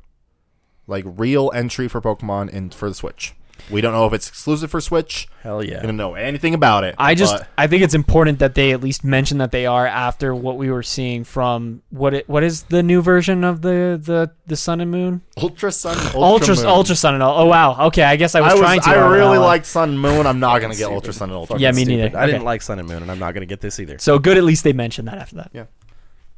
Speaker 2: like, real entry for Pokemon and for the Switch. We don't know if it's exclusive for Switch.
Speaker 1: Hell yeah.
Speaker 2: We don't know anything about it.
Speaker 3: I just
Speaker 2: but
Speaker 3: I think it's important that they at least mention that they are after what we were seeing from what it, what is the new version of the the, the Sun and Moon
Speaker 2: Ultra Sun, Ultra,
Speaker 3: Ultra
Speaker 2: Moon.
Speaker 3: Ultra Sun and all. Oh wow, okay, I guess I was,
Speaker 2: I was,
Speaker 3: trying to.
Speaker 2: I
Speaker 3: on that
Speaker 2: really
Speaker 3: one.
Speaker 2: like Sun and Moon. I'm not gonna get Ultra Sun and Ultra.
Speaker 3: Yeah,
Speaker 2: Moon.
Speaker 3: me
Speaker 1: Stupid.
Speaker 3: neither.
Speaker 1: I didn't
Speaker 3: Okay.
Speaker 1: like Sun and Moon, and I'm not gonna get this either.
Speaker 3: So good, at least they mentioned that after that.
Speaker 2: I'm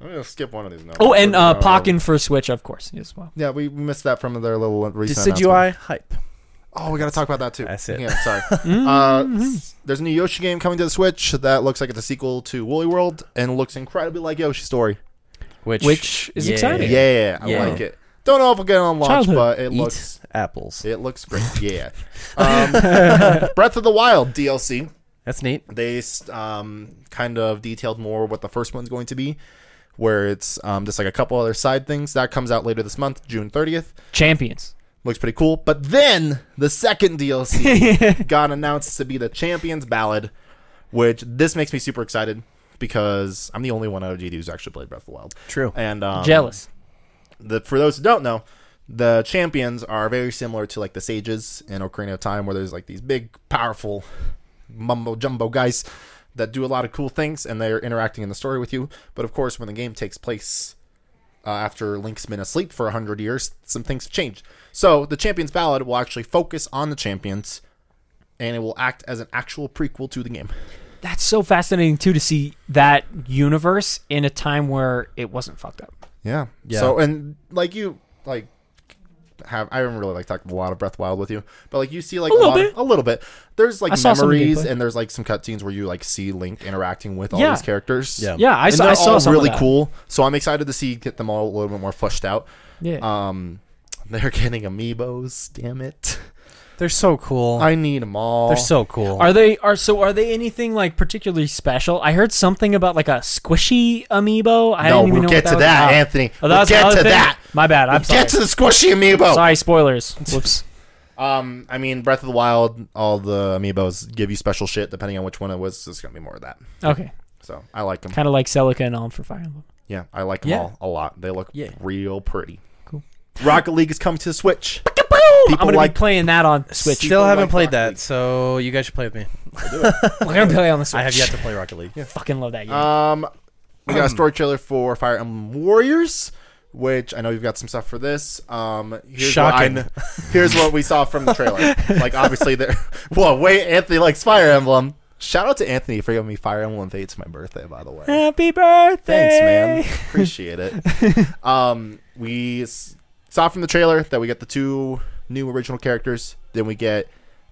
Speaker 2: gonna skip one of these. Now.
Speaker 3: Oh, and
Speaker 2: We're
Speaker 3: uh,
Speaker 2: gonna-
Speaker 3: Pokken for Switch, of course, as well.
Speaker 2: Yeah, we we missed that from their little recent announcement.
Speaker 1: Decidueye hype.
Speaker 2: Oh, we got to talk about that too.
Speaker 1: That's it.
Speaker 2: Yeah, sorry. uh,
Speaker 1: Mm-hmm.
Speaker 2: s- there's a new Yoshi game coming to the Switch that looks like it's a sequel to Woolly World and looks incredibly like Yoshi's Story.
Speaker 1: Which
Speaker 3: Which is
Speaker 1: yeah,
Speaker 3: exciting.
Speaker 1: Yeah.
Speaker 2: Yeah, I
Speaker 1: Yeah.
Speaker 2: like it. Don't know if we'll get it on launch,
Speaker 3: Childhood.
Speaker 2: but it
Speaker 1: Eat
Speaker 2: looks
Speaker 1: apples.
Speaker 2: it looks great. Yeah. Um, Breath of the Wild DLC.
Speaker 1: That's neat.
Speaker 2: They s- um, kind of detailed more what the first one's going to be, where it's um, just like a couple other side things that comes out later this month, June 30th.
Speaker 3: Champions.
Speaker 2: Looks pretty cool. But then the second DLC got announced to be the Champions Ballad, which this makes me super excited because I'm the only one out of GD who's actually played Breath of the Wild.
Speaker 1: True.
Speaker 2: And um,
Speaker 3: Jealous.
Speaker 2: The, for those who don't know, the champions are very similar to like the sages in Ocarina of Time, where there's like these big, powerful mumbo jumbo guys that do a lot of cool things, and they're interacting in the story with you. But of course, when the game takes place uh, after Link's been asleep for 100 years, some things have changed. So, the Champions Ballad will actually focus on the champions, and it will act as an actual prequel to the game.
Speaker 3: That's so fascinating too to see that universe in a time where it wasn't fucked up.
Speaker 2: Yeah.
Speaker 1: Yeah.
Speaker 2: So, and like you, like, have I haven't really like talked a lot of Breath of the Wild with you, but like you see like a,
Speaker 3: little
Speaker 2: lot
Speaker 3: bit.
Speaker 2: Of, a little bit. There's like
Speaker 3: I saw some
Speaker 2: memories
Speaker 3: gameplay.
Speaker 2: and there's like some cutscenes where you like see Link interacting with all
Speaker 3: Yeah.
Speaker 2: these characters.
Speaker 1: Yeah.
Speaker 3: Yeah, I
Speaker 2: and
Speaker 3: saw.
Speaker 2: they're
Speaker 3: I saw
Speaker 2: all
Speaker 3: some of
Speaker 2: really
Speaker 3: that.
Speaker 2: cool. So I'm excited to see get them all a little bit more fleshed out.
Speaker 3: Yeah.
Speaker 2: Um, they're getting amiibos. Damn it!
Speaker 1: They're so cool.
Speaker 2: I need them all.
Speaker 1: They're so cool.
Speaker 3: are they are so are they anything like particularly special? I heard something about like a squishy amiibo. I
Speaker 2: no,
Speaker 3: didn't even
Speaker 2: we'll
Speaker 3: know
Speaker 2: get
Speaker 3: what
Speaker 2: to
Speaker 3: was
Speaker 2: that,
Speaker 3: about.
Speaker 2: Anthony.
Speaker 3: Oh,
Speaker 2: we'll
Speaker 3: that's
Speaker 2: get
Speaker 3: another
Speaker 2: to
Speaker 3: thing?
Speaker 2: that.
Speaker 3: My bad. I'm
Speaker 2: We'll
Speaker 3: sorry.
Speaker 2: get to the squishy amiibo.
Speaker 3: sorry, spoilers. Whoops.
Speaker 2: Um, I mean, Breath of the Wild, all the amiibos give you special shit depending on which one it was. So it's gonna be more of that.
Speaker 3: Okay.
Speaker 2: So I like them.
Speaker 3: Kind of like Celica and Alm for Fire Emblem.
Speaker 2: Yeah, I like them
Speaker 1: Yeah.
Speaker 2: all a lot. They look
Speaker 1: Yeah.
Speaker 2: real pretty.
Speaker 3: Cool.
Speaker 2: Rocket League has come to the Switch.
Speaker 3: I'm
Speaker 2: People
Speaker 3: gonna
Speaker 2: like
Speaker 3: be playing that on Switch.
Speaker 1: Still
Speaker 2: People
Speaker 1: haven't
Speaker 2: like
Speaker 1: played
Speaker 2: Rocket
Speaker 1: that,
Speaker 2: League.
Speaker 1: so you guys should play with me.
Speaker 3: We're gonna play on the Switch.
Speaker 1: I have yet to play Rocket League.
Speaker 3: fucking love that game.
Speaker 2: Um, we got a story trailer for Fire Emblem Warriors, which I know you've got some stuff for this. Um, here's what, I
Speaker 1: Shocking.
Speaker 2: kn- here's what we saw from the trailer. like, obviously, there. Whoa, wait, Anthony likes Fire Emblem. Shout out to Anthony for giving me Fire Emblem Fates my birthday, by the way.
Speaker 3: Happy birthday.
Speaker 2: Thanks, man. Appreciate it. um, we s- saw from the trailer that we get the two new original characters. Then we get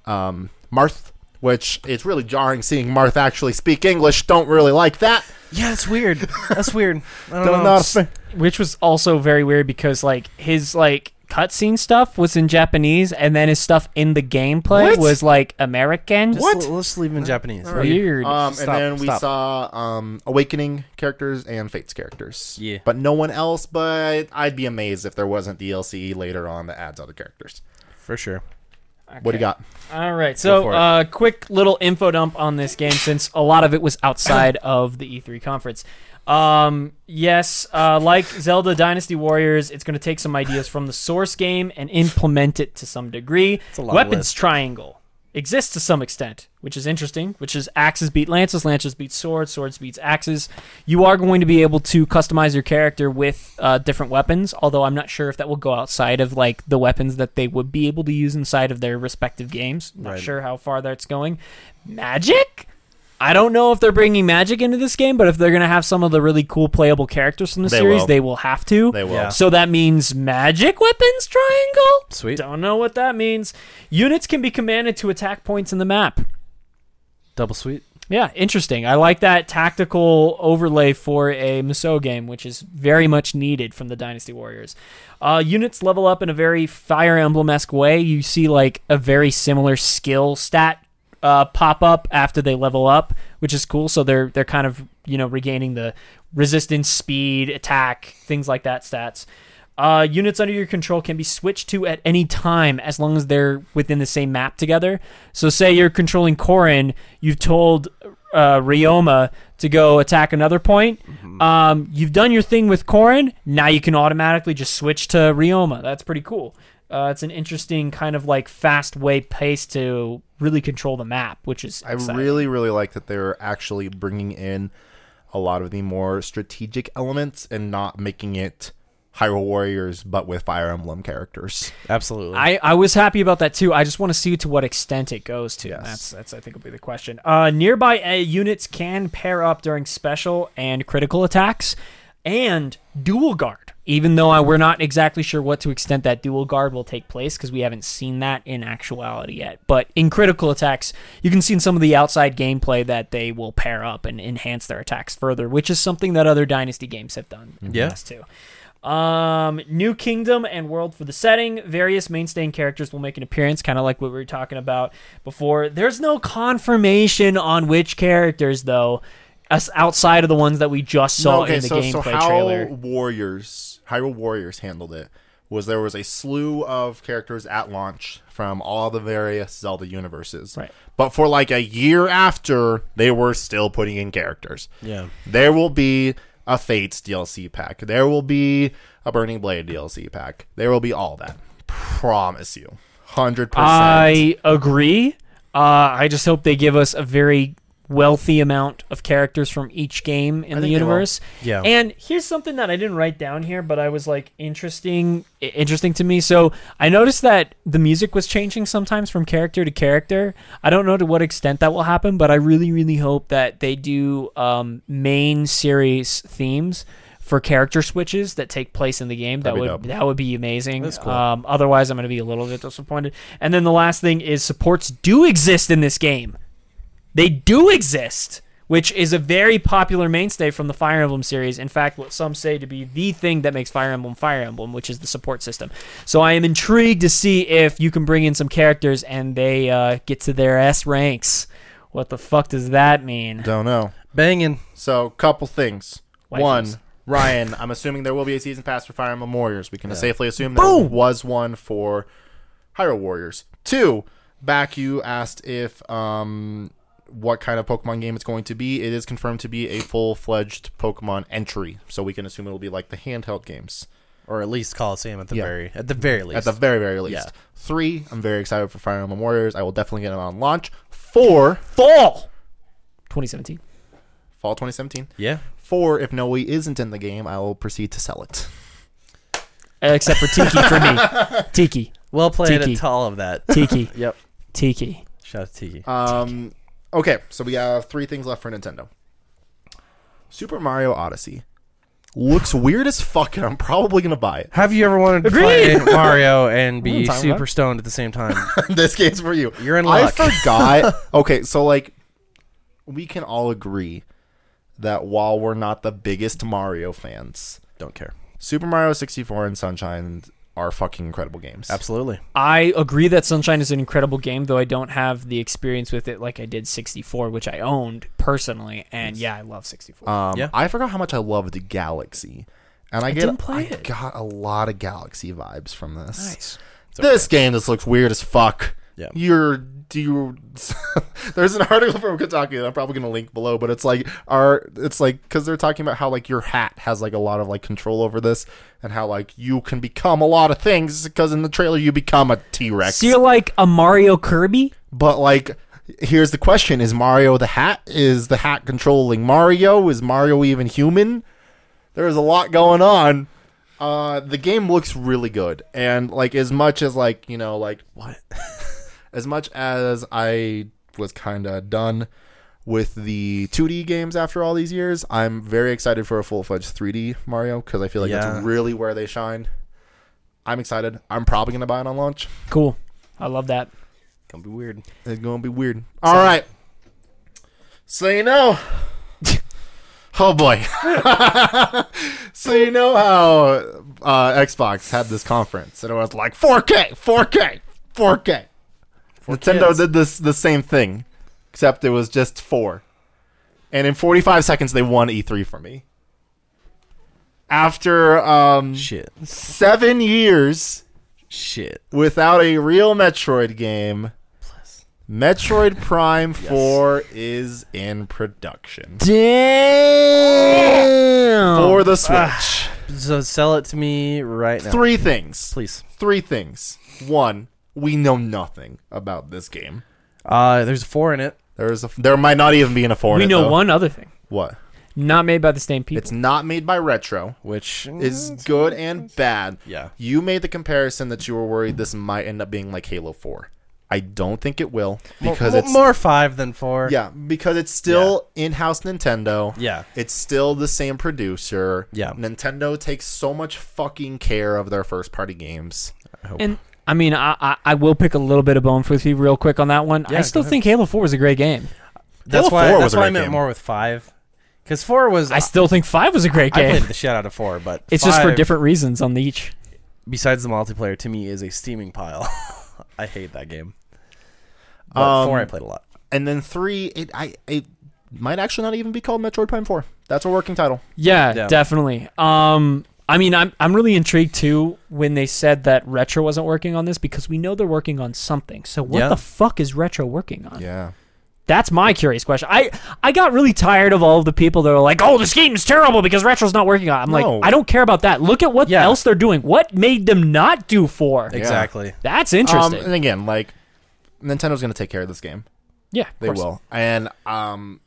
Speaker 2: um, Marth, which it's really jarring seeing Marth actually speak English. Don't really like that.
Speaker 1: Yeah, that's weird. That's weird. I don't,
Speaker 2: Don't
Speaker 1: know.
Speaker 2: not a fan.
Speaker 3: which was also very weird because like his like cutscene stuff was in Japanese, and then his stuff in the
Speaker 2: What?
Speaker 3: gameplay was like American.
Speaker 1: Just
Speaker 2: What?
Speaker 1: l- let's leave him in Japanese.
Speaker 2: All right.
Speaker 3: Weird.
Speaker 2: Um,
Speaker 3: Stop,
Speaker 2: and then we
Speaker 3: stop.
Speaker 2: saw um, Awakening characters and Fates characters.
Speaker 1: Yeah.
Speaker 2: But no one else, but I'd be amazed if there wasn't DLC later on that adds other characters.
Speaker 1: For sure.
Speaker 2: What do you got?
Speaker 3: All right,
Speaker 1: Go
Speaker 3: so
Speaker 1: for it.
Speaker 3: uh, quick little info dump on this game since a lot of it was outside of the E3 conference. Um, yes, uh, like Zelda Dynasty Warriors, it's going to take some ideas from the source game and implement it to some degree.
Speaker 1: a long
Speaker 3: Weapons
Speaker 1: list.
Speaker 3: triangle exists to some extent, which is interesting. Which is axes beat lances, lances beat swords, swords beats axes. You are going to be able to customize your character with uh, different weapons, although I'm not sure if that will go outside of like the weapons that they would be able to use inside of their respective games. Not
Speaker 1: Right.
Speaker 3: sure how far that's going. Magic. I don't know if they're bringing magic into this game, but if they're going to have some of the really cool playable characters from the
Speaker 2: They
Speaker 3: series,
Speaker 2: will.
Speaker 3: they will have to.
Speaker 2: They will.
Speaker 1: Yeah.
Speaker 3: So that means magic weapons triangle?
Speaker 1: Sweet.
Speaker 3: Don't know what that means. Units can be commanded to attack points in the map.
Speaker 1: Double sweet.
Speaker 3: Yeah, interesting. I like that tactical overlay for a Musou game, which is very much needed from the Dynasty Warriors. Uh, units level up in a very Fire Emblem esque way. You see, like, a very similar skill stat uh, pop up after they level up, which is cool. So they're they're kind of you know regaining the resistance, speed, attack, things like that stats. Uh, units under your control can be switched to at any time as long as they're within the same map together. So, say you're controlling Korin, you've told uh, Ryoma to go attack another point. Um, you've done your thing with Korin. Now you can automatically just switch to Ryoma. That's pretty cool. Uh, it's an interesting kind of like fast way pace to really control the map, which is
Speaker 2: I
Speaker 3: exciting.
Speaker 2: really, really like that they're actually bringing in a lot of the more strategic elements and not making it Hyrule Warriors, but with Fire Emblem characters.
Speaker 1: Absolutely.
Speaker 3: I, I was happy about that too. I just want to see to what extent it goes to.
Speaker 2: Yes.
Speaker 3: That's that's I think will be the question. Uh, nearby uh, units can pair up during special and critical attacks, and dual guard. Even though I, we're not exactly sure what to extent that dual guard will take place because we haven't seen that in actuality yet. But in critical attacks, you can see in some of the outside gameplay that they will pair up and enhance their attacks further, which is something that other Dynasty games have done in
Speaker 1: Yeah.
Speaker 3: the past too. Um, new kingdom and world for the setting. Various mainstay characters will make an appearance, kind of like what we were talking about before. There's no confirmation on which characters, though, us outside of the ones that we just saw in the gameplay
Speaker 2: so how
Speaker 3: trailer.
Speaker 2: Warriors, Hyrule Warriors handled it was there was a slew of characters at launch from all the various Zelda universes.
Speaker 3: Right.
Speaker 2: But for like a year after, they were still putting in characters.
Speaker 1: yeah.
Speaker 2: There will be a Fates DLC pack. There will be a Burning Blade DLC pack. There will be all that. Promise you. 100%.
Speaker 3: I agree. Uh, I just hope they give us a very wealthy amount of characters from each game in the
Speaker 2: think they will.
Speaker 3: universe.
Speaker 1: Yeah.
Speaker 3: And here's something that I didn't write down here, but I was like interesting, i- interesting to me. So I noticed that the music was changing sometimes from character to character. I don't know to what extent that will happen, but I really, really hope that they do um, main series themes for character switches that take place in the game.
Speaker 2: That'd be
Speaker 3: that
Speaker 2: dope.
Speaker 3: would that would be amazing.
Speaker 1: That's cool.
Speaker 3: Um, otherwise, I'm going to be a little bit disappointed. And then the last thing is supports do exist in this game they do exist, which is a very popular mainstay from the Fire Emblem series. In fact, what some say to be the thing that makes Fire Emblem Fire Emblem, which is the support system. So I am intrigued to see if you can bring in some characters and they uh, get to their S ranks. What the fuck does that mean?
Speaker 2: don't know.
Speaker 1: Banging.
Speaker 2: So, couple things.
Speaker 3: Waifus.
Speaker 2: One, Ryan, I'm assuming there will be a season pass for Fire Emblem Warriors. We can safely assume there
Speaker 3: Boom!
Speaker 2: was one for Hyrule Warriors. Two, back you asked if um what kind of Pokemon game it's going to be. It is confirmed to be a full fledged Pokemon entry, so we can assume it will be like the handheld games.
Speaker 1: Or at least Coliseum at the
Speaker 2: Yeah.
Speaker 1: very at the very least.
Speaker 2: At the very, very least.
Speaker 1: Yeah.
Speaker 2: Three, I'm very excited for Fire Emblem Warriors. I will definitely get it on launch. Four,
Speaker 3: Fall 2017.
Speaker 2: fall 2017.
Speaker 1: yeah.
Speaker 2: Four, if Noe isn't in the game, I will proceed to sell it.
Speaker 3: Except for Tiki for me. Tiki.
Speaker 1: Well played
Speaker 3: Tiki.
Speaker 1: at all of that.
Speaker 3: Tiki.
Speaker 1: Yep.
Speaker 3: Tiki.
Speaker 1: Shout out to Tiki.
Speaker 2: Um, okay, so we have three things left for Nintendo Super Mario Odyssey. looks weird as fuck, and I'm probably gonna buy it.
Speaker 1: Have you ever wanted to
Speaker 3: Agreed.
Speaker 1: play Mario and be
Speaker 3: What am I talking
Speaker 1: super
Speaker 3: about?
Speaker 1: stoned at the same time?
Speaker 2: this game's for you.
Speaker 1: You're in
Speaker 2: I
Speaker 1: luck.
Speaker 2: forgot. okay, so like, we can all agree that while we're not the biggest Mario fans,
Speaker 1: Don't care.
Speaker 2: Super Mario 64 and Sunshine are fucking incredible games.
Speaker 1: Absolutely.
Speaker 3: I agree that Sunshine is an incredible game, though I don't have the experience with it like I did 64, which I owned personally. And yeah, I love 64.
Speaker 2: Um,
Speaker 1: Yeah.
Speaker 2: I forgot how much I loved Galaxy, and I, get
Speaker 3: didn't play
Speaker 2: I
Speaker 3: it.
Speaker 2: got a lot of Galaxy vibes from this.
Speaker 3: nice.
Speaker 2: This game just looks weird as fuck.
Speaker 1: Yeah.
Speaker 2: You're do you there's an article from Kotaku that I'm probably gonna link below, but it's like our it's like because they're talking about how like your hat has like a lot of like control over this and how like you can become a lot of things because in the trailer you become a T Rex.
Speaker 3: So you're like a Mario Kirby?
Speaker 2: But like, here's the question: Is Mario the hat? Is the hat controlling Mario? Is Mario even human? There's a lot going on. Uh, the game looks really good, and like as much as like you know like
Speaker 1: What?
Speaker 2: as much as I was kind of done with the 2D games after all these years, I'm very excited for a full fledged 3D Mario because I feel like
Speaker 1: Yeah.
Speaker 2: that's really where they shine. I'm excited. I'm probably gonna buy it on launch.
Speaker 3: Cool. I love that.
Speaker 1: Gonna be weird.
Speaker 2: It's gonna be weird. All right. So you know. oh boy. so you know how uh, Xbox had this conference and it was like 4K, 4K, 4K. Nintendo
Speaker 1: kids.
Speaker 2: did this the same thing, except it was just four. And in 45 seconds, they won E3 for me. After um,
Speaker 1: Shit.
Speaker 2: seven years
Speaker 1: Shit.
Speaker 2: without a real Metroid game, Metroid Prime 4 is in production
Speaker 3: Damn.
Speaker 2: for the Switch.
Speaker 3: Ah.
Speaker 1: So sell it to me right now,
Speaker 2: Three things.
Speaker 1: please.
Speaker 2: Three things. One, we know nothing about this game.
Speaker 1: Uh, there's a four in it.
Speaker 2: There is a, there might not even be an afford.
Speaker 3: we know one other thing.
Speaker 2: What?
Speaker 3: Not made by the same people.
Speaker 2: It's not made by Retro.
Speaker 1: Which mm,
Speaker 2: It's good and bad.
Speaker 1: Yeah.
Speaker 2: You made the comparison that you were worried this might end up being like Halo 4. I don't think it will because
Speaker 1: Mo-
Speaker 2: it's
Speaker 1: more five than four.
Speaker 2: Yeah, because it's still in-house Nintendo.
Speaker 1: Yeah.
Speaker 2: It's still the same producer.
Speaker 1: Yeah.
Speaker 2: Nintendo takes so much fucking care of their first party games.
Speaker 3: and I mean, I, I I will pick a little bit of bone with you real quick on that one.
Speaker 1: Yeah,
Speaker 3: I still
Speaker 1: go ahead.
Speaker 3: think Halo Four was a great game.
Speaker 1: That's
Speaker 2: Halo
Speaker 1: why.
Speaker 2: 4
Speaker 1: that's
Speaker 2: was a
Speaker 1: why I
Speaker 2: great
Speaker 1: meant
Speaker 2: game.
Speaker 1: more with five, because four was.
Speaker 3: I still think Five was a great
Speaker 1: I
Speaker 3: game.
Speaker 1: played the shit out of four, but
Speaker 3: It's just for
Speaker 1: five,
Speaker 3: different reasons on the each.
Speaker 1: Besides the multiplayer, to me is a steaming pile. I hate that game. But
Speaker 2: Um,
Speaker 1: four I played a lot.
Speaker 2: And then 3, it I it might actually not even be called Metroid Prime 4. That's a working title.
Speaker 3: Yeah,
Speaker 1: Yeah.
Speaker 3: definitely. Um, I mean, I'm I'm really intrigued too when they said that Retro wasn't working on this because we know they're working on something. So what
Speaker 1: Yeah.
Speaker 3: the fuck is Retro working on?
Speaker 2: Yeah.
Speaker 3: That's my curious question. I I got really tired of all of the people that are like, "Oh, this game's terrible because Retro's not working on." it." I'm
Speaker 2: No.
Speaker 3: like, I don't care about that. Look at what
Speaker 1: Yeah.
Speaker 3: else they're doing. What made them not do four?
Speaker 1: Exactly.
Speaker 3: That's
Speaker 2: Um,
Speaker 3: interesting.
Speaker 2: and again, like Nintendo's going to take care of this game.
Speaker 3: yeah, of
Speaker 2: They
Speaker 3: course.
Speaker 2: will. And um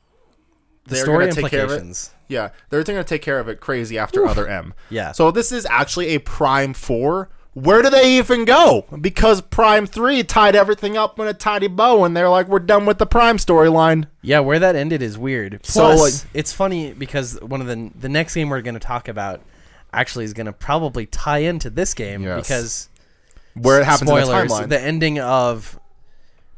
Speaker 1: The
Speaker 2: they're
Speaker 1: story
Speaker 2: gonna take care of it.
Speaker 1: implications.
Speaker 2: Yeah, they're going to take care of it crazy after other M.
Speaker 1: Yeah.
Speaker 2: So this is actually a Prime 4. Where do they even go? Because Prime 3 tied everything up in a tidy bow and they're like, we're done with the Prime storyline.
Speaker 1: Yeah, where that ended is weird. Plus,
Speaker 2: So,
Speaker 1: it's funny because one of the the next game we're going to talk about actually is going to probably tie into this game
Speaker 2: Yes.
Speaker 1: because
Speaker 2: Where it happens in
Speaker 1: spoilers,
Speaker 2: the timeline.
Speaker 1: the ending of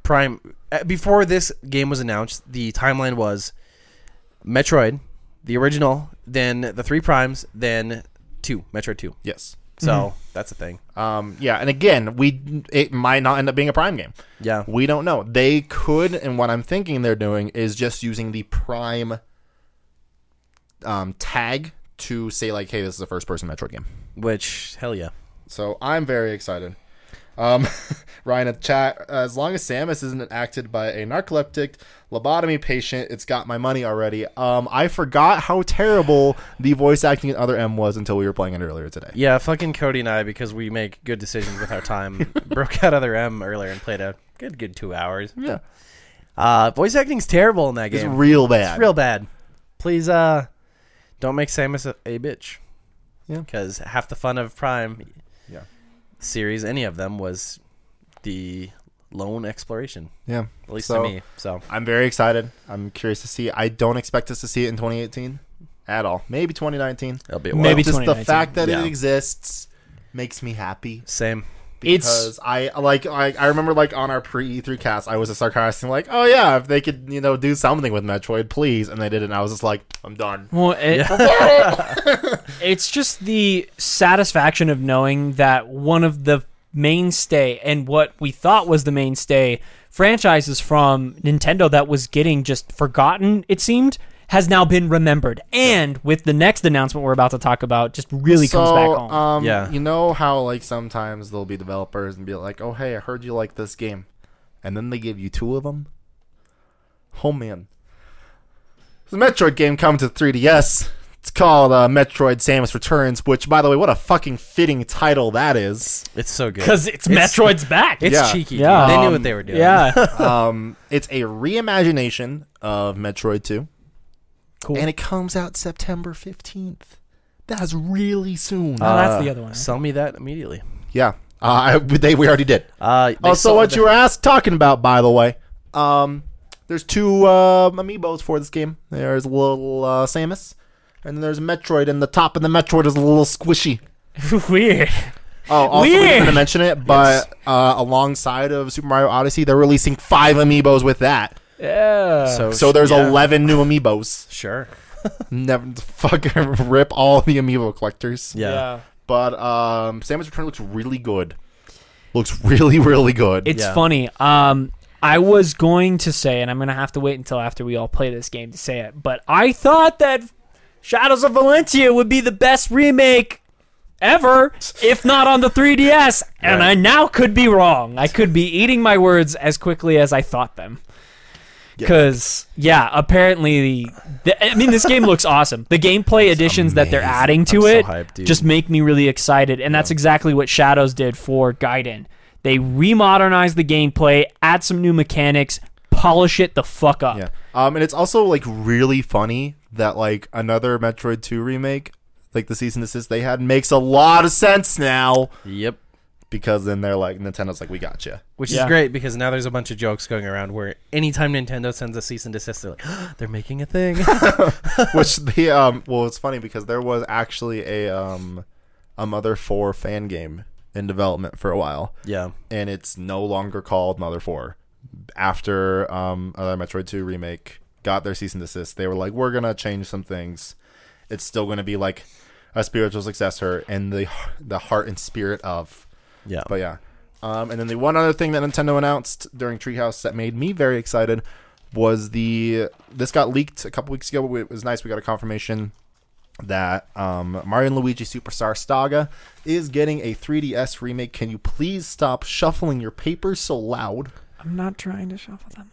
Speaker 1: Prime uh, before this game was announced, the timeline was Metroid, the original, then the three primes, then two, Metroid 2.
Speaker 2: yes.
Speaker 1: So, that's a thing.
Speaker 2: Um, yeah, and again, we it might not end up being a Prime game.
Speaker 1: Yeah.
Speaker 2: We don't know. They could, and what I'm thinking they're doing is just using the Prime um, tag to say like, hey, this is a first-person Metroid game.
Speaker 1: Which hell yeah.
Speaker 2: So I'm very excited. Um, Ryan in the chat, as long as Samus isn't acted by a narcoleptic lobotomy patient, it's got my money already. Um, I forgot how terrible the voice acting in Other M was until we were playing it earlier today.
Speaker 1: Yeah, fucking Cody and I, because we make good decisions with our time, broke out other M earlier and played a good, good two hours.
Speaker 2: Yeah.
Speaker 1: Uh, voice acting's terrible in that
Speaker 2: It's
Speaker 1: game.
Speaker 2: real bad.
Speaker 1: It's real bad. Please, uh, don't make Samus a, a bitch.
Speaker 2: Yeah.
Speaker 1: Because half the fun of Prime
Speaker 2: Yeah.
Speaker 1: series, any of them, was the lone exploration,
Speaker 2: Yeah.
Speaker 1: at least
Speaker 2: So-
Speaker 1: to me. So,
Speaker 2: I'm very excited. I'm curious to see. I don't expect us to see it in 2018 at all. Maybe 2019.
Speaker 1: That'll be a while.
Speaker 3: Maybe
Speaker 2: just the
Speaker 3: 2019,
Speaker 2: fact that
Speaker 1: yeah.
Speaker 2: it exists makes me happy
Speaker 1: same.
Speaker 3: It's-
Speaker 2: because I like I, I remember like on our pre E3 cast I was a sarcastic like oh yeah if they could you know do something with Metroid please and they didn't I was just like I'm done
Speaker 3: Well, it, it's just the satisfaction of knowing that one of the mainstay and what we thought was the mainstay franchises from Nintendo that was getting just forgotten, it seemed, has now been remembered. And with the next announcement we're about to talk about, just really comes
Speaker 2: so,
Speaker 3: back home.
Speaker 2: Um,
Speaker 1: Yeah.
Speaker 2: You know how like sometimes there'll be developers and be like, "Oh hey, I heard you like this game," and then they give you two of them. Oh man, the Metroid game coming to 3DS. It's called uh, Metroid: Samus Returns, which, by the way, what a fucking fitting title that is.
Speaker 1: It's so good.
Speaker 3: Because it's, Metroid's back.
Speaker 1: It's
Speaker 2: Yeah.
Speaker 1: cheeky.
Speaker 3: Yeah.
Speaker 1: They knew
Speaker 2: Um,
Speaker 1: what they were doing.
Speaker 3: yeah.
Speaker 2: um, it's a reimagination of Metroid Two,
Speaker 3: cool.
Speaker 2: and it comes out September 15th. That's really soon.
Speaker 3: oh, that's the other one.
Speaker 1: Sell me that immediately.
Speaker 2: yeah, uh, I, they, we already did.
Speaker 1: Uh, they
Speaker 2: Oh, so
Speaker 1: sold
Speaker 2: what
Speaker 1: it.
Speaker 2: you were asked talking about, by the way. Um, there's two um amiibos for this game. There's a little uh, Samus, and then there's a Metroid, and the top of the Metroid is a little squishy.
Speaker 3: Weird.
Speaker 2: Oh, also we
Speaker 3: Weird.
Speaker 2: didn't mention it, but uh, alongside of Super Mario Odyssey, they're releasing five amiibos with that.
Speaker 3: Yeah.
Speaker 1: So,
Speaker 2: So there's
Speaker 1: yeah.
Speaker 2: eleven new amiibos.
Speaker 1: Sure.
Speaker 2: Never fucking rip all the amiibo collectors.
Speaker 1: Yeah.
Speaker 2: But um, Samus Return looks really good. Looks really really good.
Speaker 3: It's
Speaker 1: Yeah.
Speaker 3: funny. Um, I was going to say, and I'm going to have to wait until after we all play this game to say it, but I thought that Shadows of Valencia would be the best remake ever, if not on the 3DS, and I now could be wrong. I could be eating my words as quickly as I thought them. Because yeah, apparently, the, I mean, this game looks awesome. The gameplay additions that they're
Speaker 2: amazing.
Speaker 3: adding to
Speaker 1: I'm so
Speaker 3: it
Speaker 1: hyped, dude.
Speaker 3: just make me really excited, and that's exactly what Shadows did for Gaiden. They remodernized the gameplay, add some new mechanics, polish it the fuck up.
Speaker 2: Yeah. Um, and it's also like really funny that like another Metroid Two remake, like the season assist they had, makes a lot of sense now
Speaker 1: Yep.
Speaker 2: because then they're like Nintendo's like, we got you.
Speaker 1: Which
Speaker 3: Yeah.
Speaker 1: is great because now there's a bunch of jokes going around where anytime Nintendo sends a cease and desist, they're like, they're making a thing.
Speaker 2: Which the um, well, it's funny because there was actually a um, a Mother Four fan game in development for a while,
Speaker 1: yeah.
Speaker 2: and it's no longer called Mother Four. After um, another Metroid Two remake got their cease and desist, they were like, we're gonna change some things. It's still gonna be like a spiritual successor and the the heart and spirit of.
Speaker 1: Yeah.
Speaker 2: But yeah. Um, and then the one other thing that Nintendo announced during Treehouse that made me very excited was the this got leaked a couple weeks ago. but It was nice. We got a confirmation that um, Mario and Luigi Superstar Saga is getting a 3DS remake. Can you please stop shuffling your papers so loud?
Speaker 3: I'm not trying to shuffle them.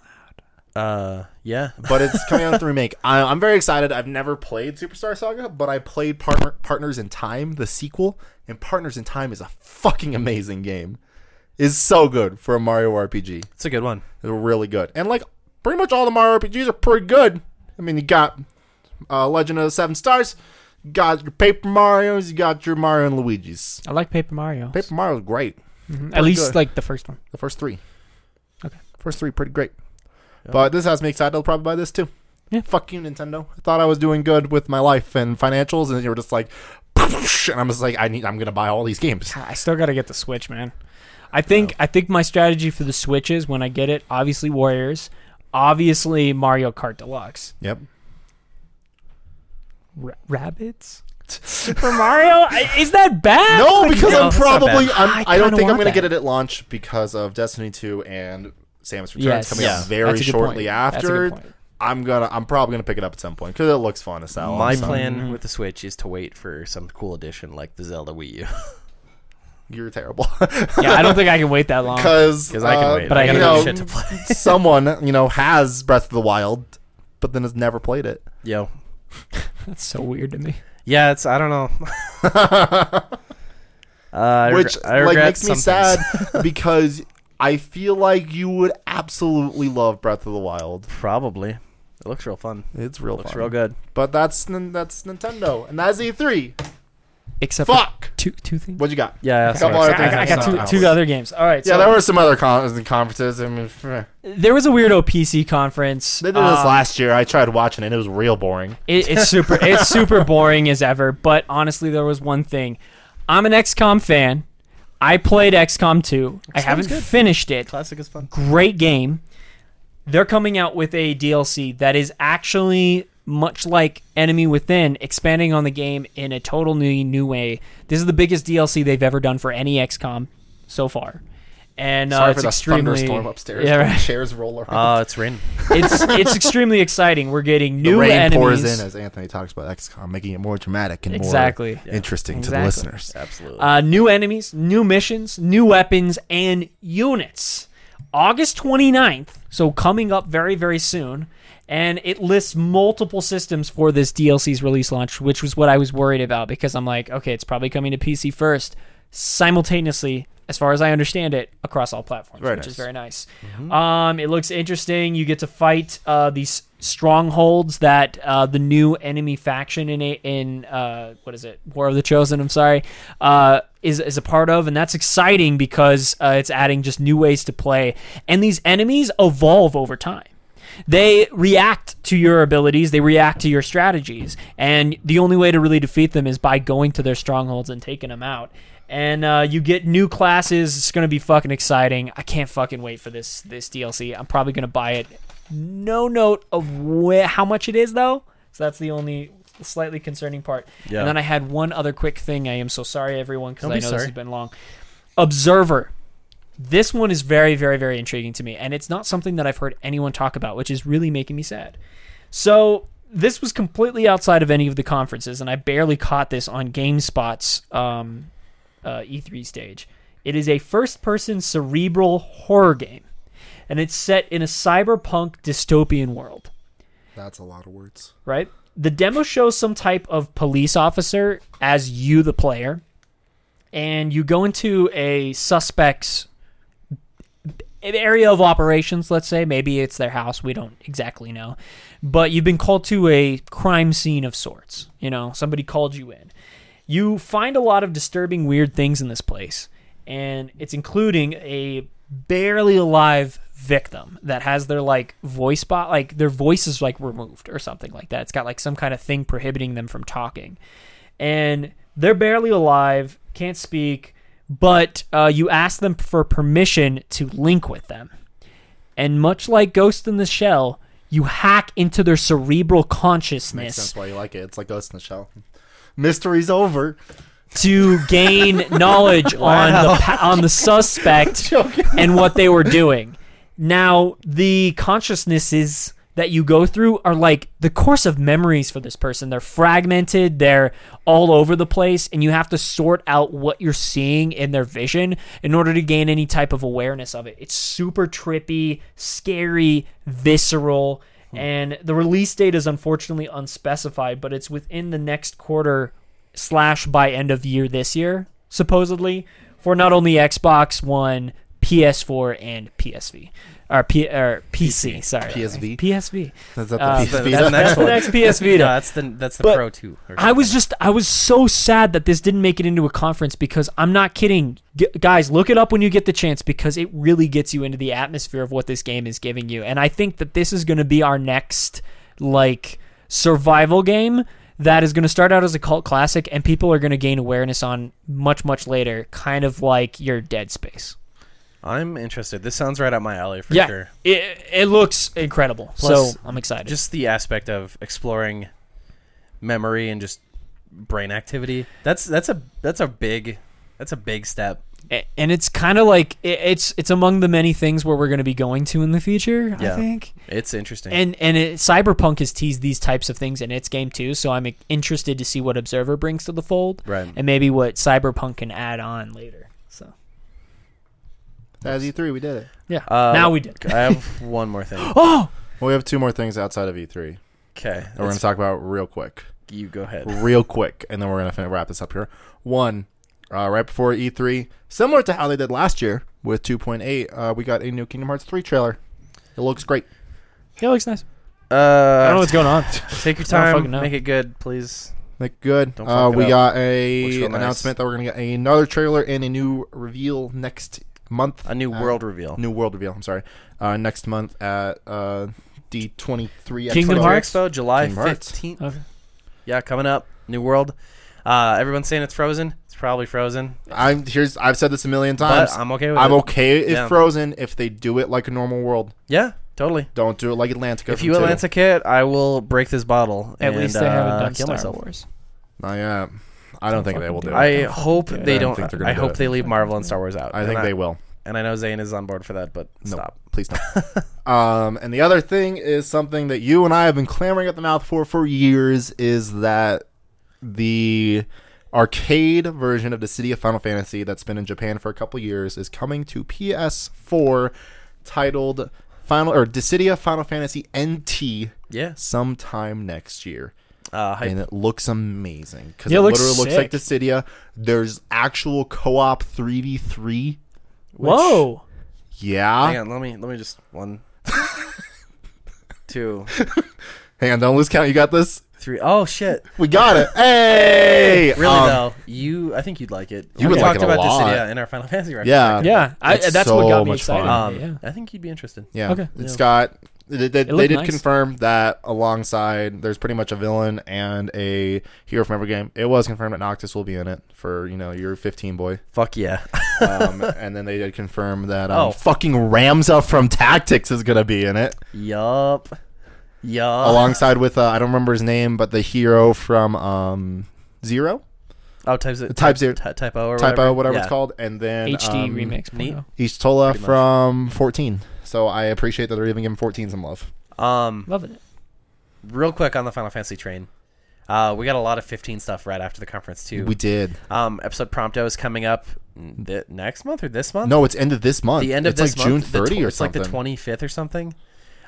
Speaker 1: uh, yeah.
Speaker 2: But it's coming out with the remake. I, I'm very excited. I've never played Superstar Saga, but I played Partner, Partners in Time, the sequel, and Partners in Time is a fucking amazing game. Is so good for a Mario RPG.
Speaker 1: It's a good one.
Speaker 2: They're really good. And like pretty much all the Mario RPGs are pretty good. I mean, you got uh, Legend of the Seven Stars, you got your Paper Mario's, you got your Mario and Luigi's.
Speaker 3: I like Paper Mario. Mm-hmm.
Speaker 2: Paper Mario's great.
Speaker 3: At least
Speaker 2: good.
Speaker 3: like the first one.
Speaker 2: The first three.
Speaker 3: Okay.
Speaker 2: First three, pretty great. But this has me excited. I'll probably buy this too.
Speaker 3: Yeah.
Speaker 2: Fuck you, Nintendo. I thought I was doing good with my life and financials, and you were just like, and I'm just like, I need. I'm gonna buy all these games.
Speaker 3: Ah, I still got to get the Switch, man. I think I think my strategy for the Switch is when I get it, obviously Warriors, obviously Mario Kart Deluxe,
Speaker 2: Yep.
Speaker 3: Ra- Rabbits, Super Mario. I, is that bad?
Speaker 2: No,
Speaker 3: Like,
Speaker 2: because
Speaker 1: no,
Speaker 2: I'm
Speaker 1: that's not
Speaker 2: probably
Speaker 1: bad.
Speaker 2: I'm,
Speaker 3: I
Speaker 2: I don't
Speaker 3: kinda
Speaker 2: think I'm
Speaker 3: want
Speaker 2: going to get
Speaker 3: that.
Speaker 2: it at launch because of Destiny 2 and Samus Returns
Speaker 3: Yes.
Speaker 2: coming
Speaker 1: Yeah.
Speaker 2: out very
Speaker 3: That's a good
Speaker 2: shortly
Speaker 3: point. That's a
Speaker 2: after.
Speaker 3: good point.
Speaker 2: I'm gonna I'm probably gonna pick it up at some point because it looks fun as hell.
Speaker 1: My
Speaker 2: So,
Speaker 1: plan with the Switch is to wait for some cool edition like the Zelda Wii U.
Speaker 2: You're terrible
Speaker 3: yeah, I don't think I can wait that long.
Speaker 2: because
Speaker 1: Because I can wait.
Speaker 3: Uh, but I
Speaker 1: I
Speaker 3: gotta
Speaker 1: got
Speaker 2: you
Speaker 3: do
Speaker 1: no
Speaker 2: know,
Speaker 1: shit to play.
Speaker 2: someone you know has Breath of the Wild, but then has never played it.
Speaker 1: Yo.
Speaker 3: That's so weird to me.
Speaker 1: Yeah, it's, I don't know. uh, I regr-
Speaker 2: which
Speaker 1: I
Speaker 2: like
Speaker 1: regret
Speaker 2: makes me
Speaker 1: some
Speaker 2: sad
Speaker 1: things.
Speaker 2: because I feel like you would absolutely love Breath of the Wild.
Speaker 1: Probably. It looks real fun.
Speaker 2: It's real
Speaker 1: looks
Speaker 2: fun.
Speaker 1: real good.
Speaker 2: E But that's that's Nintendo, and that's E3.
Speaker 3: except for
Speaker 2: Fuck.
Speaker 3: two two things.
Speaker 2: What you got?
Speaker 1: Yeah,
Speaker 2: Couple other
Speaker 3: I, I got two,
Speaker 2: Something
Speaker 3: two
Speaker 2: else.
Speaker 3: other games. All right.
Speaker 2: Yeah,
Speaker 3: so
Speaker 2: there were some other con- conferences. I mean, they
Speaker 3: there was a weirdo PC conference.
Speaker 2: did this
Speaker 3: um,
Speaker 2: last year. I tried watching it. It was real boring.
Speaker 3: It, it's super. it's super boring as ever. But honestly, there was one thing. I'm an XCOM fan. I played XCOM 2. I haven't
Speaker 1: good.
Speaker 3: finished it.
Speaker 1: Classic is fun.
Speaker 3: Great game. They're coming out with a DLC that is actually much like Enemy Within, expanding on the game in a total new new way. This is the biggest DLC they've ever done for any XCOM so far. And uh,
Speaker 2: Sorry
Speaker 3: it's
Speaker 2: for the
Speaker 3: extremely
Speaker 2: thunderstorm upstairs.
Speaker 3: Yeah, right.
Speaker 2: Chairs roll around.
Speaker 1: Uh, it's rain.
Speaker 3: it's it's extremely exciting. We're getting
Speaker 2: The
Speaker 3: new
Speaker 2: rain
Speaker 3: enemies.
Speaker 2: pours in as Anthony talks about XCOM, making it more dramatic and
Speaker 3: exactly.
Speaker 2: more interesting to
Speaker 3: Exactly.
Speaker 2: the listeners.
Speaker 1: Absolutely.
Speaker 3: Uh, new enemies, new missions, new weapons, and units. August 29th, so coming up very, very soon. And it lists multiple systems for this DLC's release launch, which was what I was worried about because I'm like, okay, it's probably coming to PC first, simultaneously, as far as I understand it, across all platforms,
Speaker 2: Very
Speaker 3: which
Speaker 2: nice.
Speaker 3: is very nice. Um, it looks interesting. You get to fight uh, these strongholds that uh, the new enemy faction in a, in uh, what is it War of the Chosen? I'm sorry, uh, is is a part of, and that's exciting because uh, it's adding just new ways to play. And these enemies evolve over time. They react to your abilities. They react to your strategies, and the only way to really defeat them is by going to their strongholds and taking them out. And uh, you get new classes. It's gonna be fucking exciting. I can't fucking wait for this this DLC. I'm probably gonna buy it. No note of wh- how much it is though. So that's the only slightly concerning part.
Speaker 1: Yeah.
Speaker 3: And then I had one other quick thing. I am so sorry, everyone, because
Speaker 1: Don't
Speaker 3: I
Speaker 1: be
Speaker 3: know this
Speaker 1: sorry.
Speaker 3: has been long. Observer this one is very, very, very intriguing to me, and it's not something that I've heard anyone talk about, which is really making me sad. So this was completely outside of any of the conferences, and I barely caught this on GameSpot's um, uh, E3 stage. It is a first-person cerebral horror game, and it's set in a cyberpunk dystopian world
Speaker 2: That's a lot of words.
Speaker 3: right? The demo shows some type of police officer as you, the player, and you go into a suspect's area of operations, let's say. Maybe it's their house. We don't exactly know. But you've been called to a crime scene of sorts. You know, somebody called you in. You find a lot of disturbing, weird things in this place, and it's including a barely alive victim that has their like voice bot like their voice is like removed or something like that. It's got like some kind of thing prohibiting them from talking. And they're barely alive, can't speak, but uh, you ask them for permission to link with them. And much like Ghost in the Shell, you hack into their cerebral
Speaker 2: Makes
Speaker 3: consciousness
Speaker 2: sense why you like it. It's like Ghost in the Shell. Mystery's over.
Speaker 3: to gain knowledge on the pa- on the suspect and what they were doing. Now, the consciousnesses that you go through are like the course of memories for this person. They're fragmented, they're all over the place, and you have to sort out what you're seeing in their vision in order to gain any type of awareness of it. It's super trippy, scary, visceral. And the release date is unfortunately unspecified, but it's within the next quarter slash by end of year this year, supposedly, for not only Xbox One, PS4, and PSV. Or, P- or PC, sorry.
Speaker 2: PSV?
Speaker 3: PSV.
Speaker 2: Is that the
Speaker 3: Uh,
Speaker 2: PS Vita?
Speaker 1: that's- that's-
Speaker 3: That's the next PS Vita.
Speaker 1: No, that's the that's the
Speaker 3: But
Speaker 1: pro two. or
Speaker 3: I was just I was so sad that this didn't make it into a conference because I'm not kidding. G- guys, look it up when you get the chance because it really gets you into the atmosphere of what this game is giving you. And I think that this is going to be our next like survival game that is going to start out as a cult classic and people are going to gain awareness on much much later, kind of like your Dead Space.
Speaker 1: I'm interested. This sounds right up my alley for
Speaker 3: yeah.
Speaker 1: sure.
Speaker 3: It it looks incredible.
Speaker 1: Plus,
Speaker 3: so, I'm excited.
Speaker 1: Just the aspect of exploring memory and just brain activity. That's that's a that's a big that's a big step.
Speaker 3: A- and it's kind of like i- it's it's among the many things where we're going to be going to in the future. I
Speaker 1: Yeah.
Speaker 3: think.
Speaker 1: It's interesting.
Speaker 3: And and it, Cyberpunk has teased these types of things in its game too, so I'm interested to see what Observer brings to the fold,
Speaker 1: Right.
Speaker 3: and maybe what Cyberpunk can add on later. So
Speaker 2: That's E3. E We did it.
Speaker 3: yeah,
Speaker 1: Uh,
Speaker 3: now we did.
Speaker 1: I have one more thing.
Speaker 3: Oh,
Speaker 2: Well, we have two more things outside of E3
Speaker 1: Okay,
Speaker 2: that we're going to talk about real quick.
Speaker 1: you go ahead.
Speaker 2: real quick, and then we're gonna fin- wrap this up here. One, uh, right before E3, similar to how they did last year with 2.8, uh, we got a new Kingdom Hearts 3 trailer. It looks great.
Speaker 3: yeah, looks nice.
Speaker 1: Uh,
Speaker 3: I don't know what's going on.
Speaker 1: Take your
Speaker 3: I don't
Speaker 1: time.
Speaker 3: fucking know.
Speaker 1: Make it good, please.
Speaker 2: Like good.
Speaker 1: Don't
Speaker 2: Uh,
Speaker 1: fuck it
Speaker 2: we
Speaker 1: up.
Speaker 2: got
Speaker 1: Looks
Speaker 2: a
Speaker 1: real nice.
Speaker 2: announcement that we're gonna get another trailer and a new reveal next month.
Speaker 1: A new
Speaker 2: Uh,
Speaker 1: world reveal.
Speaker 2: New world reveal. I'm sorry. Uh, next month at uh, D23.
Speaker 3: Kingdom
Speaker 2: Expo.
Speaker 3: Hearts?
Speaker 1: Expo, July
Speaker 2: Kingdom Hearts.
Speaker 1: fifteenth.
Speaker 3: Okay.
Speaker 1: Yeah, coming up. New world. Uh, everyone's saying it's Frozen. It's probably Frozen,
Speaker 2: I'm here's. I've said this a million
Speaker 1: but
Speaker 2: times.
Speaker 1: I'm okay with
Speaker 2: I'm
Speaker 1: it.
Speaker 2: okay if
Speaker 1: Yeah.
Speaker 2: Frozen if they do it like a normal world.
Speaker 1: Yeah, totally.
Speaker 2: Don't do it like Atlantica.
Speaker 1: if
Speaker 2: from
Speaker 1: you
Speaker 2: two.
Speaker 1: Atlantic it, I will break this bottle.
Speaker 3: At
Speaker 1: and,
Speaker 3: least they haven't
Speaker 1: uh,
Speaker 3: done
Speaker 1: kill
Speaker 3: Star
Speaker 1: myself.
Speaker 3: Wars.
Speaker 2: I am. I don't think they will do it.
Speaker 1: I hope
Speaker 3: Yeah,
Speaker 1: they
Speaker 2: I don't
Speaker 1: don't.
Speaker 2: think they're gonna
Speaker 1: I
Speaker 2: do
Speaker 1: hope
Speaker 2: it.
Speaker 1: they leave Marvel and Star Wars out.
Speaker 2: I
Speaker 1: And
Speaker 2: think they will.
Speaker 1: And I know Zane is on board for that, but
Speaker 2: No.
Speaker 1: stop.
Speaker 2: Please don't. um, and the other thing is something that you and I have been clamoring at the mouth for for years is that the arcade version of the City of Final Fantasy that's been in Japan for a couple years is coming to PS4 titled Final or Dissidia Final Fantasy NT
Speaker 1: Yeah.
Speaker 2: sometime next year.
Speaker 1: Uh, hype.
Speaker 2: and it looks amazing because
Speaker 3: Yeah,
Speaker 2: it,
Speaker 3: it looks
Speaker 2: literally looks like
Speaker 3: sick.
Speaker 2: Dissidia. There's actual co-op 3v3.
Speaker 3: Whoa.
Speaker 2: Yeah,
Speaker 1: Hang on. Let me. Let me just one, two,
Speaker 2: hang on, don't lose count. You got this.
Speaker 1: three. Oh shit.
Speaker 2: We got it. Hey,
Speaker 1: Really
Speaker 2: Um,
Speaker 1: though, you I think you'd like it.
Speaker 2: You
Speaker 1: we
Speaker 2: would
Speaker 1: talked
Speaker 2: like it a
Speaker 1: about this
Speaker 2: lot.
Speaker 1: yeah, in our Final Fantasy reference.
Speaker 2: Yeah,
Speaker 3: Yeah, I,
Speaker 2: That's
Speaker 3: that's, what
Speaker 2: so
Speaker 3: got me
Speaker 2: much fun.
Speaker 3: excited.
Speaker 1: Um,
Speaker 3: yeah.
Speaker 1: I think you'd be interested.
Speaker 2: yeah.
Speaker 3: Okay.
Speaker 2: It's
Speaker 1: Yeah.
Speaker 2: got. They, they, they
Speaker 3: looked
Speaker 2: did
Speaker 3: nice.
Speaker 2: confirm that alongside there's pretty much a villain and a hero from every game. It was confirmed that Noctis will be in it for you know your 15 boy,
Speaker 1: Fuck yeah.
Speaker 2: um, and then they did confirm that um,
Speaker 1: Oh.
Speaker 2: fucking Ramza from Tactics is gonna be in it.
Speaker 1: yup. Yup.
Speaker 2: alongside with uh, I don't remember his name, but the hero from um, Zero,
Speaker 1: Oh, types it.
Speaker 2: Type Zero,
Speaker 1: Ty- typo or whatever.
Speaker 2: Typo, whatever
Speaker 1: Yeah.
Speaker 2: it's called, and then
Speaker 3: HD
Speaker 2: um,
Speaker 3: remix.
Speaker 1: neat.
Speaker 3: porno.
Speaker 2: Eastola
Speaker 1: Pretty much.
Speaker 2: from Fourteen. So I appreciate that they're even giving Fourteen some love.
Speaker 1: Um,
Speaker 3: Loving it.
Speaker 1: real quick on the Final Fantasy train. Uh, we got a lot of 15 stuff right after the conference too.
Speaker 2: We did.
Speaker 1: um, episode Prompto is coming up n- th- next month or this month.
Speaker 2: No, it's end of this month.
Speaker 1: the end of
Speaker 2: it's
Speaker 1: this
Speaker 2: like
Speaker 1: month,
Speaker 2: June
Speaker 1: the tw-
Speaker 2: 30 or
Speaker 1: it's
Speaker 2: something.
Speaker 1: like the 25th or something.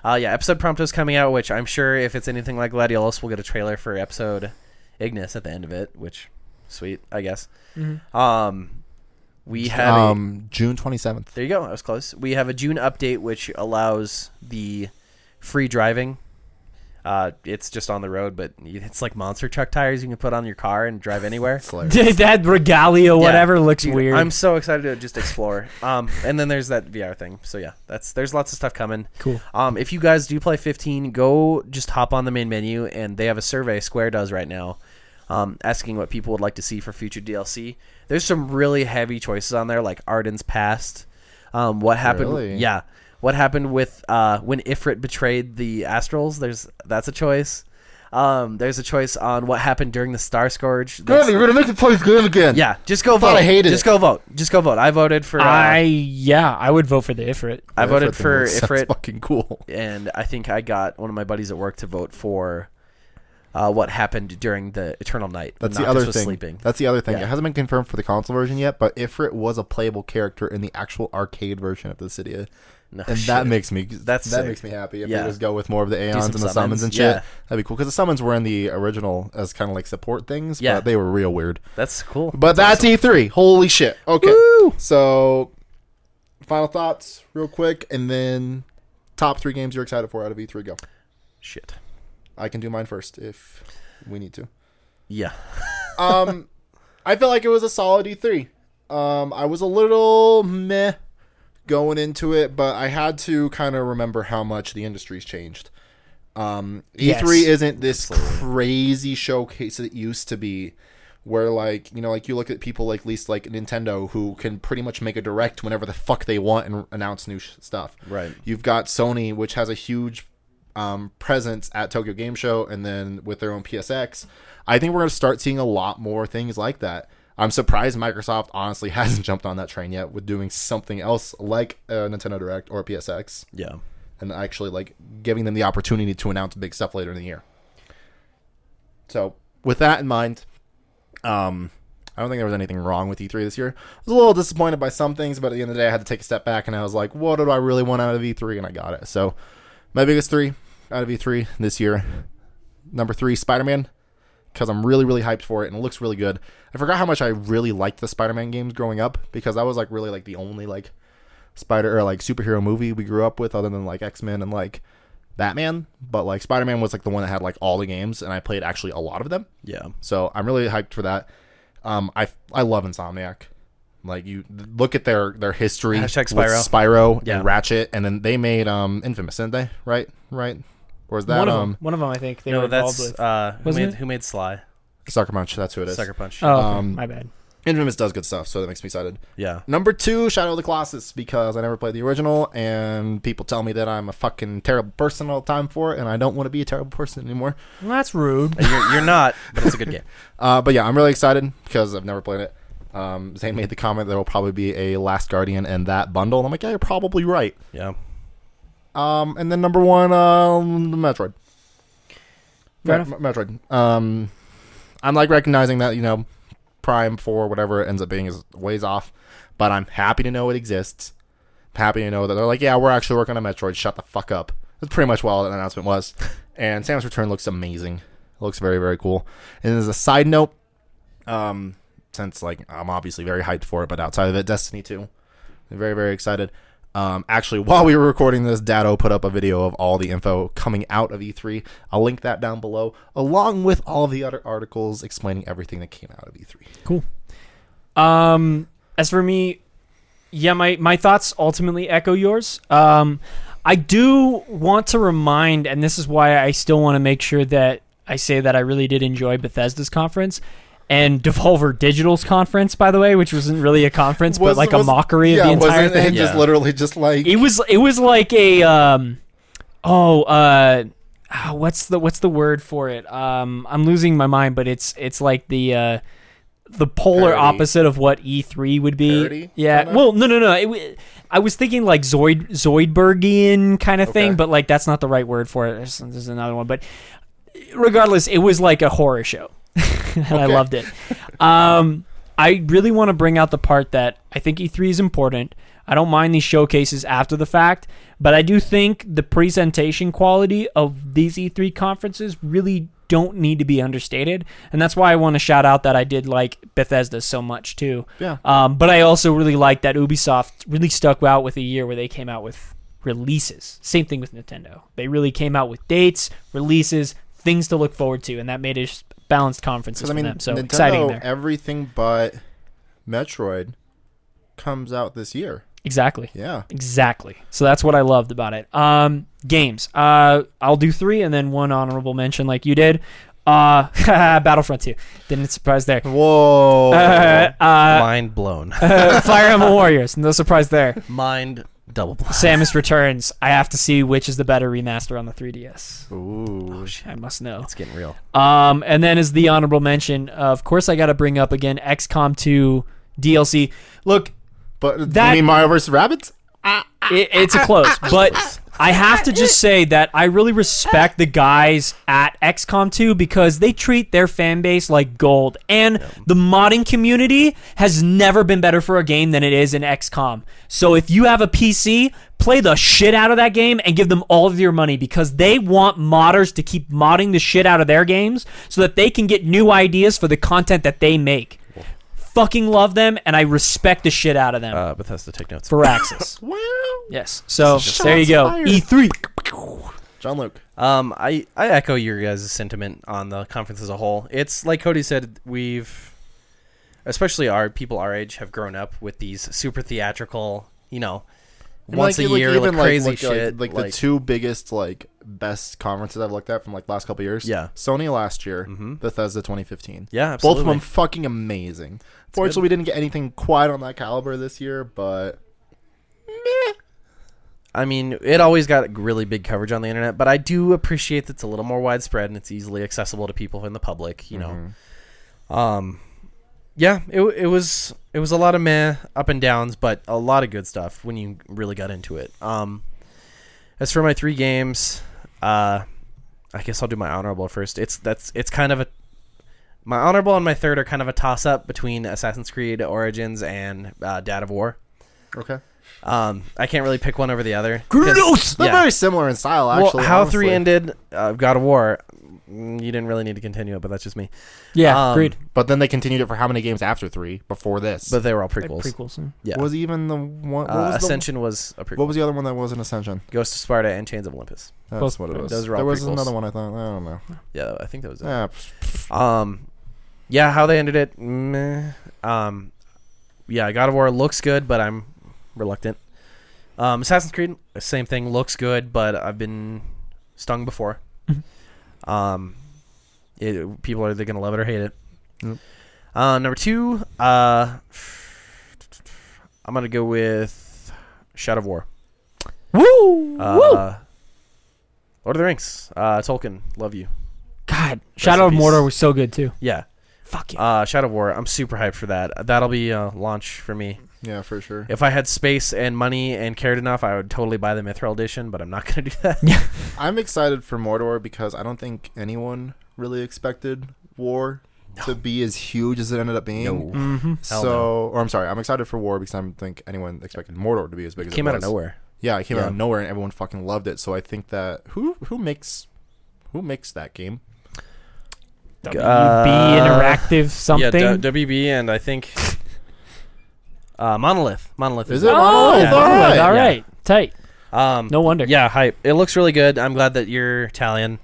Speaker 1: Uh, yeah, episode Prompto is coming out, which I'm sure if it's anything like Gladiolus, we'll get a trailer for episode Ignis at the end of it, which sweet, I guess. Um, we have a-
Speaker 2: um, June 27th.
Speaker 1: there you go. I was close. We have a June update which allows the free driving. Uh, it's just on the road, but it's like monster truck tires you can put on your car and drive anywhere.
Speaker 2: It's like-
Speaker 3: that
Speaker 1: Yeah.
Speaker 3: regalia, whatever, looks
Speaker 1: Dude,
Speaker 3: weird.
Speaker 1: I'm so excited to just explore. Um, and then there's that VR thing. So yeah, that's there's lots of stuff coming.
Speaker 3: Cool.
Speaker 1: Um, if you guys do play 15, go just hop on the main menu, and they have a survey Square does right now, um, asking what people would like to see for future DLC. There's some really heavy choices on there, like Arden's past, um, what happened.
Speaker 2: Really?
Speaker 1: Yeah, what happened with uh, when Ifrit betrayed the Astrals? There's that's a choice. Um, there's a choice on what happened during the Star Scourge. That's-
Speaker 2: gonna make the place good again.
Speaker 1: yeah, just go
Speaker 2: thought
Speaker 1: vote.
Speaker 2: I hated
Speaker 1: just
Speaker 2: it.
Speaker 1: go vote. Just go vote. I voted for. Uh,
Speaker 3: I
Speaker 1: I
Speaker 3: yeah, I would vote for the Ifrit.
Speaker 1: I voted
Speaker 2: Ifrit
Speaker 1: for
Speaker 2: remote sounds
Speaker 1: Ifrit,
Speaker 2: Fucking cool.
Speaker 1: and I think I got one of my buddies at work to vote for. Uh, what happened during the Eternal Night? when
Speaker 2: That's the
Speaker 1: Noctis
Speaker 2: other
Speaker 1: was
Speaker 2: thing.
Speaker 1: Sleeping.
Speaker 2: That's the other thing.
Speaker 1: Yeah.
Speaker 2: It hasn't been confirmed for the console version yet, but Ifrit was a playable character in the actual arcade version of the city, and
Speaker 1: No,
Speaker 2: that
Speaker 1: shit.
Speaker 2: makes me
Speaker 1: That's
Speaker 2: that
Speaker 1: sick.
Speaker 2: makes me happy. If
Speaker 1: Yeah.
Speaker 2: they just go with more of the
Speaker 1: some
Speaker 2: aeons and the summons,
Speaker 1: summons,
Speaker 2: and shit,
Speaker 1: yeah.
Speaker 2: that'd be cool. Because the summons were in the original as kind of like support things,
Speaker 1: Yeah.
Speaker 2: but they were real weird.
Speaker 1: that's cool.
Speaker 2: But that's E3. Holy shit! Okay, so final thoughts, real quick, and then top three games you're excited for out of E3. Go.
Speaker 1: shit.
Speaker 2: I can do mine first if we need to.
Speaker 1: Yeah,
Speaker 2: um, I felt like it was a solid E3. Um, I was a little meh going into it, but I had to kind of remember how much the industry's changed. Um,
Speaker 3: Yes.
Speaker 2: E3 isn't this crazy showcase that it used to be, where like you know, like you look at people like at least like Nintendo, who can pretty much make a direct whenever the fuck they want and announce new sh- stuff.
Speaker 1: Right.
Speaker 2: You've got Sony, which has a huge um, presence at Tokyo Game Show and then with their own PSX. I think we're going to start seeing a lot more things like that. I'm surprised Microsoft honestly hasn't jumped on that train yet with doing something else like a Nintendo Direct or a PSX
Speaker 1: yeah.
Speaker 2: and actually like giving them the opportunity to announce big stuff later in the year. So, with that in mind, um, I don't think there was anything wrong with E3 this year. I was a little disappointed by some things, but at the end of the day, I had to take a step back and I was like, what do I really want out of E3? And I got it. So, my biggest three out of E3 this year number three, Spider Man, because I'm really, really hyped for it and it looks really good. I forgot how much I really liked the Spider Man games growing up because that was like really like the only like spider or like superhero movie we grew up with other than like x-men and like Batman, but like Spider Man was like the one that had like all the games, and I played actually a lot of them.
Speaker 1: Yeah.
Speaker 2: So I'm really hyped for that. Um, I I love Insomniac. Like you look at their their history
Speaker 1: Hashtag
Speaker 2: with
Speaker 1: Spyro.
Speaker 2: Spyro
Speaker 1: Yeah.
Speaker 2: and Ratchet, and then they made um Infamous, didn't they? Right, right. Or is that
Speaker 3: one of
Speaker 2: um
Speaker 3: them. One of them, I think they were
Speaker 1: No,
Speaker 3: involved
Speaker 1: that's
Speaker 3: with.
Speaker 1: uh, who
Speaker 3: Wasn't
Speaker 1: made
Speaker 3: it?
Speaker 1: who made Sly
Speaker 2: Sucker Punch? That's who it is.
Speaker 1: Sucker Punch.
Speaker 3: Oh, okay,
Speaker 2: um,
Speaker 3: my bad.
Speaker 2: Infamous does good stuff, so that makes me excited.
Speaker 1: Yeah.
Speaker 2: Number two, Shadow of the Colossus, because I never played the original, and people tell me that I'm a fucking terrible person all the time for it, and I don't want to be a terrible person anymore.
Speaker 3: Well, that's rude.
Speaker 1: And You're, you're not, but it's a good game.
Speaker 2: Uh, but yeah, I'm really excited because I've never played it. Um, Zane made the comment there will probably be a Last Guardian and that bundle, and I'm like, yeah, you're probably right.
Speaker 1: Yeah.
Speaker 2: Um, and then number one, um, Metroid.
Speaker 3: Fair
Speaker 2: Me- Me- Metroid. Um, I'm like recognizing that you know, Prime Four, whatever it ends up being, is ways off, but I'm happy to know it exists. Happy to know that they're like, yeah, we're actually working on Metroid. Shut the fuck up. That's pretty much what all that announcement was. And Samus Return looks amazing. Looks very very cool. And as a side note, um, since like I'm obviously very hyped for it, but outside of it, Destiny 2. I'm very very excited. Um, actually, while we were recording this, Dado put up a video of all the info coming out of E3. I'll link that down below, along with all the other articles explaining everything that came out of E E3.
Speaker 3: Um, as for me, yeah, my my thoughts ultimately echo yours. Um, I do want to remind, and this is why I still want to make sure that I say that I really did enjoy Bethesda's conference and Devolver Digital's conference, by the way, which wasn't really a conference, but like a mockery of the entire thing.
Speaker 2: just
Speaker 1: just
Speaker 2: literally just like
Speaker 3: It was it was like a um, oh uh. ah, What's the what's the word for it? Um, I'm losing my mind, but it's it's like the uh, the polar
Speaker 2: Parody.
Speaker 3: opposite of what E3 would be.
Speaker 2: Parody,
Speaker 3: Yeah.
Speaker 2: kinda?
Speaker 3: Well, no, no, no. It, w- I was thinking like Zoid Zoidbergian kind of
Speaker 2: Okay.
Speaker 3: thing, but like that's not the right word for it. There's, there's another one, but regardless, it was like a horror show, and I
Speaker 2: Okay.
Speaker 3: loved it. Um, I really want to bring out the part that I think E3 is important. I don't mind these showcases after the fact, but I do think the presentation quality of these E3 conferences really don't need to be understated, and that's why I want to shout out that I did like Bethesda so much too.
Speaker 2: yeah.
Speaker 3: Um, but I also really like that Ubisoft really stuck out with a year where they came out with releases. Same thing with Nintendo. They really came out with dates, releases, things to look forward to, and that made it balanced conferences
Speaker 2: Because I mean,
Speaker 3: for them. So
Speaker 2: Nintendo,
Speaker 3: exciting there.
Speaker 2: everything but Metroid comes out this year.
Speaker 3: Exactly.
Speaker 2: Yeah,
Speaker 3: Exactly. So that's what I loved about it. Um, games. Uh, I'll do three and then one honorable mention like you did. Uh, Battlefront 2. Didn't surprise there.
Speaker 2: whoa,
Speaker 3: Uh, uh,
Speaker 1: Mind blown.
Speaker 3: Fire Emblem Warriors. No surprise there.
Speaker 1: Mind double blown.
Speaker 3: Samus Returns. I have to see which is the better remaster on the 3DS.
Speaker 2: ooh,
Speaker 3: I must know.
Speaker 1: It's getting real.
Speaker 3: Um, and then is the honorable mention. Of course, I got to bring up again XCOM 2 DLC. Look,
Speaker 2: but that,
Speaker 3: That-
Speaker 2: you mean Mario versus Rabbits?
Speaker 3: it, it's a close, but I have to just say that I really respect the guys at XCOM 2 because they treat their fan base like gold, and the modding community has never been better for a game than it is in XCOM. So if you have a PC, play the shit out of that game and give them all of your money because they want modders to keep modding the shit out of their games so that they can get new ideas for the content that they make. Fucking love them, and I respect the shit out of them.
Speaker 1: Uh, Bethesda, take notes.
Speaker 3: for Axis.
Speaker 2: Wow,
Speaker 3: Yes. So
Speaker 2: Shots
Speaker 3: there you go. E
Speaker 2: fired.
Speaker 3: E3.
Speaker 2: John Luke.
Speaker 1: Um, I, I echo your guys' sentiment on the conference as a whole. It's like Cody said, we've, especially our people our age, have grown up with these super theatrical, you know,
Speaker 2: And,
Speaker 1: once
Speaker 2: like,
Speaker 1: a year, like,
Speaker 2: even,
Speaker 1: crazy
Speaker 2: like,
Speaker 1: shit.
Speaker 2: Like, the two biggest, like best conferences I've looked at from like last couple years.
Speaker 1: Yeah.
Speaker 2: Sony last year,
Speaker 1: Mhm.
Speaker 2: Bethesda 2015.
Speaker 1: Yeah,
Speaker 2: Both
Speaker 1: absolutely.
Speaker 2: of them fucking amazing. Fortunately, we didn't get anything quite on that caliber this year, but
Speaker 1: I mean, it always got really big coverage on the internet, but I do appreciate that it's a little more widespread and it's easily accessible to people in the public. You know, um, yeah, it w- it was it was a lot of meh up and downs, but a lot of good stuff when you really got into it. Um, as for my three games, uh, I guess I'll do my honorable first. It's that's it's kind of a my honorable and my third are kind of a toss up between Assassin's Creed Origins and uh, Dad of War.
Speaker 2: okay.
Speaker 1: Um, I can't really pick one over the other. 'cause-
Speaker 2: They're
Speaker 1: Yeah.
Speaker 2: very similar in style,
Speaker 1: Well,
Speaker 2: actually.
Speaker 1: how
Speaker 2: honestly.
Speaker 1: three ended uh, God of War mm, you didn't really need to continue it, but that's just me.
Speaker 3: Yeah,
Speaker 1: Um,
Speaker 3: agreed.
Speaker 2: But then they continued it for how many games after three before this?
Speaker 1: But they were all
Speaker 3: Like
Speaker 1: prequels.
Speaker 3: prequels. yeah.
Speaker 1: yeah.
Speaker 2: was even the one? What,
Speaker 1: Uh,
Speaker 2: was
Speaker 1: Ascension was a
Speaker 2: the,
Speaker 1: prequel.
Speaker 2: what was the other one that was an Ascension?
Speaker 1: Ghost of Sparta and Chains of Olympus.
Speaker 2: That's
Speaker 3: Both-
Speaker 2: what it was.
Speaker 1: those were all
Speaker 2: there was
Speaker 1: prequels.
Speaker 2: another one. I thought. I don't know.
Speaker 1: Yeah, I think that was it.
Speaker 2: Yeah, pff,
Speaker 1: Um, yeah, how they ended it, meh. Um, yeah, God of War looks good, but I'm reluctant. Um, Assassin's Creed, same thing, looks good, but I've been stung before. um, it, people are either gonna love it or hate it.
Speaker 2: Yep.
Speaker 1: Uh, number two, uh, I'm gonna go with Shadow of War.
Speaker 3: Woo! Woo!
Speaker 1: Uh, Lord of the Rings, uh, Tolkien, love you.
Speaker 3: God, Shadow of
Speaker 1: recipes.
Speaker 3: Mordor was so good too.
Speaker 1: Yeah,
Speaker 3: Fuck it.
Speaker 1: uh, Shadow of War. I'm super hyped for that. That'll be a launch for me.
Speaker 2: yeah, for sure.
Speaker 1: If I had space and money and cared enough, I would totally buy the Mithril edition, but I'm not going to do that.
Speaker 2: I'm excited for Mordor because I don't think anyone really expected war to be as huge as it ended up being.
Speaker 3: mm-hmm.
Speaker 1: Hell
Speaker 2: So,
Speaker 1: no.
Speaker 2: or I'm sorry, I'm excited for war because I don't think anyone expected Mordor to be as big
Speaker 1: It
Speaker 2: as
Speaker 1: came
Speaker 2: it
Speaker 1: out of
Speaker 2: was.
Speaker 1: nowhere.
Speaker 2: Yeah, it came out of
Speaker 1: Yeah.
Speaker 2: nowhere and everyone fucking loved it. So I think that who who makes who makes that game?
Speaker 3: WB
Speaker 1: Uh,
Speaker 3: interactive something.
Speaker 1: Yeah, D- WB and I think uh, Monolith. Monolith
Speaker 2: Is
Speaker 1: it.
Speaker 2: it?
Speaker 3: oh,
Speaker 2: Monolith,
Speaker 1: yeah,
Speaker 3: all
Speaker 2: alright.
Speaker 3: right, all right. tight.
Speaker 1: Um,
Speaker 3: No wonder.
Speaker 1: Yeah, hype. It looks really good. I'm glad that you're Italian.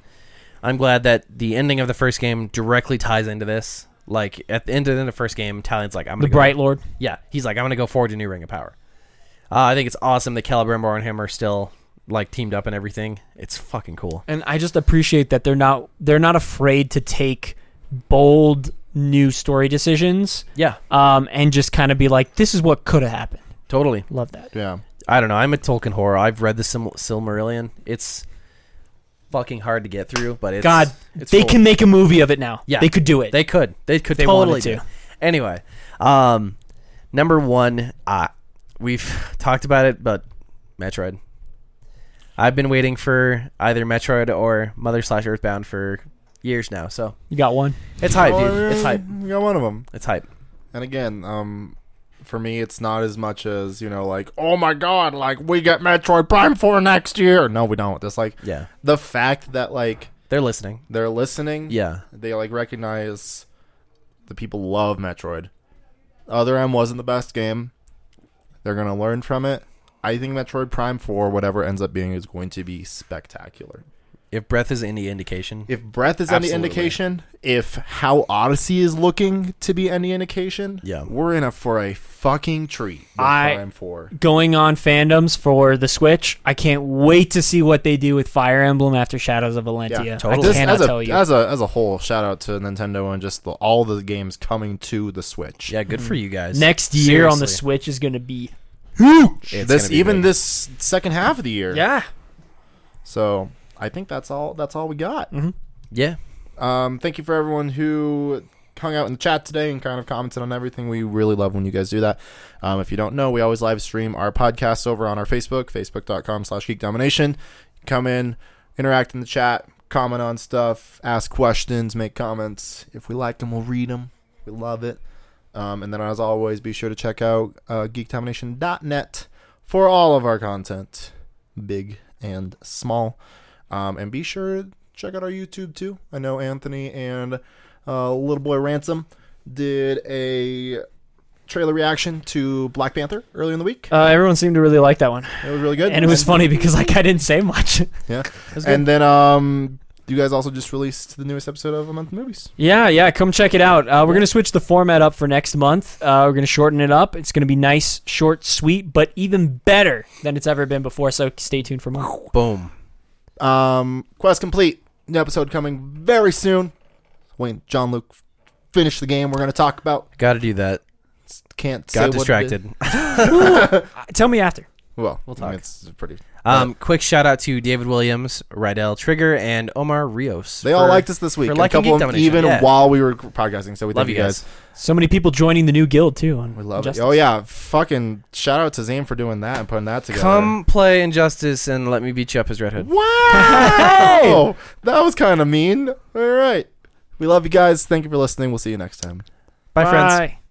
Speaker 1: I'm glad that the ending of the first game directly ties into this. Like at the end of the first game, Italian's like, "I'm
Speaker 3: The
Speaker 1: gonna go
Speaker 3: Bright Lord.
Speaker 1: Yeah, he's like, I'm gonna go forward to New Ring of Power. Uh, I think it's awesome that Celebrimbor and him are still like teamed up and everything. It's fucking cool.
Speaker 3: and I just appreciate that they're not they're not afraid to take bold new story decisions
Speaker 1: Yeah,
Speaker 3: um, and just kind of be like, this is what could have happened.
Speaker 1: totally.
Speaker 3: Love that.
Speaker 2: Yeah.
Speaker 1: I don't know. I'm a Tolkien horror. I've read the Sil- Silmarillion. It's fucking hard to get through, but it's
Speaker 3: God,
Speaker 1: It's
Speaker 3: they
Speaker 1: cool.
Speaker 3: can make a movie of it now.
Speaker 1: Yeah.
Speaker 3: they could do it.
Speaker 1: They could. They could
Speaker 3: They wanted
Speaker 1: totally
Speaker 3: to.
Speaker 1: do. Anyway, um, number one, uh, we've talked about it, but Metroid. I've been waiting for either Metroid or Mother slash Earthbound for years now, so
Speaker 3: you got one.
Speaker 1: it's hype, dude. It's hype.
Speaker 2: We got one of them.
Speaker 1: It's hype.
Speaker 2: And again, um, for me, it's not as much as you know, like, oh my god, like we get Metroid Prime Four next year. No, we don't. It's like
Speaker 1: Yeah.
Speaker 2: the fact that like
Speaker 1: They're listening.
Speaker 2: they're listening.
Speaker 1: Yeah.
Speaker 2: they like recognize the people love Metroid. Other M wasn't the best game. They're gonna learn from it. I think Metroid Prime Four, whatever ends up being, is going to be spectacular.
Speaker 1: If breath is any indication,
Speaker 2: If breath is any
Speaker 1: Absolutely.
Speaker 2: indication, if how Odyssey is looking to be any indication,
Speaker 1: Yeah.
Speaker 2: we're in a for a fucking treat. with
Speaker 3: I-
Speaker 2: Prime Four.
Speaker 3: Going on fandoms for the Switch. I can't wait to see what they do with Fire Emblem after Shadows of Valentia.
Speaker 1: totally.
Speaker 3: I
Speaker 2: This-
Speaker 3: cannot
Speaker 2: as a,
Speaker 3: tell you.
Speaker 2: As a as a whole, shout out to Nintendo and just the, all the games coming to the Switch.
Speaker 1: yeah, good for you guys.
Speaker 3: Mm-hmm. Next year on the
Speaker 1: Seriously.
Speaker 3: Switch is going to be
Speaker 1: It's
Speaker 2: this
Speaker 1: gonna be
Speaker 2: even
Speaker 1: big.
Speaker 2: this second half of the year. So I think that's all. That's all we got.
Speaker 1: Yeah,
Speaker 2: Um, thank you for everyone who hung out in the chat today and kind of commented on everything. We really love when you guys do that. Um, if you don't know, we always live stream our podcasts over on our Facebook, facebook.com slash geek domination. Come in, interact in the chat, comment on stuff, ask questions, make comments. If we like them, we'll read them. We love it. Um, and then, as always, be sure to check out uh, geekdomination.net for all of our content, big and small. Um, and be sure to check out our YouTube too. I know Anthony and uh, Little Boy Ransom did a trailer reaction to Black Panther earlier in the week.
Speaker 3: Uh, everyone seemed to really like that one,
Speaker 2: It was really good,
Speaker 3: and it was funny because like I didn't say much.
Speaker 2: Yeah,
Speaker 1: was good.
Speaker 2: and then um, you guys also just released the newest episode of A Month in Movies.
Speaker 3: Yeah, yeah, come check it out. Uh, we're going to switch the format up for next month. Uh, we're going to shorten it up. It's going to be nice, short, sweet, but even better than it's ever been before. So stay tuned for more.
Speaker 1: boom.
Speaker 2: Um, quest complete. New episode coming very soon. When John Luke finish the game, we're going to talk about.
Speaker 1: Got to do that.
Speaker 2: Can't say
Speaker 1: Got
Speaker 2: what it is.
Speaker 1: distracted.
Speaker 3: Uh, Tell me after.
Speaker 2: Well,
Speaker 1: We'll
Speaker 2: I mean,
Speaker 1: talk.
Speaker 2: It's pretty.
Speaker 1: Um, quick shout out to David Williams, Rydell Trigger, and Omar Rios.
Speaker 2: They all
Speaker 1: for-
Speaker 2: liked us this week.
Speaker 1: for
Speaker 2: and A
Speaker 1: liking
Speaker 2: couple
Speaker 1: Geek
Speaker 2: of them
Speaker 1: Domination,
Speaker 2: even
Speaker 1: yeah.
Speaker 2: while we were podcasting. So we
Speaker 1: Love
Speaker 2: thank
Speaker 1: you guys.
Speaker 3: So many people joining the new guild too. On
Speaker 2: We love
Speaker 3: Justice.
Speaker 2: it. Oh yeah, fucking shout out to Zane for doing that and putting that together.
Speaker 1: Come play Injustice and let me beat you up as Red Hood.
Speaker 2: Wow, that was kind of mean. All right, we love you guys. Thank you for listening. We'll see you next time.
Speaker 1: Bye, friends.
Speaker 3: Bye.